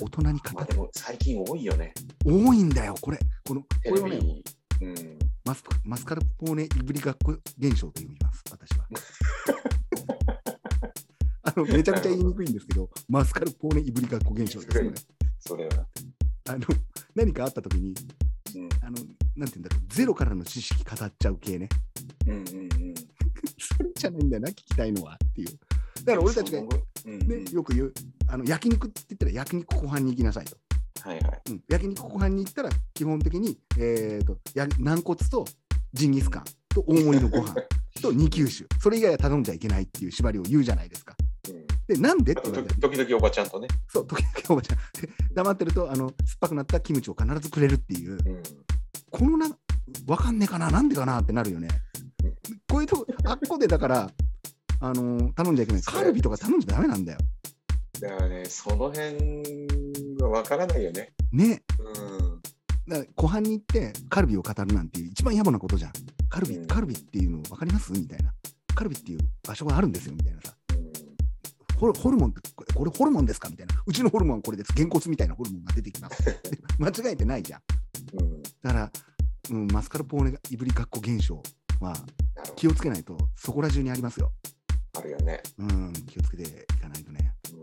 Speaker 3: 大人に語
Speaker 2: まあ、
Speaker 3: る
Speaker 2: でも最近多いよね。
Speaker 3: 多いんだよ、これ。このこ
Speaker 2: テ
Speaker 3: れ
Speaker 2: レ
Speaker 3: をね
Speaker 2: ビ。うん。
Speaker 3: マス、マスカルポーネいぶりがっこ現象と呼びます、私は。あのめちゃくちゃ言いにくいんですけど、マスカルポーネいぶりがっこ現象ですよね。
Speaker 2: それは。
Speaker 3: あの何かあった時に
Speaker 2: うん。
Speaker 3: あの、なんて言うんだろう、ゼロからの知識語っちゃう系ね。
Speaker 2: うん。うん。うん。
Speaker 3: それじゃないんだよな、聞きたいのはっていう。だから俺たちが
Speaker 2: その後。うん。う
Speaker 3: ね
Speaker 2: ん、
Speaker 3: よく言うあの焼肉って言ったら焼肉後半に行きなさいと、
Speaker 2: はいはい。
Speaker 3: うん、焼肉後半に行ったら基本的に、えー、とや軟骨とジンギスカンと大盛りのご飯と二級酒それ以外は頼んじゃいけないっていう縛りを言うじゃないですか
Speaker 2: うん。
Speaker 3: でなんでって
Speaker 2: あと
Speaker 3: 言われ
Speaker 2: 時 (laughs)
Speaker 3: て
Speaker 2: 時々おばちゃんとね。
Speaker 3: そう時々おばちゃんで黙ってるとあの酸っぱくなったキムチを必ずくれるっていう
Speaker 2: うん。
Speaker 3: このなわかんねえかななんでかなってなるよねこういうとこあっこでだからあの頼んじゃいけないカルビとか頼んじゃダメなんだよ
Speaker 2: だからね、その辺がわからないよね。
Speaker 3: ね
Speaker 2: うん。
Speaker 3: だから湖畔に行ってカルビを語るなんていう一番野暮なことじゃん。カルビ、
Speaker 2: うん
Speaker 3: カルビっていうの分かりますみたいな。カルビっていう場所があるんですよみたいなさ。ホルホルモンってこれこれホルモンですかみたいな。うちのホルモンはこれです。げんこつみたいなホルモンが出てき
Speaker 2: (laughs)
Speaker 3: ます。で間違えてないじゃん。
Speaker 2: うん。うん。
Speaker 3: だから、うん、マスカルポーネがいぶりがっこ現象は
Speaker 2: なるほ
Speaker 3: 気をつけないとそこら中にありますよ。
Speaker 2: ど。あるよね。
Speaker 3: うん、気をつけていかないとね。
Speaker 2: うん。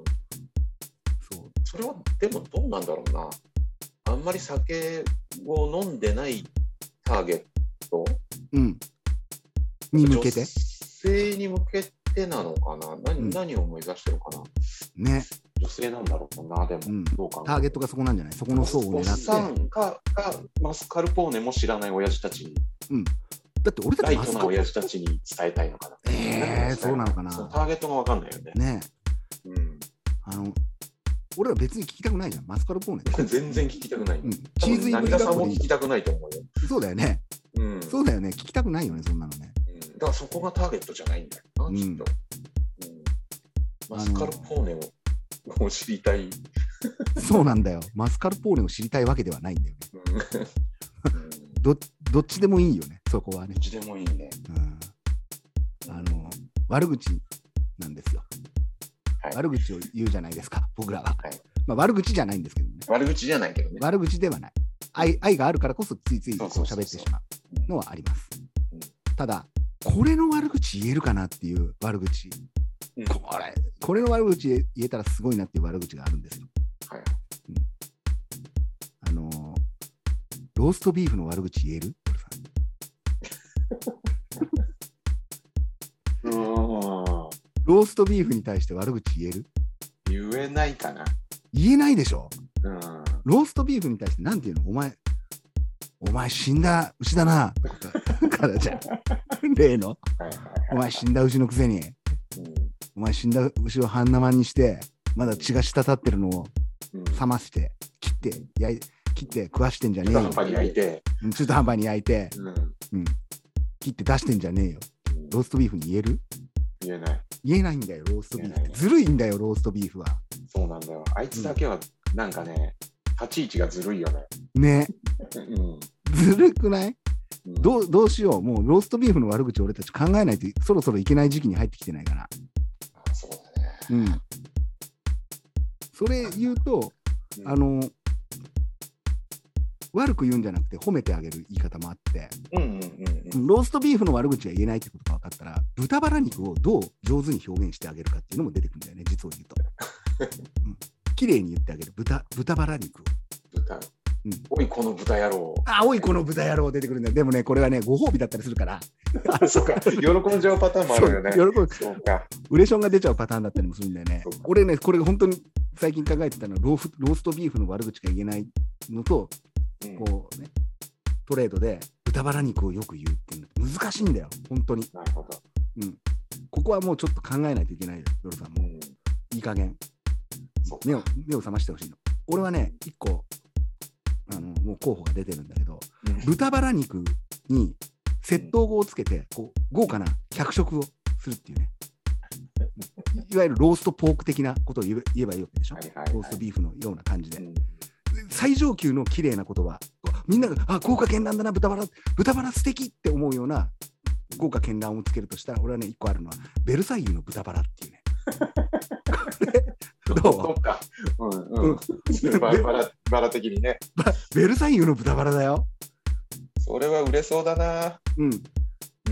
Speaker 3: そう。
Speaker 2: それはでもどうなんだろうな。あんまり酒を飲んでないターゲット
Speaker 3: うん。に向けて
Speaker 2: 女。性に向けてなのかな何,、
Speaker 3: うん
Speaker 2: 何を目指してるかな
Speaker 3: ね。
Speaker 2: 女性なんだろうな、でも。
Speaker 3: うん
Speaker 2: どうかな
Speaker 3: ターゲットがそこなんじゃないそこの層を
Speaker 2: おっさ
Speaker 3: 狙って。
Speaker 2: んかかマスカルポーネも知らない親父たちに、
Speaker 3: だって俺た
Speaker 2: ラ
Speaker 3: ち
Speaker 2: イ
Speaker 3: マス
Speaker 2: ト
Speaker 3: カ
Speaker 2: な
Speaker 3: ル
Speaker 2: 親父たちに伝えたいのかな。
Speaker 3: えーそうなのかな
Speaker 2: そターゲットがわかんないよね。
Speaker 3: ね
Speaker 2: うん、
Speaker 3: あの、俺ら別に聞きたくないじゃん。マスカルポーネ。
Speaker 2: 全然聞きたくない。
Speaker 3: うん、チーズイブリ
Speaker 2: 成
Speaker 3: ガ
Speaker 2: 田さん
Speaker 3: ッコ
Speaker 2: も
Speaker 3: でいい
Speaker 2: 聞きたくないと思うよ。
Speaker 3: そうだよね。
Speaker 2: うん、
Speaker 3: そうだよね。聞きたくないよね、そんなのね。
Speaker 2: うんだからそこがターゲットじゃないんだよな、
Speaker 3: うん
Speaker 2: きっと。うんマスカルポーネをを知りたい。
Speaker 3: そうなんだよ。マスカルポーネを知りたいわけではないんだよね。
Speaker 2: うんうん
Speaker 3: どどっちでもいいよね、そこはね
Speaker 2: どっ。ちでもいいね。
Speaker 3: うん、あの、悪口なんですよ、
Speaker 2: はい
Speaker 3: 悪口を言うじゃないですか、僕らは。
Speaker 2: はい
Speaker 3: まあ、悪口じゃないんですけどね。
Speaker 2: 悪口じゃないけどね。
Speaker 3: 悪口ではない。愛愛があるからこそついついこう
Speaker 2: そうそうそうそう
Speaker 3: 喋ってしまうのはあります
Speaker 2: うん。
Speaker 3: ただ、これの悪口言えるかなっていう悪口、
Speaker 2: うん
Speaker 3: これ、これの悪口言えたらすごいなっていう悪口があるんですよ。
Speaker 2: はい
Speaker 3: あのーローストビーフの悪口言える俺さん
Speaker 2: うーん
Speaker 3: ローストビーフに対して悪口言える
Speaker 2: 言えないかな。
Speaker 3: 言えないでしょ。
Speaker 2: うん
Speaker 3: ローストビーフに対してなんていうのお前、お前死んだ牛
Speaker 2: (laughs)
Speaker 3: だな。からじゃん。 (laughs) 例の、
Speaker 2: はいはい
Speaker 3: お前死んだ牛のくせ
Speaker 2: う
Speaker 3: に。
Speaker 2: ん
Speaker 3: お前死んだ牛を半生にして、まだ血が滴ってるのを
Speaker 2: うん
Speaker 3: 冷まして、切って、焼い切って食わしてんじゃね
Speaker 2: 中途
Speaker 3: えよ
Speaker 2: 半。端に焼いて、
Speaker 3: うん中途半端に焼いて、
Speaker 2: うん
Speaker 3: 切って出してんじゃねえよ。ローストビーフに言える
Speaker 2: 言えない。
Speaker 3: 言えないんだよ、ローストビーフっ
Speaker 2: 言え
Speaker 3: て。
Speaker 2: ない
Speaker 3: ずるいんだよ、ローストビーフは。
Speaker 2: そうなんだよ。あいつだけは、なんかね、立ち位置がずるいよね。
Speaker 3: ね、
Speaker 2: うん
Speaker 3: ずるくない
Speaker 2: うん
Speaker 3: どうどうしよう、もうローストビーフの悪口俺たち考えないとそろそろいけない時期に入ってきてないかな。
Speaker 2: あそうだね。
Speaker 3: うん。それ言うと、
Speaker 2: うん
Speaker 3: あの、悪く言うんじゃなくて褒めてあげる言い方もあって、
Speaker 2: うんうんうんうん。
Speaker 3: ローストビーフの悪口が言えないってことが分かったら、豚バラ肉をどう上手に表現してあげるかっていうのも出てくるんだよね、実を言
Speaker 2: (laughs)
Speaker 3: うと。うん綺麗に言ってあげる豚豚バラ肉を。
Speaker 2: 豚。
Speaker 3: うん
Speaker 2: おい、この豚野
Speaker 3: (laughs)
Speaker 2: 郎。
Speaker 3: あ、おい、この豚野郎出てくるんだよ。でもね、これはね、ご褒美だったりするから、
Speaker 2: あ、そうか。喜んじゃうパターンもあるよね。
Speaker 3: そう喜ぶ
Speaker 2: そうか。
Speaker 3: ウレションが出ちゃうパターンだったりもするんだよね
Speaker 2: そうか。
Speaker 3: 俺ね、これ本当に最近考えてたのはローフローストビーフの悪口が言えないのと、
Speaker 2: うん
Speaker 3: こうね、トレードで豚バラ肉をよく言うっていうの難しいんだよ、本当に。
Speaker 2: なるほど。
Speaker 3: うん。ここはもうちょっと考えないといけないよ、ヨルさん
Speaker 2: う
Speaker 3: も。
Speaker 2: ん。
Speaker 3: いい加減。
Speaker 2: そう
Speaker 3: 目を目を覚ましてほしいの。俺はね、一個、あの、もう候補が出てるんだけど、
Speaker 2: うん
Speaker 3: 豚バラ肉に窃盗語をつけて、こう、豪華な脚色をするっていうね。いわゆるローストポーク的なことを言え言えばいいわけでしょ。
Speaker 2: はいはい
Speaker 3: ロ
Speaker 2: は
Speaker 3: ースト
Speaker 2: い。
Speaker 3: ビーフのような感じで。
Speaker 2: うん
Speaker 3: 最上級の綺麗な言葉。みんなが、あ、豪華絢爛だな、豚バラ、豚バラ素敵って思うような豪華絢爛をつけるとしたら、俺はね、一個あるのは、ベルサイユの豚バラっていうね。これ、どう
Speaker 2: そうか。うん
Speaker 3: う
Speaker 2: うんん。 (laughs) バラバラバラ的にね。
Speaker 3: ベルサイユの豚バラだよ。
Speaker 2: それは売れそうだな。
Speaker 3: うん、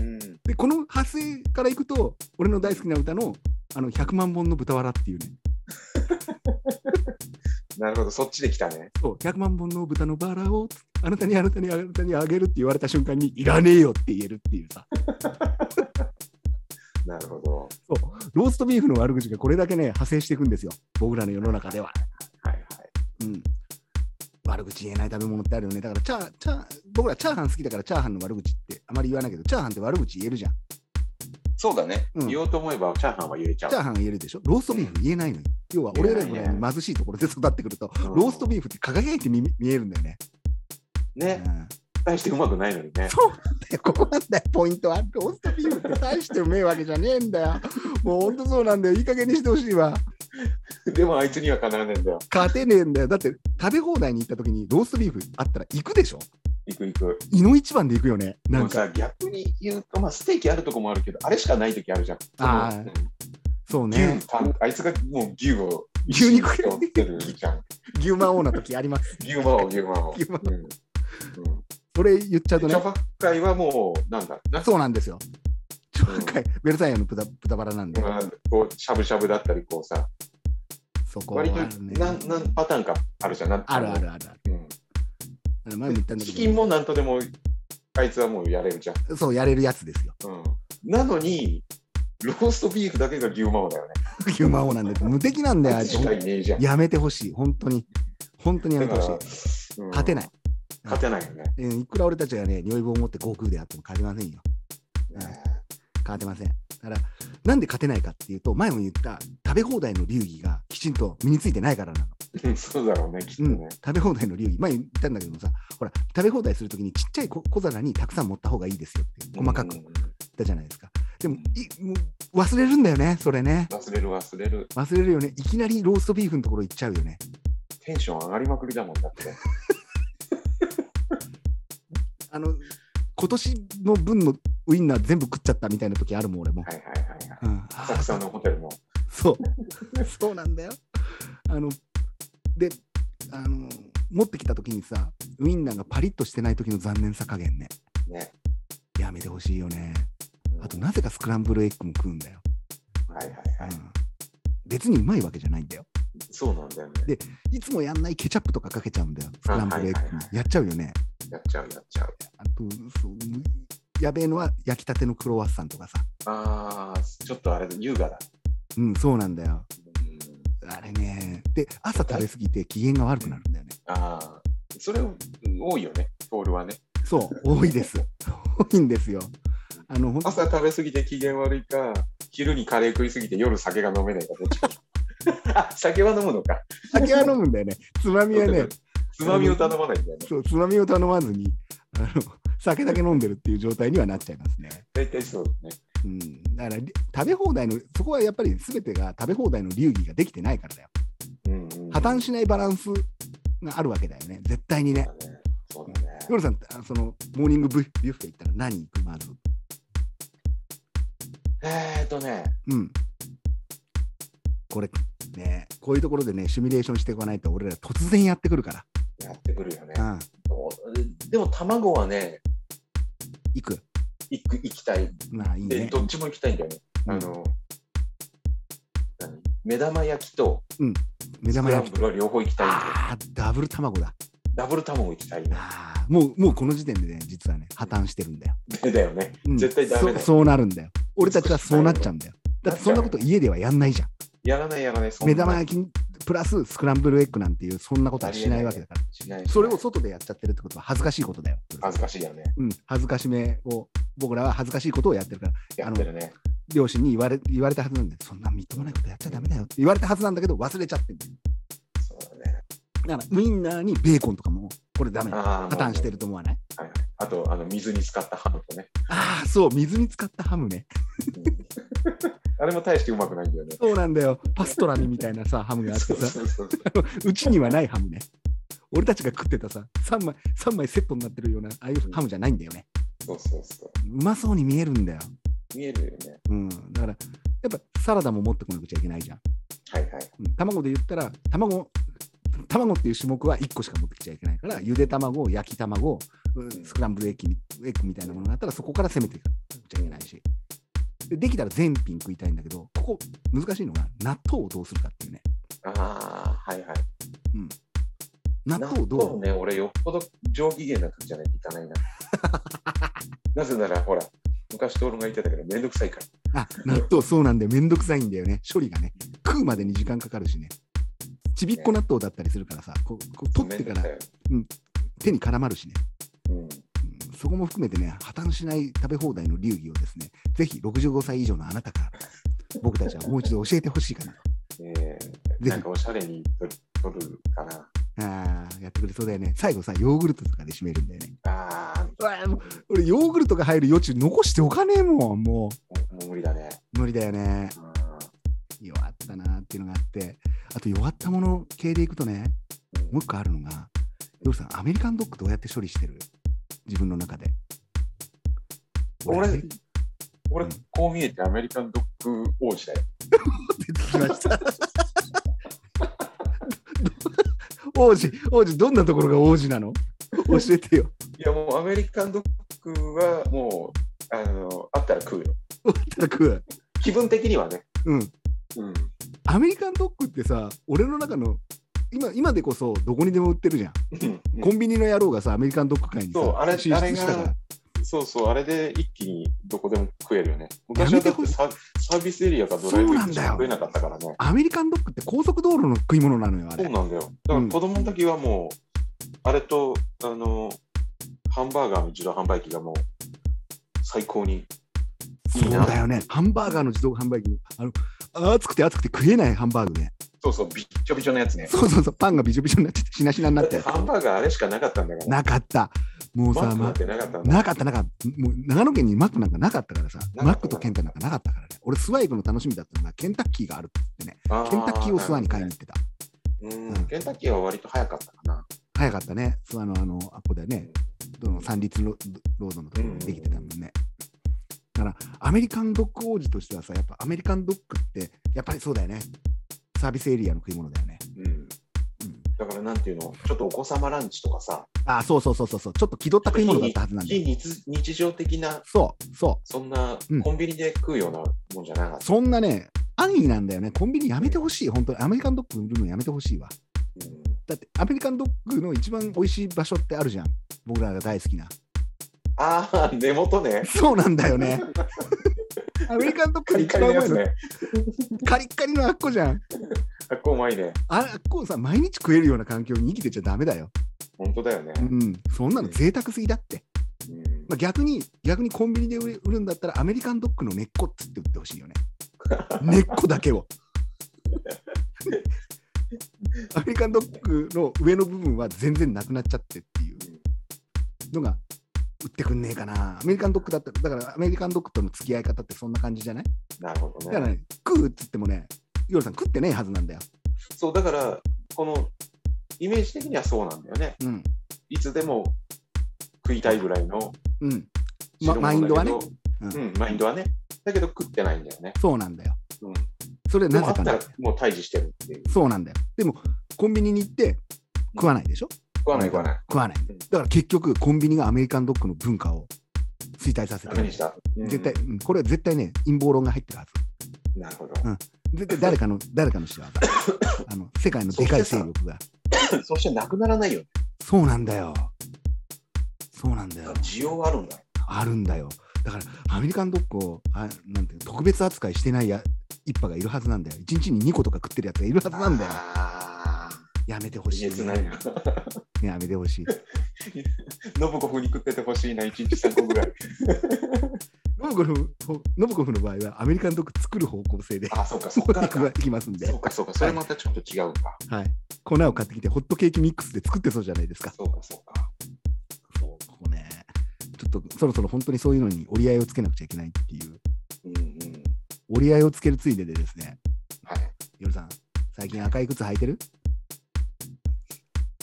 Speaker 2: うん。
Speaker 3: でこの派生からいくと俺の大好きな歌の「あの100万本の豚バラ」っていうね
Speaker 2: なるほど。そっちで来たね。
Speaker 3: そう100万本の豚のバラをあなたにあなたにあなたにあげるって言われた瞬間に「いらねえよ」って言えるっていうさ
Speaker 2: なるほど。
Speaker 3: ローストビーフの悪口がこれだけね派生していくんですよ僕らの世の中では、
Speaker 2: はいはい。
Speaker 3: うん、悪口言えない食べ物ってあるよねだからチャーチャー僕らチャーハン好きだからチャーハンの悪口ってあまり言わないけどチャーハンって悪口言えるじゃん
Speaker 2: そうだね。
Speaker 3: うん
Speaker 2: 言おうと思えばチャーハンは言えちゃう
Speaker 3: チャー。ハンは言えるでしょローストビーフ言えないのよ。要は俺らぐらいの貧しいところで育ってくると、
Speaker 2: うん
Speaker 3: ローストビーフって輝いて見見えるんだよね。
Speaker 2: ね。
Speaker 3: うん
Speaker 2: 大してうまくないのにね。
Speaker 3: そうなんだよ、ここなんだよ、ポイントは。ローストビーフって大してうめえわけじゃねえんだよ。もう本当そうなんだよ、いい加減にしてほしいわ。
Speaker 2: でもあいつにはかなわねえんだよ。
Speaker 3: 勝てねえんだよ。だって食べ放題に行った時にローストビーフあったら行くでしょ
Speaker 2: 行く行く。
Speaker 3: 胃の一番で行くよね。
Speaker 2: で
Speaker 3: な
Speaker 2: も
Speaker 3: んか、
Speaker 2: さ、逆に言うと、まあ、ステーキあるとこもあるけど、あれしかないときあるじゃん。
Speaker 3: あー
Speaker 2: その
Speaker 3: そう
Speaker 2: うん
Speaker 3: ね
Speaker 2: 牛。たんあいつがもう牛を
Speaker 3: 牛肉
Speaker 2: をってるじゃん。
Speaker 3: 牛魔王な時あります。
Speaker 2: 牛魔王、牛魔王。
Speaker 3: 牛魔
Speaker 2: うんうん
Speaker 3: それ言っちゃうと
Speaker 2: ジ
Speaker 3: ね
Speaker 2: ャ。パ界はもう、なんだ、なんか、
Speaker 3: そうなんですよ。ちょっとベルサイユの豚豚バラなんで、
Speaker 2: まあこう、しゃぶしゃぶだったり、こうさ、
Speaker 3: そこは
Speaker 2: 割と
Speaker 3: ね。
Speaker 2: 何、何パターンかあるじゃん。なん
Speaker 3: あるあるあるある。
Speaker 2: うん
Speaker 3: あの前も言ったんだ
Speaker 2: チ
Speaker 3: け
Speaker 2: キンもなんとでもあいつはもうやれるじゃん。
Speaker 3: ど、そう、やれるやつですよ。 (laughs)
Speaker 2: うん、なのにローストビーフだけが牛魔王だよね。
Speaker 3: 牛魔王なんで、無敵なんだよ、
Speaker 2: あ
Speaker 3: あ
Speaker 2: い
Speaker 3: い
Speaker 2: つ
Speaker 3: つ
Speaker 2: しかいねえじゃん。
Speaker 3: やめてほしい、本当に。本当にやめ
Speaker 2: だ
Speaker 3: て
Speaker 2: か
Speaker 3: ほ
Speaker 2: ら
Speaker 3: しい。
Speaker 2: うん
Speaker 3: 勝てない。
Speaker 2: 勝てないよね。
Speaker 3: うんいくら俺たちがね、如意棒を持って悟空であっても勝てませんよ。うん勝てません。だから、なんで勝てないかっていうと、前も言った食べ放題の流儀がきちんと身についてないからな
Speaker 2: う
Speaker 3: の。
Speaker 2: ん (laughs) そうだろうね、きっと
Speaker 3: うん
Speaker 2: ね。
Speaker 3: 食べ放題の流儀、前言ったんだけどもさ、ほら、食べ放題するときにちっちゃい小小皿にたくさん持った方がいいですよって、細かく
Speaker 2: う
Speaker 3: 言っ
Speaker 2: ん
Speaker 3: たじゃないですか。でも、いもう忘れるんだよね、それね。
Speaker 2: 忘れる忘れる。
Speaker 3: 忘れるよね。いきなりローストビーフのところ行っちゃうよね。
Speaker 2: テンション上がりまくりだもんだって。
Speaker 3: あの、今年の分のウインナー全部食っちゃったみたいな時あるもん、俺も。
Speaker 2: はいはいはいはい。
Speaker 3: うん、
Speaker 2: 浅草のホテルも。 (laughs)
Speaker 3: そう。そうなんだよ。あの、で、あの、持ってきた時にさ、ウインナーがパリッとしてない時の残念さ加減ね。
Speaker 2: ね。
Speaker 3: やめてほしいよね。
Speaker 2: うん
Speaker 3: あと、なぜかスクランブルエッグも食うんだよ。
Speaker 2: はいはいはい。
Speaker 3: うん別にうまいわけじゃないんだよ。
Speaker 2: そうなんだよね。
Speaker 3: でいつもやんないケチャップとかかけちゃうんだよ。スクランブルエッグに
Speaker 2: あはいはいは
Speaker 3: やっちゃうよね。
Speaker 2: やっちゃうやっちゃう。
Speaker 3: あと、そう、やべえのは焼きたてのクロワッサンとかさ。
Speaker 2: ああ、ちょっとあれだ、優雅だ。
Speaker 3: うん、そうなんだよ。
Speaker 2: うん
Speaker 3: あれね。で、朝食べ過ぎて機嫌が悪くなるんだよね。
Speaker 2: ああ、それ多いよね、ポールはね。
Speaker 3: そう、多いです。 (laughs) 多いんですよ。あの、ほん
Speaker 2: 朝食べ過ぎて機嫌悪いか、昼にカレー食い過ぎて夜酒が飲めないか、どっち
Speaker 3: (laughs)
Speaker 2: か。あ酒は飲むのか。
Speaker 3: 酒は飲むんだよね。つまみはね、
Speaker 2: つまみを頼まないんだよね。
Speaker 3: そう、つまみを頼まずに、あの、 (laughs) 酒だけ飲んでるっていう状態にはなっちゃいますね。
Speaker 2: 大体そうね。
Speaker 3: うん。だから、り食べ放題の、そこはやっぱり全てが食べ放題の流儀ができてないからだよ。
Speaker 2: うんうん、
Speaker 3: 破綻しないバランスがあるわけだよね。絶対にね
Speaker 2: そ。うだね。そうだね。
Speaker 3: 夜さん、あその、モーニングブビュッフェ行ったら何行くまず。
Speaker 2: えーっとね、
Speaker 3: うん。これ、ね、こういうところでね、シミュレーションしていかないと、俺ら突然やってくるから。
Speaker 2: やってくるよね。
Speaker 3: うん
Speaker 2: どでも卵はね、
Speaker 3: 行く。
Speaker 2: 行く行きたい。
Speaker 3: まあいい
Speaker 2: で、
Speaker 3: ね。
Speaker 2: どっちも行きたいんだよね。
Speaker 3: うん
Speaker 2: あの、何目玉焼きと
Speaker 3: 目
Speaker 2: ス
Speaker 3: 玉
Speaker 2: クラン
Speaker 3: 焼き。
Speaker 2: ブルは両方行きたいんだよ。
Speaker 3: ああ、ダブル卵だ。
Speaker 2: ダブル卵行きたいな。
Speaker 3: あーもう、もうこの時点でね、実はね、破綻してるんだよ。
Speaker 2: だよね。 (laughs)
Speaker 3: うん
Speaker 2: 絶対ダメだ
Speaker 3: そ
Speaker 2: よ。
Speaker 3: そうなるんだよ。俺たちはそうなっちゃうんだよ。だってそんなこと家ではやんないじゃん。
Speaker 2: やらないやらない。そんな
Speaker 3: 目玉焼きプラススクランブルエッグなんていう、そんなことはしないわけだから。
Speaker 2: しない
Speaker 3: それを外でやっちゃってるってことは恥ずかしいことだよ。
Speaker 2: 恥ずかしいよね。
Speaker 3: うん、恥ずかしめを、僕らは恥ずかしいことをやってるから、
Speaker 2: やってるね。
Speaker 3: 両親に言われ言われたはずなんで、そんなみっともないことやっちゃダメだよって言われたはずなんだけど、忘れちゃってる。
Speaker 2: そうだね。
Speaker 3: だから、ウインナーにベーコンとかも、これダメ。破
Speaker 2: あー
Speaker 3: 綻してると思わない
Speaker 2: はいはいあと、あの水に使ったハムとね。
Speaker 3: ああ、そう、水に浸かったハムね。
Speaker 2: (laughs) あれも大してうまくないんだよね。
Speaker 3: そうなんだよ。パストラミみたいなさ、ハムがあって
Speaker 2: そう
Speaker 3: さ、
Speaker 2: そうそう
Speaker 3: うちにはないハムね。俺たちが食ってたさ、3枚、三枚セットになってるような、ああいうハムじゃないんだよね。
Speaker 2: そうそうそう
Speaker 3: まそうに見えるんだよ。
Speaker 2: う。見えるよね。
Speaker 3: うん。だから、やっぱサラダも持ってこなくちゃいけないじゃん。
Speaker 2: はいはい。
Speaker 3: うん卵で言ったら卵卵っていう種目は1個しか持ってきちゃいけないからゆで卵焼き卵うんスクランブルエッグみエッグみたいなものがあったらそこから攻めていかなくちゃいけないしでできたら全品食いたいんだけどここ難しいのが納豆をどうするかっていうね
Speaker 2: ああ、はいはい。
Speaker 3: 納豆をど
Speaker 2: 納
Speaker 3: う
Speaker 2: 豆ね、俺よっぽど上機嫌な時じゃないといか
Speaker 3: (laughs)
Speaker 2: ないな。なぜなら、ほら、昔トールが言ってたけど、めんどくさいから。
Speaker 3: あ納豆そうなんだよめんどくさいんだよね処理がね食うまでに時間かかるしねちびっこ納豆だったりするからさこうこう取っ
Speaker 2: め
Speaker 3: て
Speaker 2: んど
Speaker 3: か
Speaker 2: くさ
Speaker 3: ら
Speaker 2: いよ。
Speaker 3: 手に絡まるしね
Speaker 2: うん。
Speaker 3: うんそこも含めてね、破綻しない食べ放題の流儀をですね、ぜひ65歳以上のあなたから、僕たちはもう一度教えてほしいかな。
Speaker 2: えー、
Speaker 3: ひ
Speaker 2: なんかおしゃれにと取るかな。
Speaker 3: あーやってくれそうだよね。最後さ、ヨーグルトとかで締めるんだよね。
Speaker 2: ああ、
Speaker 3: うわーもう俺、ヨーグルトが入る余地残しておかねえもん、
Speaker 2: も
Speaker 3: も
Speaker 2: う無理だね。
Speaker 3: う。無理だよね。
Speaker 2: うん
Speaker 3: 弱ったなーっていうのがあって、あと弱ったもの系でいくとね、もう一個あるのが、ヨルさん、アメリカンドッグどうやって処理してる自分の中で。
Speaker 2: 俺
Speaker 3: アメリ
Speaker 2: 俺、
Speaker 3: うん
Speaker 2: こう見えてアメリカンドッグ王子だよ。
Speaker 3: 出てきました。 (laughs) 王子、王子、どんなところが王子なの教えてよ。
Speaker 2: いや、もうアメリカンドッグはもう、あの、あったら食うよ。
Speaker 3: ただく、
Speaker 2: 気分的にはね。
Speaker 3: うん。 (laughs)
Speaker 2: うん。
Speaker 3: アメリカンドッグってさ、俺の中の、今今でこそどこにでも売ってるじゃん。
Speaker 2: うん
Speaker 3: コンビニの野郎がさ、アメリカンドッグ界にさ、
Speaker 2: そうあれ
Speaker 3: 進出した
Speaker 2: あれ
Speaker 3: か
Speaker 2: が
Speaker 3: ら。
Speaker 2: そうそう、あれで一気にどこでも食えるよね。昔はだ
Speaker 3: やめて
Speaker 2: って
Speaker 3: ほしい
Speaker 2: ササービスエリアかドライブインでしか
Speaker 3: そう
Speaker 2: 食え
Speaker 3: なんだ
Speaker 2: な
Speaker 3: よ
Speaker 2: かったからね。
Speaker 3: アメリカンドッグって高速道路の食い物なのよ、あ
Speaker 2: そう
Speaker 3: れ。
Speaker 2: なんだよ。だから子供の時はもう、あれと、あの、ハンバーガーの自動販売機がもう、最高に。い
Speaker 3: そ
Speaker 2: いうな
Speaker 3: だよね。ハンバーガーの自動販売機の、あの、熱くて熱くて食えないハンバーグね。
Speaker 2: そうそう、びっちょびちょのやつね。
Speaker 3: そうそうそう、パンがびちょびちょになってて、しなしなにな
Speaker 2: だっ
Speaker 3: っ
Speaker 2: ててハンバーガーあれしかなかったんだから。
Speaker 3: なかった。もう
Speaker 2: マ
Speaker 3: さ、
Speaker 2: ックな
Speaker 3: ま
Speaker 2: んてなかったんだ
Speaker 3: なかった、なかった。もう長野県にマックなんかなかったからさ、
Speaker 2: な
Speaker 3: マ
Speaker 2: かった
Speaker 3: ックとケンタなんかなかったからね。俺、スワイクの楽しみだったのが、ケンタッキーがあるって言ってね、
Speaker 2: あー
Speaker 3: ケンタッキーをスワに買いに行ってた。
Speaker 2: うん
Speaker 3: うん
Speaker 2: ケンタッキーは割と早かったかな。
Speaker 3: 早かったね、スワのあの、あっこだよね、どの三立ロロードのところにできてたもんね。だから、アメリカンドッグ王子としてはさ、やっぱアメリカンドッグって、やっぱりそうだよね。サービスエリアの食い物だよね。
Speaker 2: うん、
Speaker 3: うん、
Speaker 2: だからなんていうの、ちょっとお子様ランチとかさ、
Speaker 3: あー、そうそうそうそうそう、ちょっと気取った食い物だったはずなんだ
Speaker 2: 非
Speaker 3: よ。
Speaker 2: 日日常的な、
Speaker 3: そう、そう。
Speaker 2: そんな
Speaker 3: うん
Speaker 2: コンビニで食うようなもんじゃなかった。
Speaker 3: そんなね、安易なんだよね。コンビニやめてほしい。本当にアメリカンドッグ売るのやめてほしいわ。
Speaker 2: うん
Speaker 3: だって、アメリカンドッグの一番美味しい場所ってあるじゃん。僕らが大好きな。
Speaker 2: ああ、根元
Speaker 3: (laughs)
Speaker 2: ね。
Speaker 3: そうなんだよね。アメリカンドッグ
Speaker 2: カ
Speaker 3: が
Speaker 2: リ
Speaker 3: 一
Speaker 2: カリ
Speaker 3: 番
Speaker 2: の
Speaker 3: うま
Speaker 2: や
Speaker 3: い
Speaker 2: つ
Speaker 3: の。
Speaker 2: ね。
Speaker 3: カリッカリのあっこじゃん。
Speaker 2: あっこうまいね。
Speaker 3: ああっこをさ、毎日食えるような環境に生きてちゃダメだよ。
Speaker 2: 本当だよね。
Speaker 3: うん。そんなの贅沢すぎだって。
Speaker 2: うん
Speaker 3: まあ、逆に、逆にコンビニで売れ売るんだったら、アメリカンドッグの根っこっつって売ってほしいよね。根っこだけを。アメリカンドッグの上の部分は全然なくなっちゃってっていうのが売ってくんねえかな。アメリカンドッグだったら、だからアメリカンドッグとの付き合い方ってそんな感じじゃない
Speaker 2: なるほど
Speaker 3: だから
Speaker 2: ね。
Speaker 3: ね、食うっつってもね、ヨルさん食ってねえはずなんだよ。
Speaker 2: そう、だから、このイメージ的にはそうなんだよね。
Speaker 3: うん。
Speaker 2: いつでも食いたいぐらいの
Speaker 3: うん。
Speaker 2: 代
Speaker 3: ま
Speaker 2: 物
Speaker 3: マインドはね
Speaker 2: だけど
Speaker 3: うん
Speaker 2: うん、マインドはね。だけど食ってないんだよね。
Speaker 3: そうなんだよ。
Speaker 2: うん。
Speaker 3: それ
Speaker 2: で
Speaker 3: な
Speaker 2: もあ
Speaker 3: ぜ
Speaker 2: った
Speaker 3: かね
Speaker 2: ら。もう退治してるっていう。
Speaker 3: そうなんだよ。でも、コンビニに行って食わないでしょ、
Speaker 2: 食わない食わない。
Speaker 3: 食わない。だから結局、コンビニがアメリカンドッグの文化を衰退させ
Speaker 2: ダメ
Speaker 3: て
Speaker 2: に
Speaker 3: る
Speaker 2: し。た。うん
Speaker 3: 絶対、うんこれは絶対ね、陰謀論が入ってるはず。
Speaker 2: なるほど。
Speaker 3: 絶対誰かの、誰か
Speaker 2: (laughs)
Speaker 3: の仕業。あの、世界のでかい勢力が。
Speaker 2: そしてなくならないよね。
Speaker 3: そうなんだよ。そうなんだよ。
Speaker 2: 需要はあるんだ。
Speaker 3: あるんだよ。だから、アメリカンドッグを、あなんていうの特別扱いしてないや一派がいるはずなんだよ。一日に2個とか食ってるやつがいるはずなんだよ。
Speaker 2: ああ。
Speaker 3: やめてほしい、
Speaker 2: えげつないな。
Speaker 3: やめてほしい。
Speaker 2: 信子風に食っててほしいな、1日3個ぐらい。
Speaker 3: ノブコフノブコフの場合は、アメリカンドッグ作る方向性で、
Speaker 2: あ、そうか、そっ
Speaker 3: (laughs)
Speaker 2: からか。
Speaker 3: いきますんで
Speaker 2: そ、うか、そうか、それまたちょっと違うんだ。
Speaker 3: はい、粉を買ってきて、ホットケーキミックスで作ってそうじゃないですか。
Speaker 2: そうか、そうか。
Speaker 3: ここね、ちょっとそろそろ本当にそういうのに折り合いをつけなくちゃいけないっていう、
Speaker 2: うんうん。
Speaker 3: 折り合いをつけるついででですね、
Speaker 2: はい。
Speaker 3: 夜さん、最近赤い靴履いてる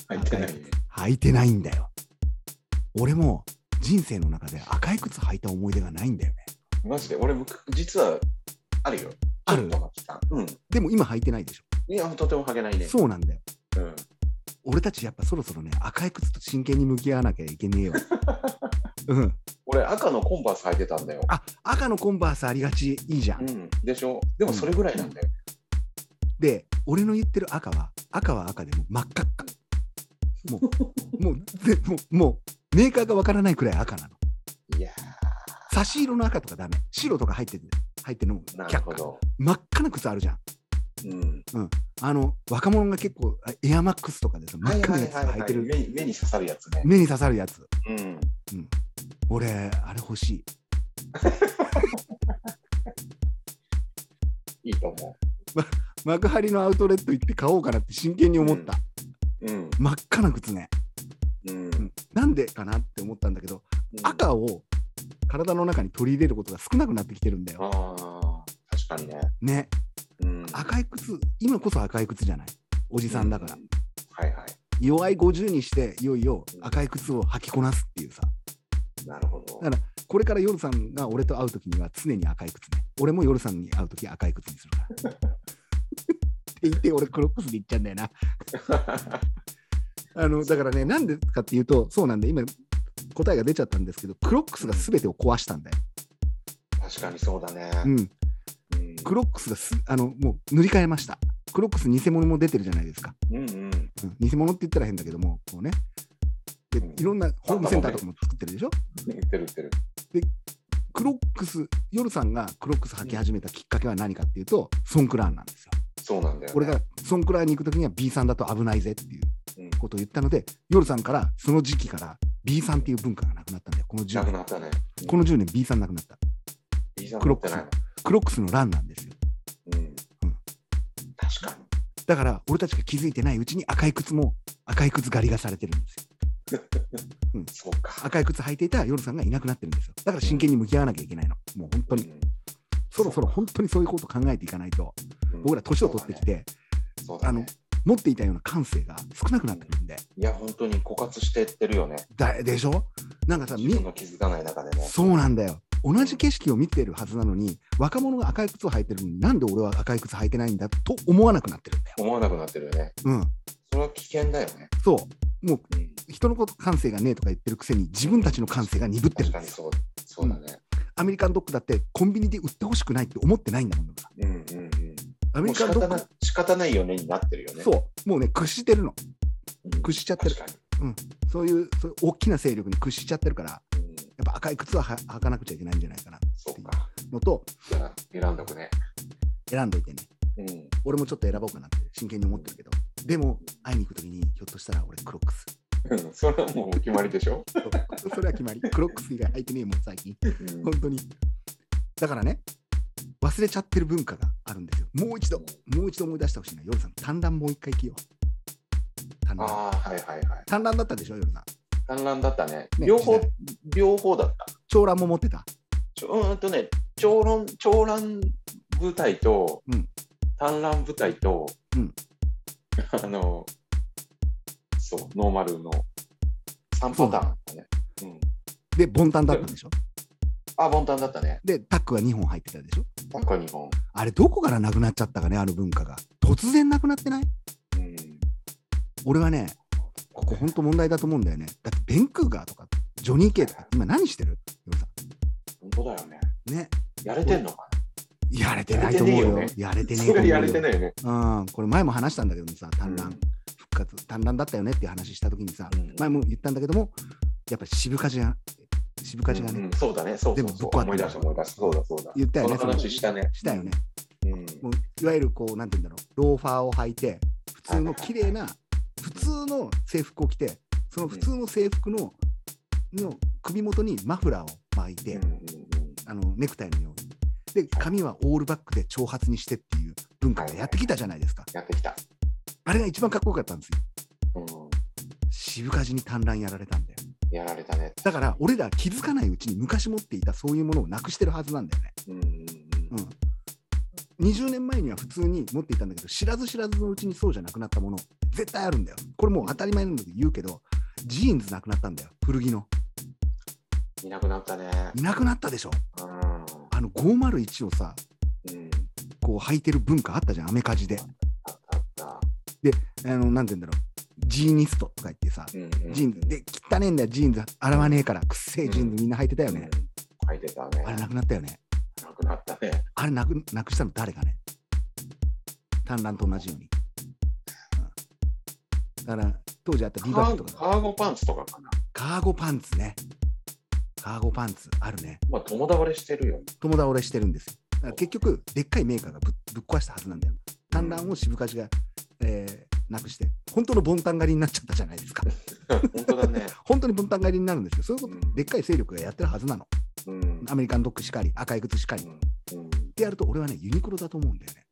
Speaker 2: 入ってないね。
Speaker 3: 履いてないんだよ。俺も人生の中で赤い靴履いた思い出がないんだよね。
Speaker 2: マジで、俺、む実は、あるよ。
Speaker 3: ある
Speaker 2: ちょっと待ってたうん。
Speaker 3: でも今履いてないでし
Speaker 2: いや、とてもはげないね。
Speaker 3: ょ。そうなんだよ。
Speaker 2: うん。
Speaker 3: 俺たちやっぱそろそろね、赤い靴と真剣に向き合わなきゃいけ (laughs) ねえよ。うん。
Speaker 2: 俺、赤のコンバース履いてたんだよ。
Speaker 3: あ赤のコンバースありがちいいじゃん、
Speaker 2: うん。でしょでも、それぐらいなんだよ。
Speaker 3: で俺の言ってる赤は赤は赤でもう真っ赤っかも
Speaker 2: (laughs)
Speaker 3: うもうぜもうもうメーカーがわからないくらい赤なの
Speaker 2: いや
Speaker 3: 差し色の赤とかダメ白とか入ってて入ってるのも
Speaker 2: ー、な
Speaker 3: 却
Speaker 2: るほ
Speaker 3: 下
Speaker 2: ど。
Speaker 3: 真っ赤な靴あるじゃん
Speaker 2: うん。
Speaker 3: あの若者が結構あエアマックスとかでさ
Speaker 2: は
Speaker 3: 真っ
Speaker 2: い
Speaker 3: 赤
Speaker 2: は
Speaker 3: ないやつ
Speaker 2: はい、
Speaker 3: 履い
Speaker 2: は
Speaker 3: て
Speaker 2: い
Speaker 3: る
Speaker 2: 目に。目に刺さるやつね。
Speaker 3: 目に刺さるやつ
Speaker 2: うん。
Speaker 3: 俺あれ欲しい
Speaker 2: いいと思
Speaker 3: 幕張のアウトレット行って買おうかなって真剣に思った、
Speaker 2: う。うん。
Speaker 3: 真っ赤な靴ね、
Speaker 2: うん。
Speaker 3: うんなんでかなって思ったんだけど
Speaker 2: あ
Speaker 3: 赤を体の中に取り入れることが少なくなってきてるんだよ。
Speaker 2: あー、確かにね。
Speaker 3: ね、
Speaker 2: うん。
Speaker 3: 赤い靴、今こそ赤い靴じゃない。おじさんだから
Speaker 2: う。はいは
Speaker 3: 弱い50にして、いよいよ赤い靴を履きこなすっていうさ。
Speaker 2: い。なるほど。
Speaker 3: だからこれから夜さんが俺と会うときには常に赤い靴ね。俺も夜さんに会うとき赤い靴にするから。って言って、俺クロックスで行っちゃうんだよな。
Speaker 2: (laughs)
Speaker 3: あの、だからね、なんでかっていうと、そうなんで、今答えが出ちゃったんですけど、クロックスが全てを壊したんだよ。
Speaker 2: 確かにそうだね。
Speaker 3: う
Speaker 2: う
Speaker 3: ん。
Speaker 2: ん
Speaker 3: クロックスがすあのもう塗り替えました。クロックス偽物も出てるじゃないですか。
Speaker 2: うんうん。
Speaker 3: うん偽物って言ったら変だけども、こうね。で
Speaker 2: うん
Speaker 3: いろんなホームセンターとかも作ってるでしょ。
Speaker 2: 言ってる言ってる。
Speaker 3: クロックス、夜さんがクロックス履き始めたきっかけは何かっていうと、ソンクラーンなんですよ。
Speaker 2: そうなんだよ、ね。
Speaker 3: 俺がソンクラーンに行くときには B さんだと危ないぜっていう
Speaker 2: うん
Speaker 3: ことを言ったので、夜さんからその時期から B さんっていう文化がなくなったんだよ。この10
Speaker 2: なく
Speaker 3: 年。
Speaker 2: なったね。
Speaker 3: この10年 B さんなくなった。
Speaker 2: いいじゃん
Speaker 3: クロックス
Speaker 2: 持って
Speaker 3: クロックスのランなんですよ。
Speaker 2: ないのうん。確か
Speaker 3: だから俺たちが気づいてないうちに赤い靴も赤い靴狩りがされてるんですよ。
Speaker 2: に。そうか。
Speaker 3: 赤い靴履いていた夜さんがいなくなってるんですよ。だから真剣に向き合わなきゃいけないの。もう本当に、
Speaker 2: うん
Speaker 3: そろそろ本当にそういうこと考えていかないと、
Speaker 2: うん
Speaker 3: 僕ら年を取ってきて、
Speaker 2: そうだね、そうだね
Speaker 3: あの持っていたような感性が少なくなってくるんで、
Speaker 2: いや、本当に枯渇してってるよね。
Speaker 3: だでしょなんかさ、
Speaker 2: 自分
Speaker 3: み
Speaker 2: が気づかない中でね。
Speaker 3: そうなんだよ。同じ景色を見てるはずなのに、若者が赤い靴を履いてるのに、なんで俺は赤い靴履いてないんだと思わなくなってるんだよ。
Speaker 2: 思わなくなってるよね。
Speaker 3: うん。
Speaker 2: それは危険だよね。
Speaker 3: そう。もう
Speaker 2: うん、
Speaker 3: 人のこと感性がねえとか言ってるくせに、自分たちの感性が鈍って
Speaker 2: 確
Speaker 3: るん
Speaker 2: か
Speaker 3: で
Speaker 2: に
Speaker 3: すよ。
Speaker 2: そうそうだね。
Speaker 3: アメリカンドッグだってコンビニで売ってほしくないって思ってないんだもん。
Speaker 2: うんうんうん。
Speaker 3: ア
Speaker 2: も
Speaker 3: メリ
Speaker 2: う仕
Speaker 3: カンド
Speaker 2: 方
Speaker 3: ッグ
Speaker 2: な仕方ないよねになってるよね。
Speaker 3: そう、もうね、屈してるの、
Speaker 2: うん。
Speaker 3: 屈しちゃってる
Speaker 2: 確、かに。
Speaker 3: そういうそういう大きな勢力に屈しちゃってるから、や
Speaker 2: うん、
Speaker 3: っぱ赤い靴はは履かなくちゃいけないんじゃないかな
Speaker 2: そうか。
Speaker 3: のと、
Speaker 2: じゃあ選んどくね。
Speaker 3: 選んどいてね、
Speaker 2: うん。
Speaker 3: 俺もちょっと選ぼうかなって真剣に思ってるけど、でも、会いに行くときに、ひょっとしたら俺、クロックス。
Speaker 2: うん (laughs) それはもうお決まりでしょ。
Speaker 3: それは決まり、クロックス以外履いてねえもん、最近、
Speaker 2: うん
Speaker 3: 本当に。だからね、忘れちゃってる文化があるんですよ。もう一度、もう一度思い出してほしいな、夜さん、単乱もう一回行きよう。単乱。
Speaker 2: ああ、はいはいはい。
Speaker 3: 単乱だったでしょ、夜さん。
Speaker 2: 観覧だったね。
Speaker 3: ね
Speaker 2: 両方
Speaker 3: 時代、
Speaker 2: 両方だった。
Speaker 3: 長乱も持ってた。
Speaker 2: ちょうーんとね、長蘭、長蘭舞台と
Speaker 3: うん、
Speaker 2: 単覧舞台と
Speaker 3: うん、
Speaker 2: (laughs) あの、そう、ノーマルの3パターンだったね。うん。
Speaker 3: で、ボンタンだったんでしょ。
Speaker 2: あ、ボンタンだったね。
Speaker 3: で、タックが2本入ってたでしょ。
Speaker 2: タッカ2本。
Speaker 3: あれ、どこからなくなっちゃったかね、あの文化が。突然なくなってない
Speaker 2: うん。
Speaker 3: 俺はね、ここれ本当問題だと思うんだよね。だってベンクーガーとか、ジョニー・ケイとか、今何してるヨルさ
Speaker 2: 本当だよね。
Speaker 3: んね。
Speaker 2: やれてんのか
Speaker 3: やれてないと思うよ。やれて
Speaker 2: なそ
Speaker 3: ねえと思
Speaker 2: れ
Speaker 3: うよ
Speaker 2: やれてないよね。
Speaker 3: うん、これ前も話したんだけどもさ、単
Speaker 2: う
Speaker 3: 乱
Speaker 2: ん、
Speaker 3: 復活、単乱だったよねっていう話したときにさ、
Speaker 2: うん
Speaker 3: 前も言ったんだけども、やっぱ渋かじが、渋かじがね、
Speaker 2: うんうんそうだね。そう
Speaker 3: で
Speaker 2: そ
Speaker 3: も
Speaker 2: うそう
Speaker 3: ぶっ壊
Speaker 2: 思い
Speaker 3: れてる
Speaker 2: 出した思い出した。そうだそうだ。
Speaker 3: 言ったよね
Speaker 2: その話したね。
Speaker 3: したよね。
Speaker 2: うん。
Speaker 3: もういわゆるこう、なんて言うんだろう、ローファーを履いて、普通の綺麗な、普通の制服を着て、その普通の制服のの首元にマフラーを巻いて、
Speaker 2: うんうんうん
Speaker 3: あのネクタイのように。で、髪はオールバックで長髪にしてっていう文化がやってきたじゃないですか。
Speaker 2: やってきた。
Speaker 3: あれが一番かっこよかったんですよ。
Speaker 2: うん。
Speaker 3: 渋かじに単乱やられたんだよ。
Speaker 2: やられたね。
Speaker 3: だから俺ら気づかないうちに昔持っていたそういうものをなくしてるはずなんだよね。
Speaker 2: うんうんうん。
Speaker 3: うん、20年前には普通に持っていたんだけど知らず知らずのうちにそうじゃなくなったもの絶対あるんだよ。これもう当たり前なんだけど言うけどジーンズなくなったんだよ古着の。
Speaker 2: いなくなったね。
Speaker 3: いなくなったでしょ。
Speaker 2: うん。
Speaker 3: あの501をさ
Speaker 2: うん。
Speaker 3: こう履いてる文化あったじゃんアメカジで。
Speaker 2: あったあった。
Speaker 3: あのなんて言うんだろうジーニストとか言ってさ
Speaker 2: うんうん
Speaker 3: ジーンズで汚ねえんだよジーンズ洗わねえからくっせえジーンズみんな履いてたよね。。
Speaker 2: うん入ってたね。
Speaker 3: あれなくなったよね。
Speaker 2: なくなったね。
Speaker 3: あれなくなくしたの誰かね。単乱と同じように。うんだから当時あった
Speaker 2: カ
Speaker 3: リバックと
Speaker 2: ー
Speaker 3: か
Speaker 2: カーゴパンツとかかな。
Speaker 3: カーゴパンツね。カーゴパンツあるね。
Speaker 2: まあ、友倒れしてるよね。 (laughs)
Speaker 3: 友倒れしてるんですよ。だから結局でっかいメーカーがぶっぶっ壊したはずなんだよ。単乱を渋かじが、えーなくして本当のボンタン狩りになっちゃったじゃないですか。
Speaker 2: 本当だ
Speaker 3: (laughs)
Speaker 2: ね。
Speaker 3: 本当にボンタン狩りになるんですよ。そういうこと、
Speaker 2: うん
Speaker 3: でっかい勢力がやってるはずなの。
Speaker 2: うん。
Speaker 3: アメリカンドッグしかり赤い靴しかり。
Speaker 2: う
Speaker 3: っ
Speaker 2: んうん
Speaker 3: てやると俺はねユニクロだと思うんだよね。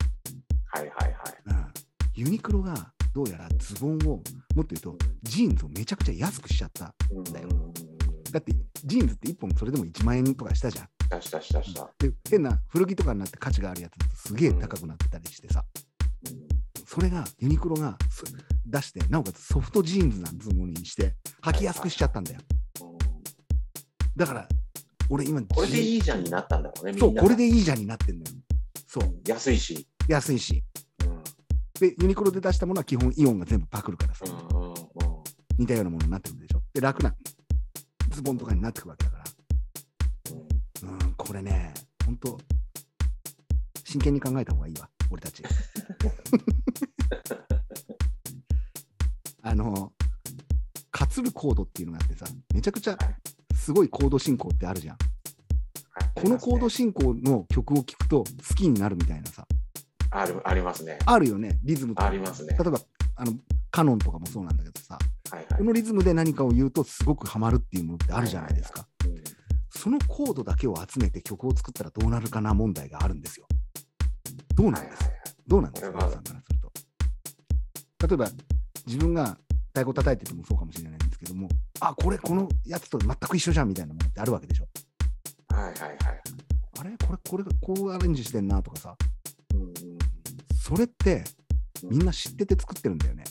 Speaker 2: はいはいはい。
Speaker 3: うんユニクロがどうやらズボンをもっと言うとジーンズをめちゃくちゃ安くしちゃった
Speaker 2: うん
Speaker 3: だよ
Speaker 2: うん
Speaker 3: だってジーンズって1本それでも1万円とかしたじゃん
Speaker 2: したしたしたした。
Speaker 3: で変な古着とかになって価値があるやつだとすげえ高くなってたりしてさ
Speaker 2: うん
Speaker 3: それがユニクロがそ出してなおかつソフトジーンズなんズボンにして履きやすくしちゃったんだよ
Speaker 2: うん
Speaker 3: だから俺今
Speaker 2: これで
Speaker 3: い
Speaker 2: いいじゃんになったんだろうね。みん
Speaker 3: そ
Speaker 2: な
Speaker 3: うこれでいいじゃんになってんだよそう
Speaker 2: 安いし。
Speaker 3: 安いし
Speaker 2: うん
Speaker 3: でユニクロで出したものは基本イオンが全部パクるからさ、
Speaker 2: うんうんうん
Speaker 3: 似たようなものになってくるでしょで楽なズボンとかになってくるわけだからうん、これね、本当真剣に考えた方がいいわ、俺たち。あの、かつるコードっていうのがあってさ、めちゃくちゃすごいコード進行ってあるじゃん。このコード進行の曲を聴くと好きになるみたいなさ、
Speaker 2: あるありますね。
Speaker 3: あるよね、リズムと
Speaker 2: あ
Speaker 3: か。
Speaker 2: り
Speaker 3: 例
Speaker 2: ますね。
Speaker 3: えば、あの、カノンとかもそうなんだけどさ、
Speaker 2: はいはい
Speaker 3: このリズムで何かを言うとすごくハマるっていうものってあるじゃないですか。
Speaker 2: うん
Speaker 3: そのコードだけを集めて曲を作ったらどうなるかな問題があるんですよ。どうな
Speaker 2: はい
Speaker 3: ん
Speaker 2: はい
Speaker 3: で
Speaker 2: は
Speaker 3: すかどうなんですか
Speaker 2: これは
Speaker 3: 皆さんからすると。例えば自分が太鼓叩いててもそうかもしれないんですけども、あ、これこのやつと全く一緒じゃんみたいなものってあるわけでしょ。
Speaker 2: いはいはいはい。
Speaker 3: あれこれこれこうアレンジしてんなとかさ、
Speaker 2: うんうん
Speaker 3: それってみんな知ってて作ってるんだよね。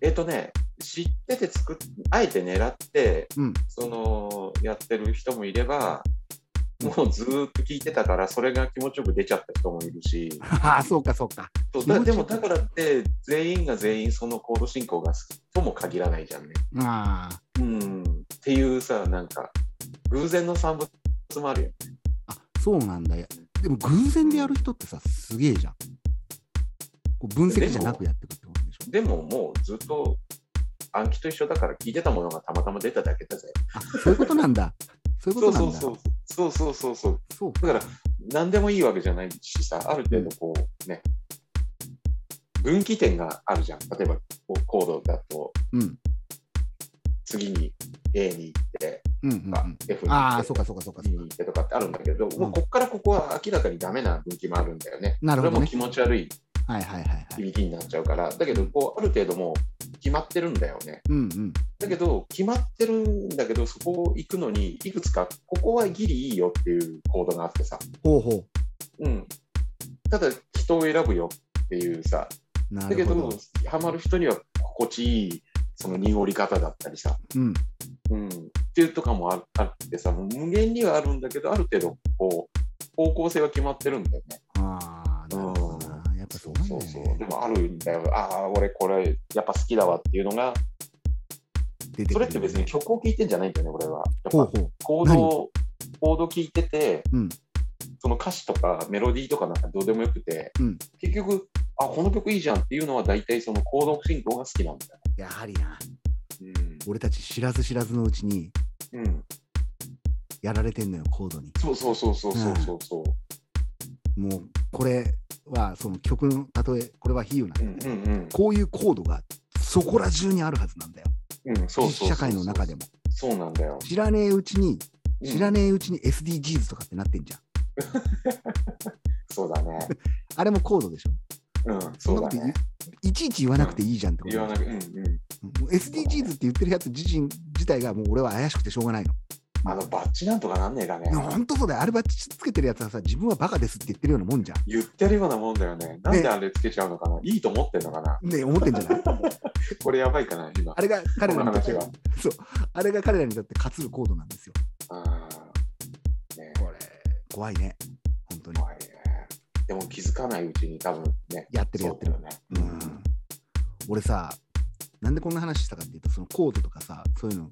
Speaker 2: えっとね、知ってて作っ、あえて狙って、
Speaker 3: うん
Speaker 2: そのやってる人もいれば、もうずーっと聞いてたから、それが気持ちよく出ちゃった人もいるし、
Speaker 3: ああ、そうかそうか。
Speaker 2: そう
Speaker 3: 気持ち
Speaker 2: だ
Speaker 3: よく
Speaker 2: でもだからって、全員が全員そのコード進行が好きとも限らないじゃんね。
Speaker 3: ああ。
Speaker 2: うん、っていうさ、なんか、偶然の産物もあるよ。
Speaker 3: あそうなんだよ。でも偶然でやる人ってさ、すげえじゃん。こう分析じゃなくやってくってことでしょ。
Speaker 2: でももうずっと暗記と一緒だから、聞いてたものがたまたま出ただけだぜ。
Speaker 3: あそういうことなんだ。そうい
Speaker 2: そ
Speaker 3: うこ
Speaker 2: う
Speaker 3: とな
Speaker 2: そ
Speaker 3: ん
Speaker 2: う
Speaker 3: だ。
Speaker 2: そうそうそうそうそう。
Speaker 3: そう
Speaker 2: だから、何でもいいわけじゃないしさ、ある程度こうね、分岐点があるじゃん。例えば、こうコードだと、
Speaker 3: うん。
Speaker 2: 次に A に行って、
Speaker 3: うんうん、う
Speaker 2: あ
Speaker 3: ん。
Speaker 2: F に
Speaker 3: あ
Speaker 2: 行
Speaker 3: あ、
Speaker 2: っ
Speaker 3: そ
Speaker 2: て
Speaker 3: う、かそうかそうか
Speaker 2: B に行ってとかってあるんだけど、もうこっからここは明らかにダメな分岐もあるんだよね。
Speaker 3: なるほどね
Speaker 2: それも気持ち悪い
Speaker 3: はいはいはいはい。
Speaker 2: 響きになっちゃうから、だけど、こう、ある程度もう決まってるんだよね。
Speaker 3: うんうん。
Speaker 2: だけど、決まってるんだけど、そこを行くのに、いくつか、ここはギリいいよっていうコードがあってさ、
Speaker 3: ほうほ
Speaker 2: うん。ただ、人を選ぶよっていうさ、
Speaker 3: う。な
Speaker 2: だけ
Speaker 3: るほ
Speaker 2: ど
Speaker 3: ど。、
Speaker 2: ハマる人には心地いいその濁り方だったりさ、
Speaker 3: うん。
Speaker 2: うん、っていうとかもああってさ、もう無限にはあるんだけど、ある程度こう方向性は決まってるんだよね。
Speaker 3: ああ、なるほどな。やっぱそうなんだよね。
Speaker 2: でもあるんだよ。ああ、俺これやっぱ好きだわっていうのが
Speaker 3: 出てくる
Speaker 2: それって別に曲を聴いてんじゃないんだよね、俺は。やっ
Speaker 3: ほう
Speaker 2: ぱ
Speaker 3: ほう。
Speaker 2: コードを、コード聴いてて、
Speaker 3: うん
Speaker 2: その歌詞とかメロディーとかなんかどうでもよくて、
Speaker 3: うん
Speaker 2: 結局、あ、この曲いいじゃんっていうのは大体そのコード進行が好きなんだよ
Speaker 3: やはりな、
Speaker 2: ね。
Speaker 3: 俺たち知らず知らずのうちに
Speaker 2: うん。うん。
Speaker 3: やられてんのよ、コードに。
Speaker 2: そうそうそうそうそうそうそう。
Speaker 3: もう、これはその曲の例え、これは比喩なんだ
Speaker 2: う
Speaker 3: よ
Speaker 2: ん
Speaker 3: ね。
Speaker 2: うん
Speaker 3: こういうコードがそこら中にあるはずなんだよ。
Speaker 2: うん。うん、そうそうそうそう
Speaker 3: 実社会の中でも。
Speaker 2: そうなんだよ。
Speaker 3: 知らねえうちに、知ら
Speaker 2: うん
Speaker 3: ねえうちに SDGs とかってなってんじゃん。
Speaker 2: そうだね。
Speaker 3: あれもコードでしょ。 (laughs)
Speaker 2: うん、
Speaker 3: そ
Speaker 2: そ
Speaker 3: んな
Speaker 2: う
Speaker 3: こと
Speaker 2: だ
Speaker 3: 言う
Speaker 2: ね。
Speaker 3: いちいち言わなくていいじゃんってこと
Speaker 2: 言わなく、うんうん。
Speaker 3: もう SDGs って言ってるやつ自身自体がもう俺は怪しくてしょうがないの。
Speaker 2: あの、バッチなんとかなんねえかね
Speaker 3: い。や本当そうだよ。あればつけてるやつはさ、自分はバカですって言ってるようなもんじゃん。
Speaker 2: 言ってるようなもんだよね。なんであれつけちゃうのかな、いいと思ってんのかな
Speaker 3: ね思ってんじゃ
Speaker 2: (laughs)
Speaker 3: ない
Speaker 2: これやばいかな今。
Speaker 3: あれが彼らにとって
Speaker 2: この話
Speaker 3: そう。あれが彼らにとって勝つるコードなんですよ。
Speaker 2: あーね
Speaker 3: これ、怖いね。本当に。
Speaker 2: 怖いね。でも気づかないうちに多分ね。
Speaker 3: やってるやってる
Speaker 2: そうだよね。
Speaker 3: うん。俺さ、なんでこんな話したかっていうと、そのコードとかさ、そういうの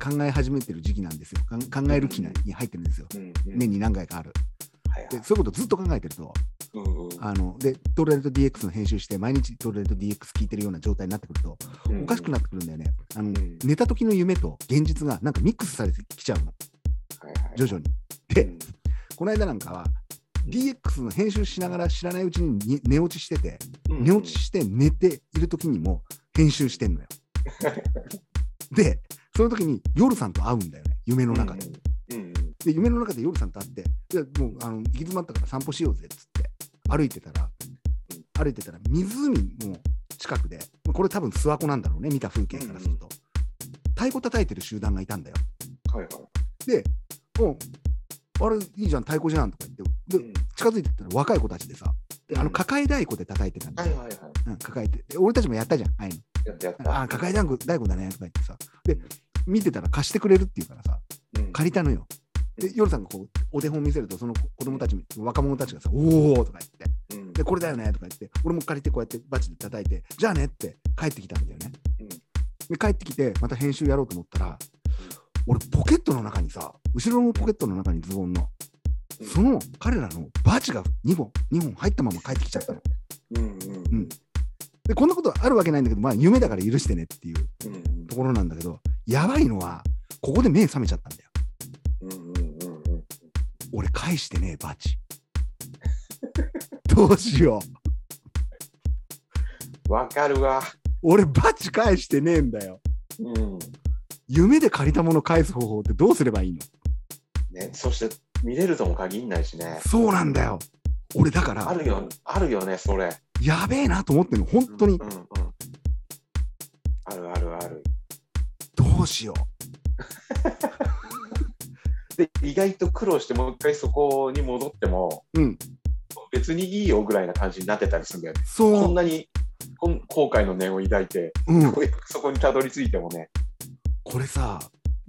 Speaker 3: 考え始めてる時期なんですよ。かん考える期に入ってるんですよ。
Speaker 2: うん。うん。
Speaker 3: 年に何回かある。
Speaker 2: はいはい
Speaker 3: で、そういうことずっと考えてると、
Speaker 2: うんうん
Speaker 3: あの、で、トレード DX の編集して、毎日トレード DX 聞いてるような状態になってくると、おかしくなってくるんだよね。あの、
Speaker 2: ん
Speaker 3: 寝た時の夢と現実がなんかミックスされてきちゃうの、
Speaker 2: はいはい
Speaker 3: 徐々に。
Speaker 2: う
Speaker 3: で、
Speaker 2: ん
Speaker 3: この間なんかは、DX の編集しながら知らないうちにに寝落ちしてて、
Speaker 2: うん
Speaker 3: 寝落ちして寝ている時にも編集してんのよ。で、その時に夜さんと会うんだよね、夢の中で。。
Speaker 2: うんうん。
Speaker 3: で、夢の中で夜さんと会って、でもうあの行き詰まったから散歩しようぜっつって、歩いてたら、歩いてたら、湖の近くで、これ多分諏訪湖なんだろうね、見た風景からすると。太鼓叩いてる集団がいたんだよ。
Speaker 2: はいはい。
Speaker 3: うんあれいいじゃん、太鼓じゃんとか言
Speaker 2: う
Speaker 3: って、で
Speaker 2: ん
Speaker 3: 近づいてったら若い子たちでさ、であ
Speaker 2: う
Speaker 3: の
Speaker 2: ん
Speaker 3: 抱え太鼓で叩いてたんだ
Speaker 2: はい
Speaker 3: よ、
Speaker 2: はいはい。
Speaker 3: うん抱えて、で俺たちもやったじゃん、ああいうの
Speaker 2: やったやっ
Speaker 3: あ
Speaker 2: た。
Speaker 3: あ、抱え太鼓太鼓だねとか言ってさ、で、見てたら貸してくれるっていうからさ、
Speaker 2: うん
Speaker 3: 借りたのよ。で、夜さんがこう、お手本見せると、その子供たち、若者たちがさ、おおとか言って、
Speaker 2: うん
Speaker 3: で、これだよねとか言って、俺も借りて、こうやってバチで叩いて、じゃあねって帰ってきたんだよね。
Speaker 2: うん
Speaker 3: で、帰ってきて、また編集やろうと思ったら、俺、ポケットの中にさ、後ろのポケットの中にズボンの、
Speaker 2: うん
Speaker 3: その彼らのバチが2本、2本入ったまま帰ってきちゃったの。
Speaker 2: うんうんうん
Speaker 3: うんで、こんなことあるわけないんだけど、まあ、夢だから許してねっていう
Speaker 2: うんうん
Speaker 3: ところなんだけど、やばいのは、ここで目覚めちゃったんだよ。
Speaker 2: うんうんうんうん
Speaker 3: 俺返してねえバチどうしよう
Speaker 2: わかるわ。
Speaker 3: 俺バチ返してねえんだよ
Speaker 2: うん。
Speaker 3: 夢で借りたもの返す方法ってどうすればいいの
Speaker 2: ね、そして見れるとも限んないしね。
Speaker 3: そうなんだよ俺だか
Speaker 2: あ
Speaker 3: ら
Speaker 2: るよ、あるよね、それ。
Speaker 3: やべえなと思ってんの本当に
Speaker 2: うんうんうん。あるあるある。
Speaker 3: どうしよ
Speaker 2: で、意外と苦労して、もう一回そこに戻っても、
Speaker 3: ううん
Speaker 2: 別にいいよぐらいな感じになってたりするんだよね。こん
Speaker 3: そ
Speaker 2: なにこん後悔の念を抱いて、 (laughs)
Speaker 3: う、うん、
Speaker 2: ようやくそこにたどり着いてもね。
Speaker 3: これさ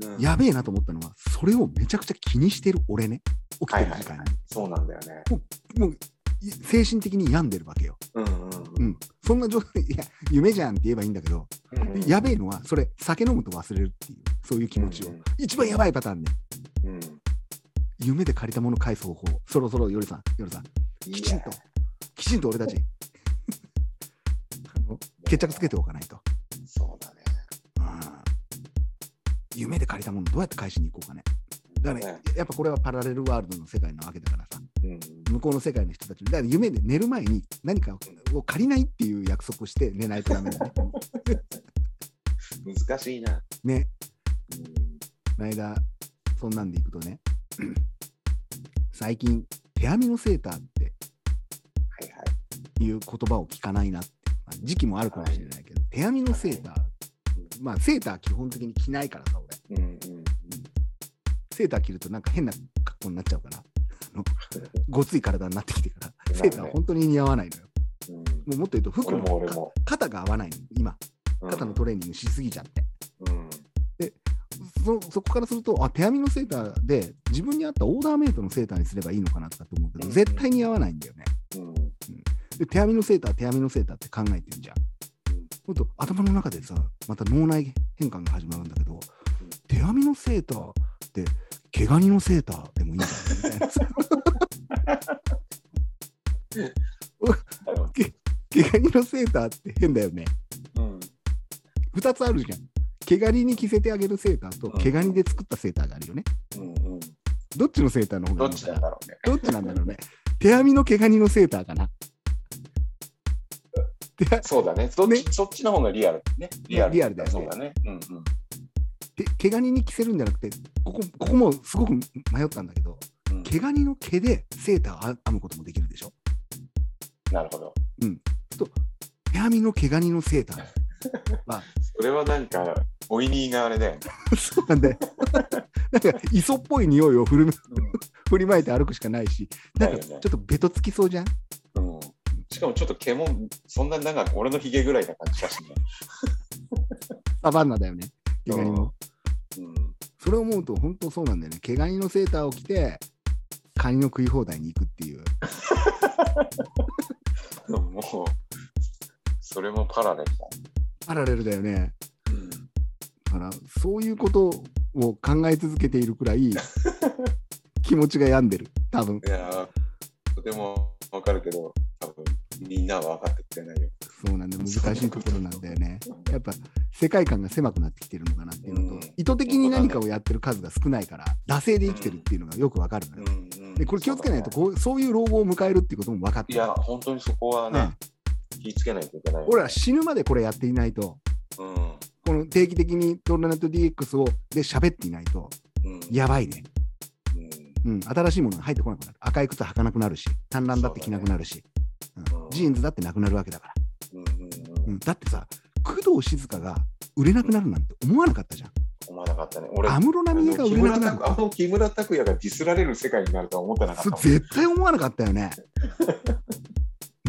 Speaker 2: うん
Speaker 3: やべえなと思ったのはそれをめちゃくちゃ気にしてる俺ね起きてる時間に、
Speaker 2: そうなんだよね。
Speaker 3: もうい精神的に病んでるわけよ、
Speaker 2: うんうん
Speaker 3: う、
Speaker 2: うん
Speaker 3: そんな状態いや夢じゃんって言えばいいんだけど、
Speaker 2: んうん。
Speaker 3: やべえのはそれ酒飲むと忘れるっていうそういう気持ちを、
Speaker 2: うんうん
Speaker 3: 一番やばいパターンね
Speaker 2: うん。
Speaker 3: 夢で借りたもの返す方法、そろそろよりさん、よりさん、
Speaker 2: いい
Speaker 3: き
Speaker 2: ね
Speaker 3: ちんと、きちんと俺た (laughs) ち、あの決着つけておかないと。
Speaker 2: そうだね。
Speaker 3: うん夢で借りたもの、どうやって返しに行こうかね。だからね、やっぱこれはパラレルワールドの世界なわけだからさ、
Speaker 2: うんうん。
Speaker 3: 向こうの世界の人たちに、だから夢で寝る前に何かを借りないっていう約束をして寝ないとダメ (laughs) だね。
Speaker 2: 難しいな。
Speaker 3: ね、
Speaker 2: うん
Speaker 3: この間、そんなんでいくとね、 (clears throat) 最近、手編みのセーターって
Speaker 2: はいはい。
Speaker 3: いう言葉を聞かないなって、まあ時期もあるかもしれないけど、手編みのセーター、まあセーター基本的に着ないからさ、俺。
Speaker 2: うんうん
Speaker 3: セーター着るとなんか変な格好になっちゃうから、あ (laughs) のごつい体になってきてから、
Speaker 2: ね
Speaker 3: セーター本当に似合わないのよ。
Speaker 2: うん。
Speaker 3: もうもっと言うと服
Speaker 2: 俺
Speaker 3: も
Speaker 2: も俺も。
Speaker 3: 肩が合わないの、今。
Speaker 2: うん
Speaker 3: 肩のトレーニングしすぎちゃって。
Speaker 2: うん。
Speaker 3: そそこからすると、あ手編みのセーターで自分に合ったオーダーメイトのセーターにすればいいのかなとかって思うけど、
Speaker 2: うん
Speaker 3: 絶対に合わないんだよね。
Speaker 2: うん。
Speaker 3: で手編みのセーター手編みのセーターって考えてるじゃん。ほんと頭の中でさまた脳内変換が始まるんだけど手編みのセーターって毛ガニのセーターでもいいんだよねみたいなさ
Speaker 2: (laughs)
Speaker 3: 毛ガニのセーターって変だよね
Speaker 2: うん
Speaker 3: 2つあるじゃん毛ガニに着せてあげるセーターと
Speaker 2: うん
Speaker 3: 毛ガニで作ったセーターがあるよね
Speaker 2: うんうん
Speaker 3: どっちのセーターの方が
Speaker 2: ど
Speaker 3: いい
Speaker 2: っ
Speaker 3: の
Speaker 2: ち
Speaker 3: か
Speaker 2: なんだ
Speaker 3: な
Speaker 2: ろうね。
Speaker 3: どっちなんだろうね手編みの毛ガニのセーターかな手編
Speaker 2: そうだね。そっち、
Speaker 3: ね
Speaker 2: そっちの方がリアルね。リアル。
Speaker 3: リアルだよね
Speaker 2: そうだね。うんうん。
Speaker 3: で毛ガニに着せるんじゃなくてここここもすごく迷ったんだけど
Speaker 2: うん
Speaker 3: 毛ガニの毛でセーターを編むこともできるでしょ
Speaker 2: なるほど。
Speaker 3: 手編みの毛ガニのセーター (laughs)
Speaker 2: それはなんか、おいにいがあれだよね。
Speaker 3: そうなんだよ (laughs) なんか磯っぽい匂いを振る (laughs) 振りまいて歩くしかないしなんか
Speaker 2: だよ
Speaker 3: ちょ
Speaker 2: ね
Speaker 3: っとベトつきそうじゃん
Speaker 2: うん。うんしかもちょっと毛も、そんななんか俺のヒゲぐらいな感じだしね。
Speaker 3: サバンナだよね毛ガニも
Speaker 2: うん。
Speaker 3: それを思うと本当そうなんだよね毛ガニのセーターを着てカニの食い放題に行くっていう
Speaker 2: もう、それもパラレルだ。
Speaker 3: パラレルだよね
Speaker 2: うん。
Speaker 3: だからそういうことを考え続けているくら (laughs) い気持ちが病んでる多分
Speaker 2: いやーとてもわかるけど、多分みんなは分かってくれないよ。
Speaker 3: そうなんで難しいところなんだよねやっぱ世界観が狭くなってきてるのかなっていうの
Speaker 2: う
Speaker 3: と、
Speaker 2: ん
Speaker 3: 意図的に何かをやってる数が少ないから惰性で生きてるっていうのがよくわかるのよ、でこれ気をつけないと
Speaker 2: う
Speaker 3: こうそういう老後を迎えるってことも分かっ
Speaker 2: ん
Speaker 3: て
Speaker 2: い
Speaker 3: る
Speaker 2: や、本当にそこは
Speaker 3: う
Speaker 2: ね
Speaker 3: ん、
Speaker 2: 気をつけないといけないよね。
Speaker 3: 俺ら死ぬまでこれやっていないと
Speaker 2: うん。
Speaker 3: この定期的に「トーナメント DX を」で喋っていないと
Speaker 2: うん
Speaker 3: やばいね、
Speaker 2: うん
Speaker 3: うん、新しいものが入ってこなくなる赤い靴履かなくなるし単乱だって着なくなるし、
Speaker 2: だね
Speaker 3: うんジーンズだってなくなるわけだから、
Speaker 2: うんうんう
Speaker 3: うんん、だってさ工藤静香が売れなくなるなんて思わなかったじゃん
Speaker 2: 思わなかったね。俺、
Speaker 3: 安室奈美恵が売
Speaker 2: 木
Speaker 3: れな
Speaker 2: 村
Speaker 3: くなる
Speaker 2: 拓あの木村拓哉がディスられる世界になるとは思ってなかった
Speaker 3: そ
Speaker 2: も。
Speaker 3: うん絶対思わなかったよね。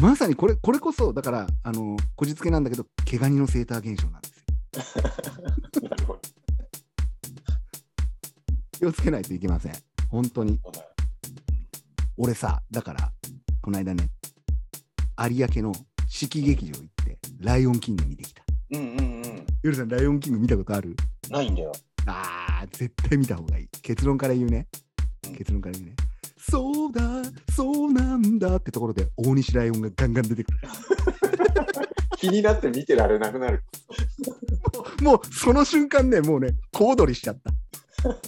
Speaker 3: まさにこれこれこそだからあのこじつけなんだけど毛ガニのセーター現象なんですよ。
Speaker 2: なるほど
Speaker 3: 気をつけないといけません本当に
Speaker 2: そうだよ
Speaker 3: 俺さだからこの間ね有明の四季劇場行って「ライオンキング」見てきた。
Speaker 2: うんうんうん。
Speaker 3: ゆるさん「ライオンキング」見たことある
Speaker 2: ないんだよ。
Speaker 3: あー絶対見た方がいい結論から言うね
Speaker 2: うん
Speaker 3: 結論から言うね。そうだそうなんだってところで大西ライオンがガンガン出てくる
Speaker 2: 気になって見てられなくなる。
Speaker 3: もうその瞬間ね、もうね、小躍りしちゃった。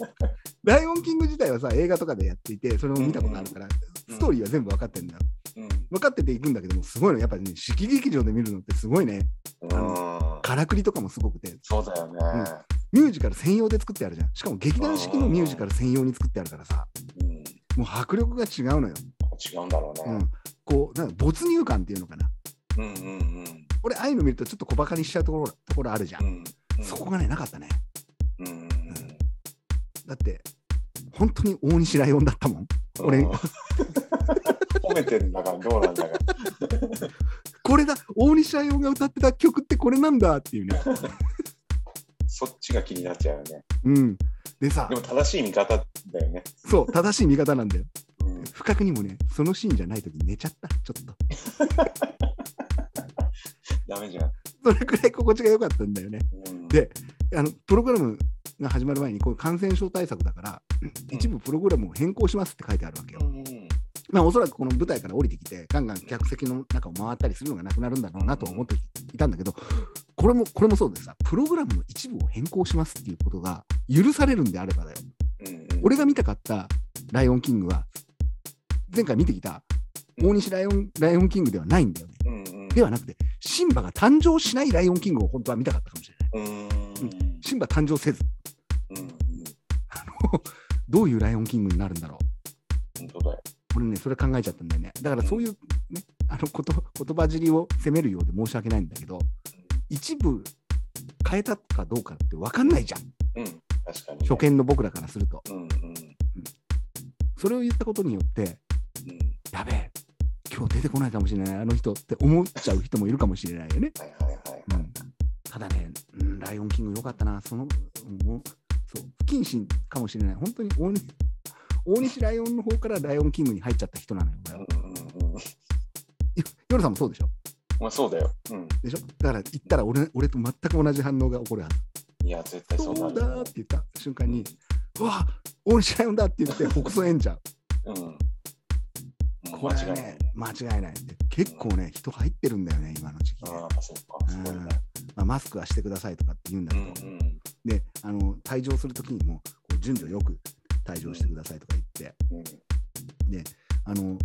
Speaker 3: (laughs) ライオンキング自体はさ、映画とかでやっていて、それも見たことあるから、ストーリーは全部分かってるんだよ。
Speaker 2: うん。
Speaker 3: 分かってていくんだけども、すごいの、やっぱりね、式劇場で見るのってすごいね、
Speaker 2: うん。
Speaker 3: からくりとかもすごくて、
Speaker 2: そうだよね。
Speaker 3: ミュージカル専用で作ってあるじゃん。しかも劇団式のミュージカル専用に作ってあるからさ、
Speaker 2: うん。違
Speaker 3: もう迫力が違うのよ。
Speaker 2: うんだろうね。
Speaker 3: うん、こう、なんか没入感っていうのかな。
Speaker 2: うんうんうん。
Speaker 3: 俺、ああいうの見るとちょっと小バカにしちゃうところところあるじゃ。
Speaker 2: うんん。
Speaker 3: そこがね、なかったね。
Speaker 2: うんうん
Speaker 3: だって、本当に大西ライオンだったもん。
Speaker 2: うん。
Speaker 3: 俺
Speaker 2: うん褒めてんだからどうなんだか。
Speaker 3: これだ大西彩が歌ってた曲ってこれなんだっ
Speaker 2: (laughs)
Speaker 3: ていうね。
Speaker 2: そっちが気になっちゃうよね。
Speaker 3: うん、
Speaker 2: (laughs)
Speaker 3: でさ
Speaker 2: でも正しい見方だよね。
Speaker 3: そう正しい見方なんだよ。
Speaker 2: うん
Speaker 3: 不覚にもねそのシーンじゃない時に寝ちゃったちょっと。
Speaker 2: ダメじゃん。
Speaker 3: それくらい心地が良かったんだよね。
Speaker 2: うん
Speaker 3: であのプログラムが始まる前にこう感染症対策だから一部プログラムを変更しますって書いてあるわけよ
Speaker 2: う。んうん
Speaker 3: まあおそらくこの舞台から降りてきてガンガン客席の中を回ったりするのがなくなるんだろうなとは思っていたんだけどこれもこれもそうでさプログラムの一部を変更しますっていうことが許されるんであればだよ。
Speaker 2: うん
Speaker 3: 俺が見たかった「ライオンキング」は前回見てきた大西ライオンライオンキングではないんだよね。
Speaker 2: うんうん
Speaker 3: ではなくてシンバが誕生しないライオンキングを本当は見たかったかもしれない。
Speaker 2: うーん
Speaker 3: シンバ誕生せず
Speaker 2: うん
Speaker 3: どういうライオンキングになるんだろう。
Speaker 2: 本当だよ。
Speaker 3: 俺ねそれ考えちゃったんだよね。だからそういう、ね、あのこと言葉尻を責めるようで申し訳ないんだけど一部変えたかどうかって分かんないじゃん
Speaker 2: うん、確かにね。
Speaker 3: 初見の僕らからすると。
Speaker 2: うんうん
Speaker 3: それを言ったことによって
Speaker 2: うん。
Speaker 3: やべえ今日出てこないかもしれないあの人って思っちゃう人もいるかもしれないよね。
Speaker 2: はいはいはい。
Speaker 3: うんただね、うんライオンキング良かったな、その、うんそう、不謹慎かもしれない、本当に大西大西ライオンの方からライオンキングに入っちゃった人なのよ、俺は
Speaker 2: うんうんうん
Speaker 3: よ夜さんもそうでしょ、
Speaker 2: まあそうだよ。うん。
Speaker 3: でしょだから行ったら俺俺と全く同じ反応が起こるはず。
Speaker 2: いや、絶対そう
Speaker 3: そ
Speaker 2: な
Speaker 3: うんだー
Speaker 2: だ
Speaker 3: って。言った瞬間に、うわオールシライオンだって言
Speaker 2: (laughs)
Speaker 3: って、北総演者。
Speaker 2: うん。もう
Speaker 3: こ
Speaker 2: 間違い
Speaker 3: れは
Speaker 2: ない
Speaker 3: ね
Speaker 2: ね。、
Speaker 3: 間違いないって。結構ね、人入ってるんだよね、今の時期ね。
Speaker 2: ああ、そうか。すごいね。
Speaker 3: まあ、マスクはしてくださいとかって言うんだ
Speaker 2: う
Speaker 3: け
Speaker 2: ん
Speaker 3: ど、
Speaker 2: うん
Speaker 3: であの退場するときにもこう順序よく退場してくださいとか言って、
Speaker 2: うん。
Speaker 3: あの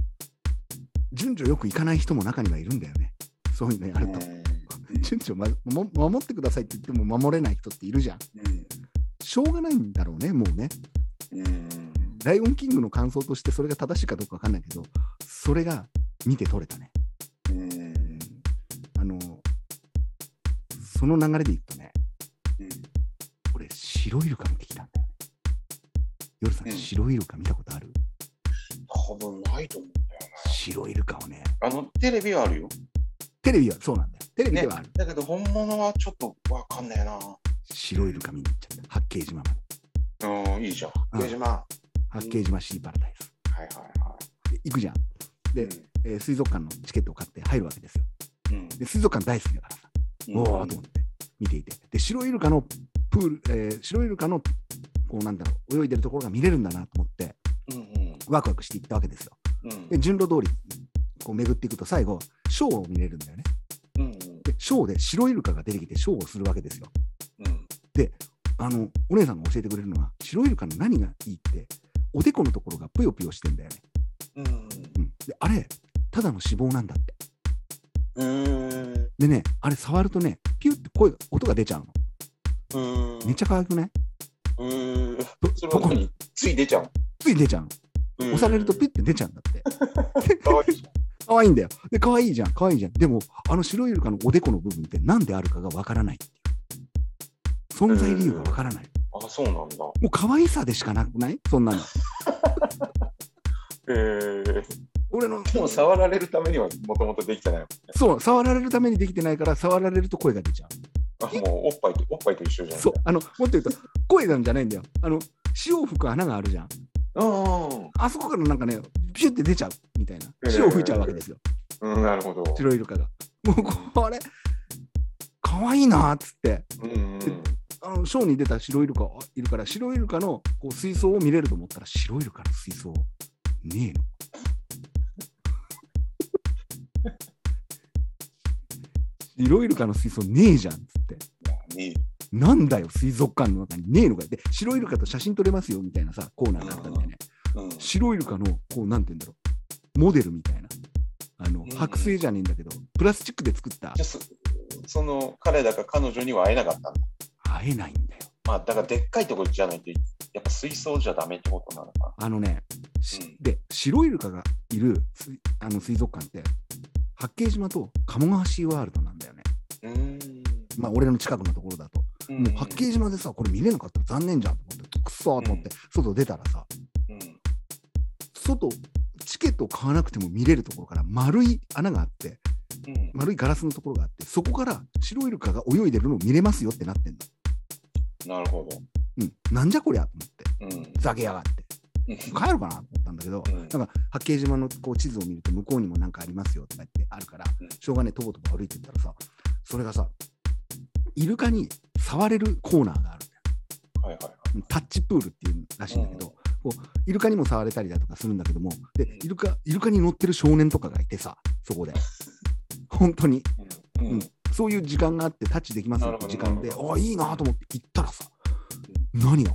Speaker 3: 順序よく行かない人も中にはいるんだよね。そういうのやると。
Speaker 2: うん
Speaker 3: 順序を、ま、も守ってくださいって言っても守れない人っているじゃん。しょうがないんだろうね、もうね。
Speaker 2: うんうん
Speaker 3: ライオンキングの感想としてそれが正しいかどうかわかんないけど、それが見て取れたね。
Speaker 2: うんうん
Speaker 3: あの、その流れでいくとね、俺、白イルカ見てきたんだよね。夜さん、
Speaker 2: うん
Speaker 3: 白イルカ見たことある
Speaker 2: 多分ないと思うんだよ
Speaker 3: 白イルカをね、
Speaker 2: な。あの、テレビはあるよ。
Speaker 3: テレビはそうなんだよ。テレビではある。
Speaker 2: だけど、本物はちょっとわかんねえな。
Speaker 3: 白イルカ見に行っちゃった。八景島まで。
Speaker 2: うん、いいじゃん。
Speaker 3: うん
Speaker 2: 上島。は
Speaker 3: 八景島シーパラダイス。
Speaker 2: いはいは
Speaker 3: で行くじゃん。
Speaker 2: い。
Speaker 3: でえー水族館のチケットを買って入るわけですよ。
Speaker 2: うん、
Speaker 3: で、水族館大好きだからさ、
Speaker 2: うん、
Speaker 3: おおーと思って見ていて。で、白イルカのプール、えー白イルカの、こうなんだろう、泳いでるところが見れるんだなと思って、
Speaker 2: うんうん
Speaker 3: ワクワクして行ったわけですよ。
Speaker 2: うん
Speaker 3: で、順路通り、こう巡っていくと最後、ショーを見れるんだよね。
Speaker 2: うん
Speaker 3: で、ショーで白イルカが出てきてショーをするわけですよ。
Speaker 2: うん
Speaker 3: あの、お姉さんが教えてくれるのは、白イルカの何がいいって、おでこのところがぷよぷよしてんだよね。
Speaker 2: うん
Speaker 3: うん。で、あれ、ただの脂肪なんだって。
Speaker 2: うんう
Speaker 3: でね、あれ触るとね、ピュって声が、音が出ちゃうの。
Speaker 2: ーん
Speaker 3: めっちゃ可愛くない
Speaker 2: うん
Speaker 3: と
Speaker 2: それ
Speaker 3: と
Speaker 2: は
Speaker 3: こに
Speaker 2: 何つい出ちゃう
Speaker 3: つい出ちゃうの。
Speaker 2: うん
Speaker 3: 押されるとピュって出ちゃうんだって。
Speaker 2: かわいいじ
Speaker 3: 可愛いんだよ。で、可愛いじゃん、可愛いじゃん。でも、あの白イルカのおでこの部分って何であるかがわからないっていう。存在理由がわからない。
Speaker 2: ゃんあそうなんだ
Speaker 3: もう可愛さでしかなくないそんなの。
Speaker 2: えー、
Speaker 3: 俺の、
Speaker 2: でも触られるためにはもともとできてない
Speaker 3: そう、触られるためにできてないから、触られると声が出ちゃう。
Speaker 2: あもうおっぱいとおっぱいと一緒じゃん
Speaker 3: そう、あの、もっと言うと、声なんじゃないんだよ。あの、潮を吹く穴があるじゃん。
Speaker 2: うん
Speaker 3: あそこからなんかね、ピュって出ちゃうみたいな。潮を吹いちゃうわけですよ、
Speaker 2: うんなるほど
Speaker 3: 白イルカが。もうこれ、可愛いなーっつって、
Speaker 2: うんうん
Speaker 3: あの、ショーに出た白イルカいるから、白イルカのこう水槽を見れると思ったら、白イルカの水槽、ねえの。白イルカの水槽ねえじゃんっつって。
Speaker 2: いい
Speaker 3: なんだよ、水族館の中にねえのかよ。で、白イルカと写真撮れますよみたいなさ、コーナーがあったんだよね。
Speaker 2: うん
Speaker 3: 白イルカの、こう、なんて言うんだろう、モデルみたいな。あの
Speaker 2: うん、
Speaker 3: 剥製じゃねえんだけど、プラスチックで作った
Speaker 2: じゃ、あそその彼だか彼女には会えなかったんだ
Speaker 3: 会えないんだよ。
Speaker 2: まあだからでっかいとこじゃないとやっぱ水槽じゃダメってことなのか
Speaker 3: あのね、し
Speaker 2: うん
Speaker 3: で、白イルカがいる水あの水族館って、八景島と鴨川シーワールドなんだよね。
Speaker 2: なうん
Speaker 3: まあ、俺の近くのところだと。もう八景島でさ、これ見れなかったら残念じゃんと思って、くっそーと思って、外出たらさ、
Speaker 2: うん
Speaker 3: 外、チケットを買わなくても見れるところから丸い穴があって、
Speaker 2: うん
Speaker 3: 丸いガラスのところがあって、そこから白イルカが泳いでるのを見れますよってなってんの。
Speaker 2: なるほど
Speaker 3: うん、なんじゃこりゃと思って、
Speaker 2: うん
Speaker 3: ふざけやがって。帰るかなと思ったんだけど、
Speaker 2: うん
Speaker 3: なんか八景島のこう地図を見ると向こうにもなんかありますよとか言ってあるから、
Speaker 2: うん
Speaker 3: しょうがねえとぼとぼ歩いてったらさそれがさイルカに触れるコーナーがあるんだ
Speaker 2: はいはいはい
Speaker 3: よタッチプールっていうらしいんだけど、こうイルカにも触れたりだとかするんだけども
Speaker 2: う
Speaker 3: で
Speaker 2: ん
Speaker 3: イルカイルカに乗ってる少年とかがいてさ
Speaker 2: (laughs)
Speaker 3: そこで本当に
Speaker 2: うんうん
Speaker 3: うんそういう時間があってタッチできますよって時間
Speaker 2: な
Speaker 3: で
Speaker 2: るほど
Speaker 3: あいいなと思って行ったらさ、何が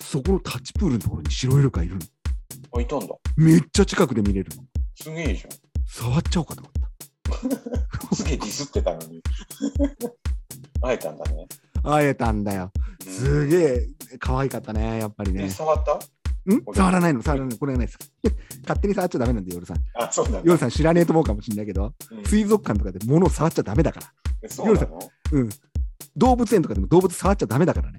Speaker 3: そこのタッチプールのところに白イルカいるの
Speaker 2: あいたんだ
Speaker 3: めっちゃ近くで見れるの
Speaker 2: すげえじゃ
Speaker 3: 触っちゃおうかと思っ
Speaker 2: んすげえディスってたの
Speaker 3: (laughs)
Speaker 2: に会えたんだね
Speaker 3: た会えたんだよ
Speaker 2: うん
Speaker 3: すげえ可愛かったねやっぱり
Speaker 2: え
Speaker 3: ね
Speaker 2: 触った
Speaker 3: ん触らないの触らないのこれがないです (laughs) 勝手に触っちゃダメなんで夜さん
Speaker 2: あそうなんだ
Speaker 3: 夜さん知らねえと思うかもしれないけど
Speaker 2: うん
Speaker 3: 水族館とかで物を触っちゃダメだから
Speaker 2: えそうなの
Speaker 3: 動物園とかでも動物触っちゃダメだからね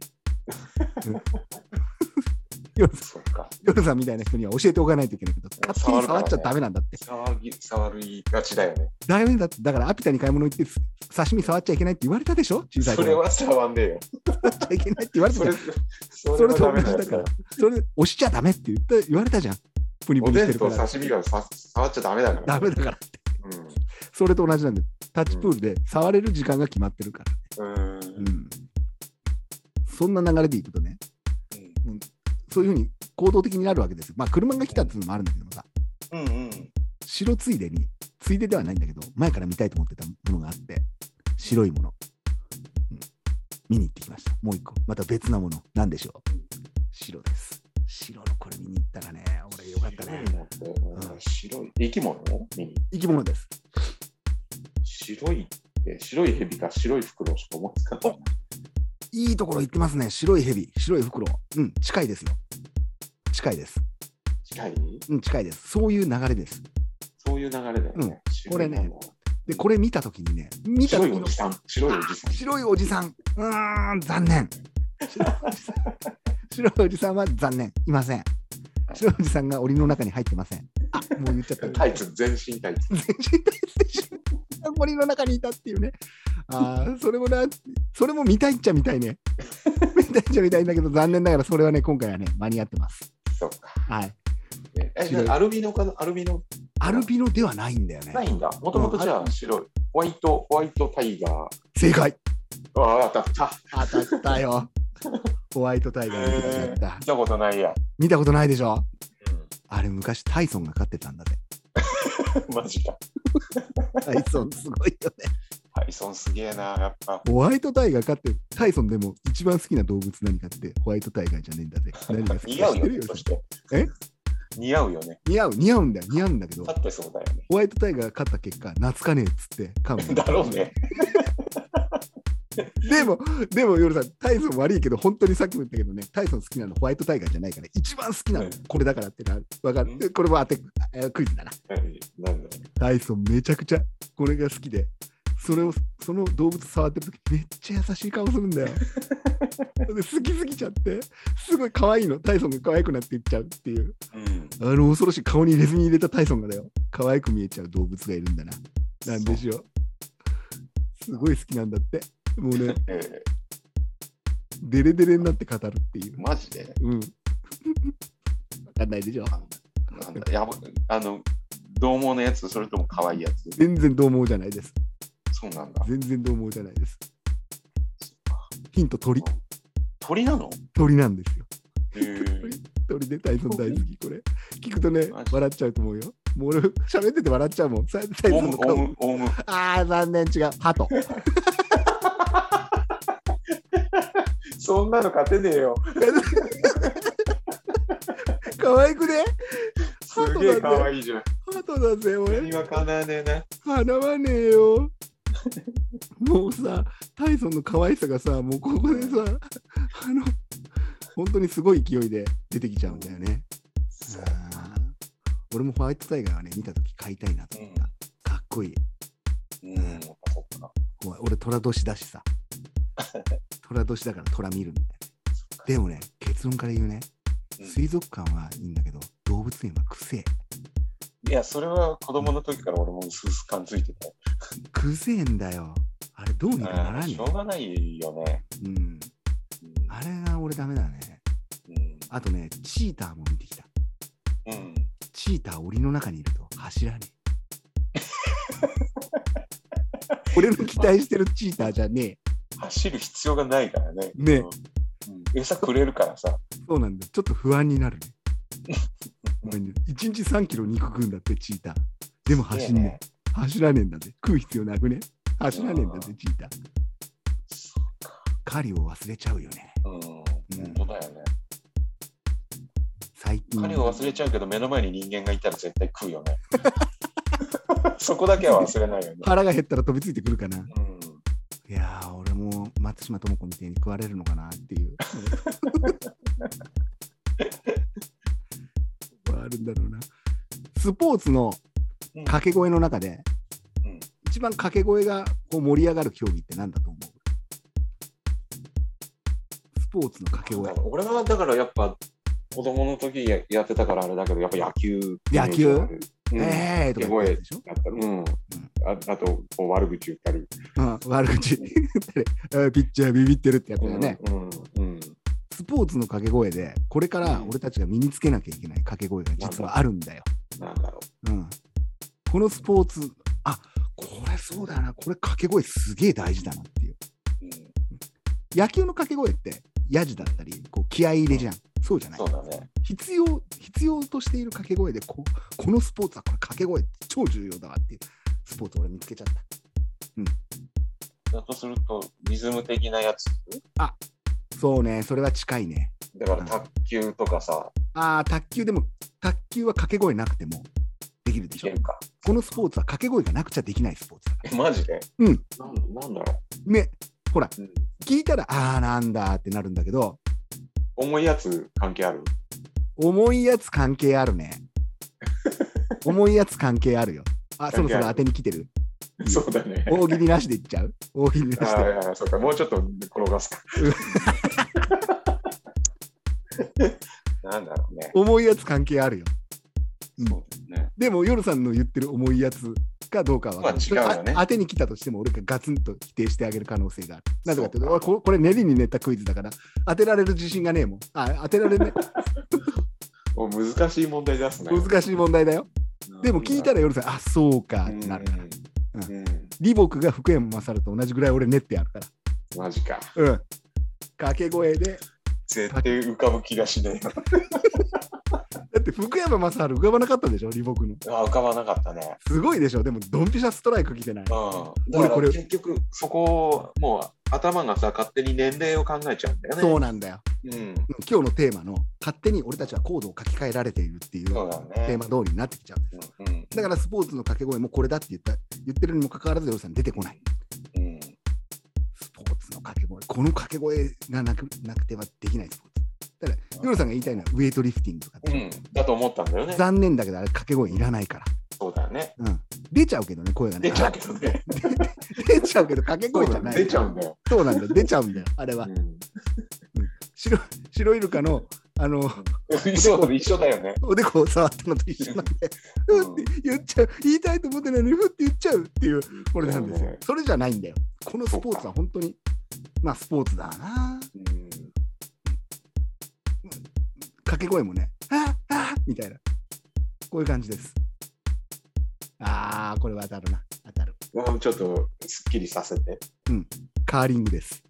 Speaker 3: 夜
Speaker 2: そ
Speaker 3: さん
Speaker 2: うか
Speaker 3: 夜さんみたいな人には教えておかないといけないけど勝手に触っちゃダメなんだって
Speaker 2: 触り触りがちだよね
Speaker 3: ダメだってだからアピタに買い物行って刺身触っちゃいけないって言われたでしょ小さい
Speaker 2: そ
Speaker 3: 頃
Speaker 2: れは触んねえよ
Speaker 3: 触っちゃいけないって言われた
Speaker 2: そ
Speaker 3: じゃ
Speaker 2: れ
Speaker 3: ん
Speaker 2: そ
Speaker 3: そ
Speaker 2: れは
Speaker 3: れと
Speaker 2: ダ
Speaker 3: 同
Speaker 2: メ
Speaker 3: じ
Speaker 2: だ
Speaker 3: だ
Speaker 2: よ
Speaker 3: から、それ押しちゃダメって言った言われたじゃん。プニ
Speaker 2: お
Speaker 3: プニし
Speaker 2: で
Speaker 3: て
Speaker 2: ん
Speaker 3: る
Speaker 2: と
Speaker 3: から。
Speaker 2: 刺身がさ触っちゃダメだから
Speaker 3: ダメだからって。それと同じなんで、タッチプールで触れる時間が決まってるから、
Speaker 2: うん。うん。
Speaker 3: うんそんな流れでいくとね、そういうふうに行動的になるわけですよ。まあ、車が来たっていうのもあるんだけどもさ、
Speaker 2: うん。うん。
Speaker 3: 白ついでに、ついでではないんだけど、前から見たいと思ってたものがあって、白いもの。うん見に行ってきました。もう一個。また別なもの。なんでしょう白です。白のこれ見に行ったらね、俺よかったね。
Speaker 2: 白いのってうん白い生き物見に
Speaker 3: 生き物です。
Speaker 2: 白いって白い蛇か白い袋しか思いつかない。
Speaker 3: いいところ行ってますね。白い蛇、白い袋。うん、近いですよ。近いです。
Speaker 2: 近い
Speaker 3: うん、近いです。そういう流れです。
Speaker 2: そういう流れだよね。
Speaker 3: これね
Speaker 2: 白いもの
Speaker 3: で、これ見たときにね、見た
Speaker 2: 白
Speaker 3: と
Speaker 2: い
Speaker 3: き
Speaker 2: お
Speaker 3: の
Speaker 2: じさん。白いおじさん。
Speaker 3: 白いおじさん。うーん、
Speaker 2: (laughs)
Speaker 3: 残念。白いおじさん白いおじさんは残念。いません。白いおじさんが檻の中に入ってません。あ、もう言っちゃった。
Speaker 2: タイツ、全身タイツ。
Speaker 3: 全身タイツでしょ森の中にいたっていうね。ああ、それもな、それも見たいっちゃ見たいね。見たいっちゃ見たいんだけど、残念ながらそれはね、今回はね、間に合ってます。
Speaker 2: そうか。
Speaker 3: はい。
Speaker 2: ねえ、
Speaker 3: 白い
Speaker 2: でアルビノかなアルビノ
Speaker 3: アルビノではないんだよね。
Speaker 2: ないんだ。もともとじゃあ白い。ホワイト、ホワイトタイガー。
Speaker 3: 正解
Speaker 2: ああ、当たった。
Speaker 3: 当たっ
Speaker 2: (laughs)
Speaker 3: たよ。ホワイトタイガーのやつだった
Speaker 2: 見。たことないや。
Speaker 3: 見たことないでしょあれ昔タイソンが飼ってたんだね。
Speaker 2: うんマジか。
Speaker 3: タイソンすごいよね。
Speaker 2: ハイソンすげえな、やっぱ。
Speaker 3: ホワイトタイガー飼ってる、タイソンでも一番好きな動物何かってホワイトタイガーじゃねえんだぜ。何が好き
Speaker 2: 似合
Speaker 3: か
Speaker 2: う
Speaker 3: 知
Speaker 2: よ
Speaker 3: ってる
Speaker 2: ね、
Speaker 3: よ。
Speaker 2: そして。
Speaker 3: え
Speaker 2: 似合うよね。
Speaker 3: 似合う、似合うんだよ、似合うんだけど
Speaker 2: 立。ってそうだよね。
Speaker 3: ホワイトタイガーが勝った結果、懐かねえっ
Speaker 2: (laughs)
Speaker 3: つって噛む。
Speaker 2: だろうね。
Speaker 3: でも、でも、夜さん、タイソン悪いけど、本当にさっきも言ったけどね、タイソン好きなのホワイトタイガーじゃないから、一番好きな
Speaker 2: う
Speaker 3: の
Speaker 2: ん
Speaker 3: これだからってな、わか
Speaker 2: う
Speaker 3: る。
Speaker 2: ん
Speaker 3: でこれも当て、えークイズだな。
Speaker 2: はいなんだろ
Speaker 3: タイソンめちゃくちゃこれが好きで、それを、その動物触ってる時めっちゃ優しい顔するんだよ。で好きすぎちゃって、すごい可愛いの。タイソンが可愛くなっていっちゃうっていう。
Speaker 2: ううん。
Speaker 3: あの恐ろしい顔に入れ墨入れたタイソンがだよ。可愛く見えちゃう動物がいるんだな。なんでしょう。すごい好きなんだって。もうね、
Speaker 2: ええ
Speaker 3: デレデレになって語るっていう。
Speaker 2: マジで
Speaker 3: うん。わかんないでしょ。
Speaker 2: なんだやばあの、どう猛のやつ、それとも可愛いやつ。
Speaker 3: 全然どう思うじゃないです。
Speaker 2: そうなんだ。
Speaker 3: 全然どう思うじゃないです。ヒント鳥。
Speaker 2: 鳥なの
Speaker 3: 鳥なんですよ。
Speaker 2: へえ
Speaker 3: 鳥でタイソン大好き、これ。聞くとね
Speaker 2: マ、ジ
Speaker 3: 笑っちゃうと思うよ。もう俺、喋ってて笑っちゃうもん。タイタイ
Speaker 2: オ
Speaker 3: ソ
Speaker 2: ウ
Speaker 3: ン
Speaker 2: ムオウ
Speaker 3: の、顔。
Speaker 2: ム、オウム。
Speaker 3: ああ、残念、違う。ハト。
Speaker 2: そんなの勝てねえよ。
Speaker 3: 可愛くね
Speaker 2: すげえ可愛いじゃん。
Speaker 3: ハトだぜ、俺。
Speaker 2: 何はかなわねえな。
Speaker 3: 払わねえよ。もうさ、タイソンの可愛さがさ、もうここでさ、あの、本当にすごい勢いで出てきちゃうんだよね。あー俺もホワイトタイガーはね、見たとき買いたいなと思った。かっこいい。
Speaker 2: うん、そっか。
Speaker 3: おい俺、虎年だ
Speaker 2: (laughs)
Speaker 3: しさ。虎年だから虎見るんだよね。でもね、結論から言うね、
Speaker 2: うん
Speaker 3: 水族館はいいんだけど、動物園はくせえ。
Speaker 2: いや、それは子供の時から俺も薄々感づいてた。
Speaker 3: くせえんだよ。あれ、どうにかなら
Speaker 2: うん
Speaker 3: ん
Speaker 2: しょ
Speaker 3: よ。
Speaker 2: うがないよね。
Speaker 3: うん。
Speaker 2: うん
Speaker 3: あれが俺ダメだね。
Speaker 2: うん
Speaker 3: あとね、チーターも見てきた。
Speaker 2: うん。
Speaker 3: チーター檻の中にいると走らね
Speaker 2: (laughs)
Speaker 3: え。俺の期待してるチーターじゃねえ。
Speaker 2: 走る必要がないからね。
Speaker 3: ね
Speaker 2: うんうん餌くれるからさ。
Speaker 3: そうなんだ。ちょっと不安になるね。ごめんね。1日3キロ肉食うんだって、チーター。でも走んねえ。走らねえんだぜ。食う必要なくね。走らねえんだぜ、チーター。
Speaker 2: そうか。
Speaker 3: 狩りを忘れちゃうよね。
Speaker 2: うん。本当だよね。
Speaker 3: 最近。
Speaker 2: 彼を忘れちゃうけど、目の前に人間がいたら絶対食うよね。 (laughs) そこだけは忘れないよね。
Speaker 3: 腹が減ったら飛びついてくるかな。
Speaker 2: うん
Speaker 3: いやー、俺も松島智子みたいに食われるのかなっ
Speaker 2: (laughs)
Speaker 3: ていう。はあるんだろうな。スポーツの
Speaker 2: うん
Speaker 3: 掛け声の中で、
Speaker 2: うん
Speaker 3: 一番掛け声がこう盛り上がる競技って何だと思うスポーツの掛け声。
Speaker 2: 俺はだからやっぱ子供の時ややってたからあれだけど、やっぱ野球。
Speaker 3: 野球
Speaker 2: うん
Speaker 3: えーとか言ってやつでしょ、
Speaker 2: だったらうん。ああと、こう悪口言ったり。
Speaker 3: うん、悪口 (laughs) 誰あピッチャービビってるってやつだよね、
Speaker 2: うん。うん。
Speaker 3: スポーツの掛け声でこれから俺たちが身につけなきゃいけない掛け声が実はあるんだよ
Speaker 2: なんだろ
Speaker 3: うんこのスポーツそうだな、これ掛け声すげえ大事だなっていう。
Speaker 2: うん、
Speaker 3: 野球の掛け声って、やじだったり、こう気合い入れじゃん。そうじゃない
Speaker 2: そうだね。
Speaker 3: 必要必要としている掛け声でここのスポーツはこれ掛け声超重要だわっていうスポーツ俺見つけちゃった
Speaker 2: だとすると、リズム的なやつ、
Speaker 3: そうねそれは近いね
Speaker 2: だから卓球とかさ、
Speaker 3: あー卓球でも卓球は掛け声なくてもできるで
Speaker 2: い
Speaker 3: しょ
Speaker 2: けるか。
Speaker 3: このスポーツは掛け声がなくちゃできないスポーツだか
Speaker 2: え、マジで
Speaker 3: うん。
Speaker 2: なんなんだろ
Speaker 3: らねほら
Speaker 2: う、うん。
Speaker 3: 聞いたらあーなんだってなるんだけど
Speaker 2: 重いやつ関係ある
Speaker 3: 重いやつ関係あ
Speaker 2: (laughs)
Speaker 3: るね重いやつ関係あるよあそろそろ当てに来てる
Speaker 2: そうだね。
Speaker 3: 大喜利なしでいっちゃう大喜利
Speaker 2: あ
Speaker 3: なしで
Speaker 2: あ、そうか。もうちょっと転がすか。なんだろうね。
Speaker 3: 重いやつ関係あるよ
Speaker 2: そうだよね。
Speaker 3: でも、夜さんの言ってる重いやつかどうかは分かんない、
Speaker 2: まあ違うよね
Speaker 3: それあ当てに来たとしても、俺がガツンと否定してあげる可能性がある。なぜかというと、
Speaker 2: そ
Speaker 3: 俺
Speaker 2: うか
Speaker 3: ここれ練りに練ったクイズだから、当てられる自信がねえもん。あ当てられ
Speaker 2: (laughs)
Speaker 3: ね
Speaker 2: お難しい問題出す
Speaker 3: え
Speaker 2: ね。
Speaker 3: 難しい問題だよ。でも聞いた
Speaker 2: ら、
Speaker 3: ら夜さん、あ、そうかっ
Speaker 2: うん
Speaker 3: てなるから。
Speaker 2: うん
Speaker 3: 李牧が福山雅治と同じぐらい俺練ってあるから。
Speaker 2: マジか。
Speaker 3: うん。掛け声で、
Speaker 2: 絶対浮かぶ気がしね
Speaker 3: だって福山雅治浮かばなかったでしょ、李牧の。
Speaker 2: えな。あ浮かばなかったね。
Speaker 3: すごいでしょ、でもドンピシャストライク来てない。
Speaker 2: うん。だ
Speaker 3: 俺
Speaker 2: か
Speaker 3: こ
Speaker 2: ら
Speaker 3: れ
Speaker 2: 結局、そこを、もう頭がさ、勝手に年齢を考えちゃうんだよね。
Speaker 3: そうなんだよ。
Speaker 2: うん。
Speaker 3: うん今日のテーマの勝手に俺たちはコードを書き換えられているっていう
Speaker 2: そうだね
Speaker 3: テーマ通りになってきちゃうんですよ。
Speaker 2: うん。うん
Speaker 3: だからスポーツの掛け声もこれだって言った言ってるにもかかわらず、ヨルさん出てこない。
Speaker 2: うん。
Speaker 3: スポーツの掛け声、この掛け声がなくなくてはできないスポーツ。だから、ヨルさんが言いたいのはウエイトリフティングとか、
Speaker 2: うん。だと思ったんだよね。
Speaker 3: 残念だけどあれ掛け声いらないから。
Speaker 2: そうだよね。
Speaker 3: うん、出ちゃうけどね、声がね。
Speaker 2: 出ちゃうけどね。
Speaker 3: (laughs) 出ちゃうけど掛け声じゃない。
Speaker 2: 出ちゃうんだよ。
Speaker 3: そうなんだよ、出ちゃうんだよ、あれは。白白イルカのあの
Speaker 2: うんそう、一緒だよね。
Speaker 3: おでこを触ったのと一緒なんで、
Speaker 2: うん
Speaker 3: ふって言っちゃう、言いたいと思ってないのに、ふって言っちゃうっていう、これなんです
Speaker 2: そう
Speaker 3: よ
Speaker 2: ね。
Speaker 3: それじゃないんだよ。このスポーツは本当に、まあ、スポーツだな。
Speaker 2: うん
Speaker 3: 掛け声もね、あああみたいな。こういう感じです。ああ、これは当たるな。当たる。
Speaker 2: もうちょっとすっきりさせて。
Speaker 3: カーリングです。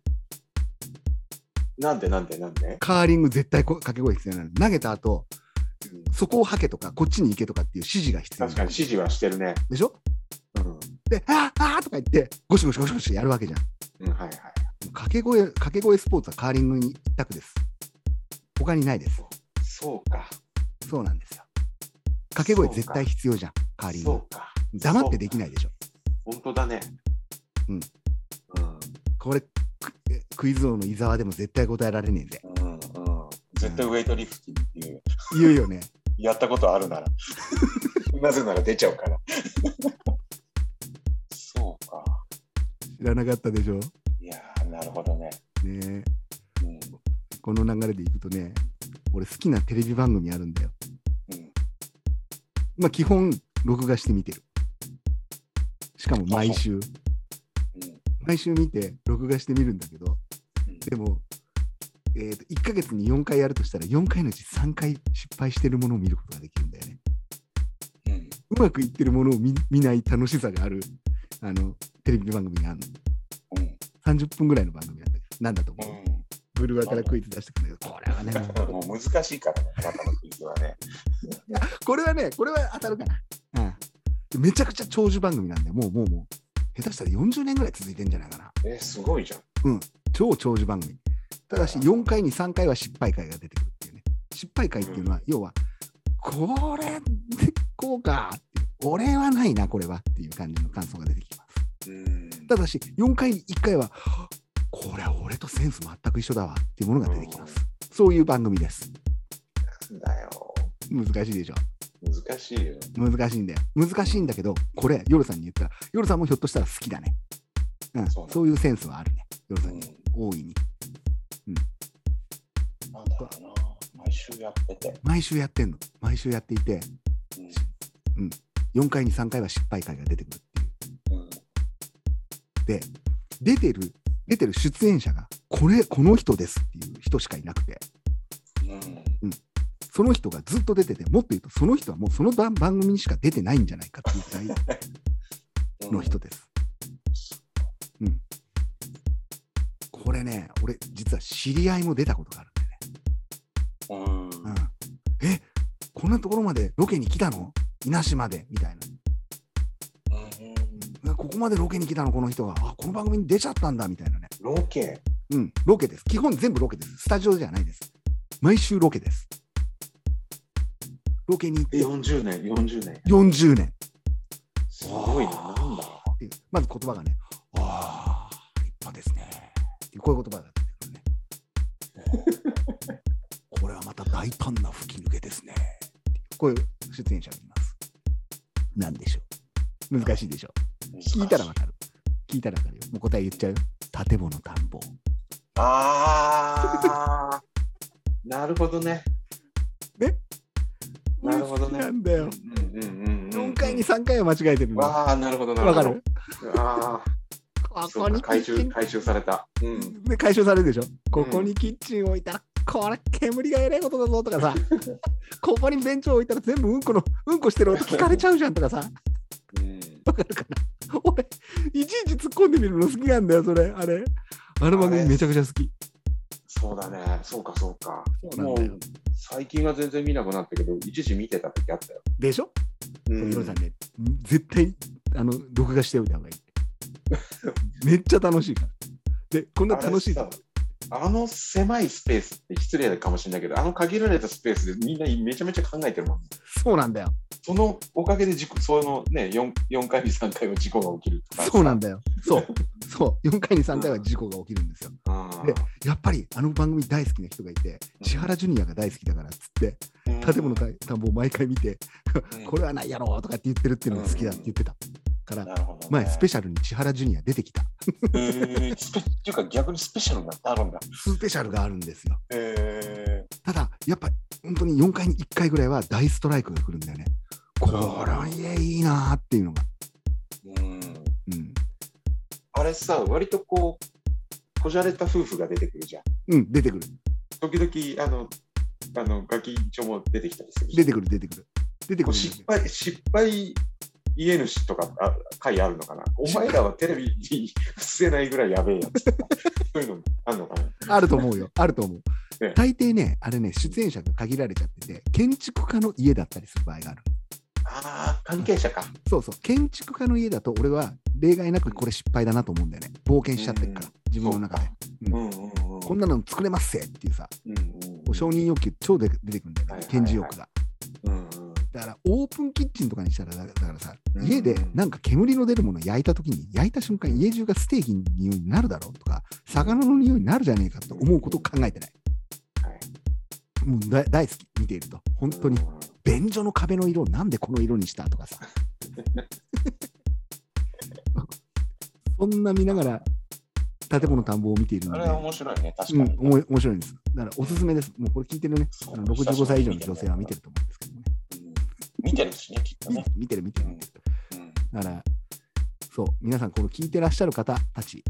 Speaker 2: なんでなんでなんで、
Speaker 3: カーリング絶対こ掛け声必要なの。投げた後、
Speaker 2: うん
Speaker 3: そこをはけとか、こっちに行けとかっていう指示が必要
Speaker 2: 確かに
Speaker 3: なの
Speaker 2: 指示はしてるね。
Speaker 3: でしょ
Speaker 2: うん。
Speaker 3: で、ああああとか言って、ゴシゴシゴシゴシやるわけじゃん。
Speaker 2: うん、はいはい。
Speaker 3: 掛け声、掛け声スポーツはカーリングに一択です。他にないです。
Speaker 2: そうか。
Speaker 3: そうなんですよ。掛け声
Speaker 2: そうか
Speaker 3: 絶対必要じゃん、カーリン
Speaker 2: そ
Speaker 3: グ。
Speaker 2: うか。
Speaker 3: 黙ってできないでしょ。
Speaker 2: 本当だね。
Speaker 3: うん。
Speaker 2: うん。
Speaker 3: これ、クえクイズ王の伊沢でも絶対答えられねえぜ。
Speaker 2: うん。うん。絶対ウェイトリフティングっていう。
Speaker 3: 言うよね。
Speaker 2: やったことあるなら。 (laughs) なぜなら出ちゃうから。そうか。
Speaker 3: 知らなかったでしょ。
Speaker 2: いやー、なるほどね。
Speaker 3: ねえ
Speaker 2: うん。
Speaker 3: この流れでいくとね、俺好きなテレビ番組あるんだよ。
Speaker 2: うん、
Speaker 3: まあ基本、録画して見てる。しかも毎週。
Speaker 2: うん
Speaker 3: 毎週見て、録画して見るんだけど、
Speaker 2: うん。
Speaker 3: でも、えー、と1ヶ月に4回やるとしたら4回のうち3回失敗してるものを見ることができるんだよね。
Speaker 2: うん。
Speaker 3: うまくいってるものを見見ない楽しさがあるあのテレビ番組がある
Speaker 2: うん。
Speaker 3: の30分ぐらいの番組なんだけどなんだと思う、
Speaker 2: う
Speaker 3: ブルワからクイズ出してくるんだけどこれはね
Speaker 2: ん、もう難しいからね、あなたのクイズはね。
Speaker 3: (laughs) これはねこれは当たるかな、うん、めちゃくちゃ長寿番組なんだよもうもうもう下手したら40年ぐらい続いてんじゃないかな
Speaker 2: (laughs) え、すごいじゃん。
Speaker 3: 超長寿番組ただし4回に3回は失敗回が出てくるっていうね失敗回っていうのは、要はこれこうかっていう俺はないなこれはっていう感じの感想が出てきます
Speaker 2: うん。
Speaker 3: ただし、4回に1回は、これは俺とセンス全く一緒だわっていうものが出てきます。そういう番組です。
Speaker 2: なんだよ。
Speaker 3: 難しいでしょ。
Speaker 2: 難しいよ。
Speaker 3: 難しいんだよ。難しいんだけど、これ、ヨルさんに言ったら、ヨルさんもひょっとしたら好きだね。うん、
Speaker 2: そう
Speaker 3: そ
Speaker 2: ね
Speaker 3: ういうセンスはあるね。ヨル
Speaker 2: う
Speaker 3: さん
Speaker 2: ん
Speaker 3: に、。大いに。
Speaker 2: なんだろうな。毎週やってて。
Speaker 3: 毎週やってんの。毎週やっていて、
Speaker 2: う
Speaker 3: 4回に3回は失敗回が出てくるっ
Speaker 2: ん。うん。
Speaker 3: ていう。で、出てる、出てる出演者が、これ、この人ですっていう人しかいなくて、
Speaker 2: うん。
Speaker 3: その人がずっと出てて、もっと言うと、その人はもうその番番組にしか出てないんじゃないかっていうぐらいの人です。れね、俺、実は知り合いも出たことがあるんだよね。
Speaker 2: うん。
Speaker 3: うん、えこんなところまでロケに来たの稲島でみたい
Speaker 2: うん
Speaker 3: な。ここまでロケに来たのこの人が。あ、この番組に出ちゃったんだみたいなね。
Speaker 2: ロケ。
Speaker 3: うん、ロケです。基本全部ロケです。スタジオじゃないです。毎週ロケです。ロケに行って
Speaker 2: え40年、40年。
Speaker 3: 40年。
Speaker 2: すごいな、なんだ。
Speaker 3: っていうまず言葉がね、ああ、立派ですね。っていうこういう言葉が出てくるね。 (laughs) これはまた大胆な吹き抜けですね。っていうこういう出演者がいます。なんでしょう。難しいでしょ。聞いたらわかる。聞いたらわかるよ。もう答え言っちゃうよ。建物田んぼ。
Speaker 2: ああ。なるほど (laughs) ね。なるほどね
Speaker 3: これ好きなんだよ。
Speaker 2: うんうんうんうん。
Speaker 3: 4回に3回は間違えてるの。わ
Speaker 2: わあ、なるほどなるほど。
Speaker 3: かる
Speaker 2: ああ、
Speaker 3: こ
Speaker 2: そ
Speaker 3: こ
Speaker 2: うか
Speaker 3: に
Speaker 2: 回
Speaker 3: キ
Speaker 2: 収
Speaker 3: ッチン
Speaker 2: 回収された。うん。
Speaker 3: で解消されるでしょ、ここにキッチン置いたらこれ煙がえらいことだぞ
Speaker 2: (laughs)
Speaker 3: とかさここにベンチを置いたら全部うんこのうんこしてる音聞かれちゃうじゃんとかさ
Speaker 2: うん。
Speaker 3: わかるかな俺いちいち突っ込んでみるの好きなんだよそれあれあの番組めちゃくちゃ好き
Speaker 2: そうだね。そうかそうか。
Speaker 3: そうなんだよ
Speaker 2: もう最近は全然見なくなったけど、一時見てた時あったよ。
Speaker 3: でしょ、
Speaker 2: う
Speaker 3: うロさ
Speaker 2: ん
Speaker 3: ん。ね絶対あの録画しておいた方がいいめっちゃ楽しいからでこんな楽しい
Speaker 2: あれさあの狭いスペースって失礼かもしれないけど、あの限られたスペースでみんなめちゃめちゃ考えてるもん。
Speaker 3: そうなんだよ
Speaker 2: そのおかげで事故、そのね、4, 4回に3回は事故が起きるとか。
Speaker 3: そうなん
Speaker 2: だ。
Speaker 3: だよそうそう4回に3回は事故が起きるんですよでやっぱりあの番組大好きな人がい
Speaker 2: う
Speaker 3: て、
Speaker 2: ん
Speaker 3: 千原ジュニアが大好きだからっつって、建物
Speaker 2: か、
Speaker 3: の田んぼを毎回見て、
Speaker 2: うん
Speaker 3: これはないやろとかって言ってるっていうのが好きだって言ってた。から、
Speaker 2: なるほどね、
Speaker 3: 前、スペ
Speaker 2: シ
Speaker 3: シャルに千原ジュニア出てきた。
Speaker 2: ャル。えー、スペっていうか逆にスペシャルになってあるんだ。
Speaker 3: スペシャルがあるんですよ。
Speaker 2: え
Speaker 3: ただ、やっぱ本当に4回に1回ぐらいは大ストライクが来るんだよね。これはいいなーっていうのが。
Speaker 2: ー、うん。
Speaker 3: うん、
Speaker 2: あれさ、割とこう、こじゃれた夫婦が出てくるじゃん。
Speaker 3: うん、出てくる。
Speaker 2: 時々、あの、あのガキ一丁も出てきたりするし
Speaker 3: 出てくる、出てくる。出て
Speaker 2: こ
Speaker 3: く
Speaker 2: う
Speaker 3: る。
Speaker 2: 失敗、失敗家主とかあ回あるのかな。お前らはテレビに映せないぐらいやべえやつとか。そういうのあるのかな。
Speaker 3: あると思うよ。あると思う
Speaker 2: ね。
Speaker 3: 大抵ね、あれね、出演者が限られちゃってて、建築家の家だったりする場合がある。
Speaker 2: ああ、関係者か。
Speaker 3: そうそう、建築家の家だと、俺は例外なくこれ失敗だなと思うんだよね。冒険しちゃってるから、自分の中で。
Speaker 2: うんうんうん。
Speaker 3: こんなの作れますぜっていうさ、
Speaker 2: うんうんうん
Speaker 3: 承認欲求、超で出てくるんだよね、
Speaker 2: はいはいはい
Speaker 3: 顕示欲が。
Speaker 2: うんうん
Speaker 3: だから、オープンキッチンとかにしたら、だだからさ、
Speaker 2: うん
Speaker 3: 家でなんか煙の出るものを焼いたときに、焼いた瞬間、家中がステーキの匂いになるだろうとか、魚の匂いになるじゃねえかと思うことを考えてない。
Speaker 2: はい
Speaker 3: もうだ大好き、見ていると。本当に
Speaker 2: う、んうん
Speaker 3: 便所の壁の色をなんでこの色にしたとかさ。 (laughs) そんな見ながら建物田んぼを見ているの
Speaker 2: あ
Speaker 3: で
Speaker 2: れ、は面白いね、確
Speaker 3: う
Speaker 2: か
Speaker 3: ん
Speaker 2: に。、
Speaker 3: おも面白いんです。だからおすすめです。もうこれ聞いてるね、
Speaker 2: そう
Speaker 3: あの65歳以上の女性は見てると思うんですけどね。
Speaker 2: うん見てるしね、きっとね。
Speaker 3: 見てる見てる見てる。
Speaker 2: うん
Speaker 3: だから、そう、皆さん、この聞いてらっしゃる方たち、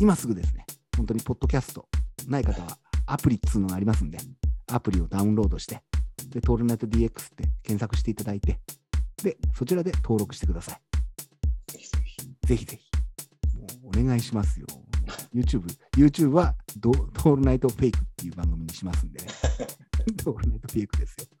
Speaker 3: 今すぐですね、本当にポッドキャストない方は、アプリっつうのがありますんで、アプリをダウンロードして、で、トールネット DX って検索していただいて、で、そちらで登録してください。
Speaker 2: ぜひぜひ
Speaker 3: ぜひぜひ。もうお願いしますよ。YouTube、YouTube はド、トールナイトフェイクっていう番組にしますんでね。トールナイトフェイクですよ。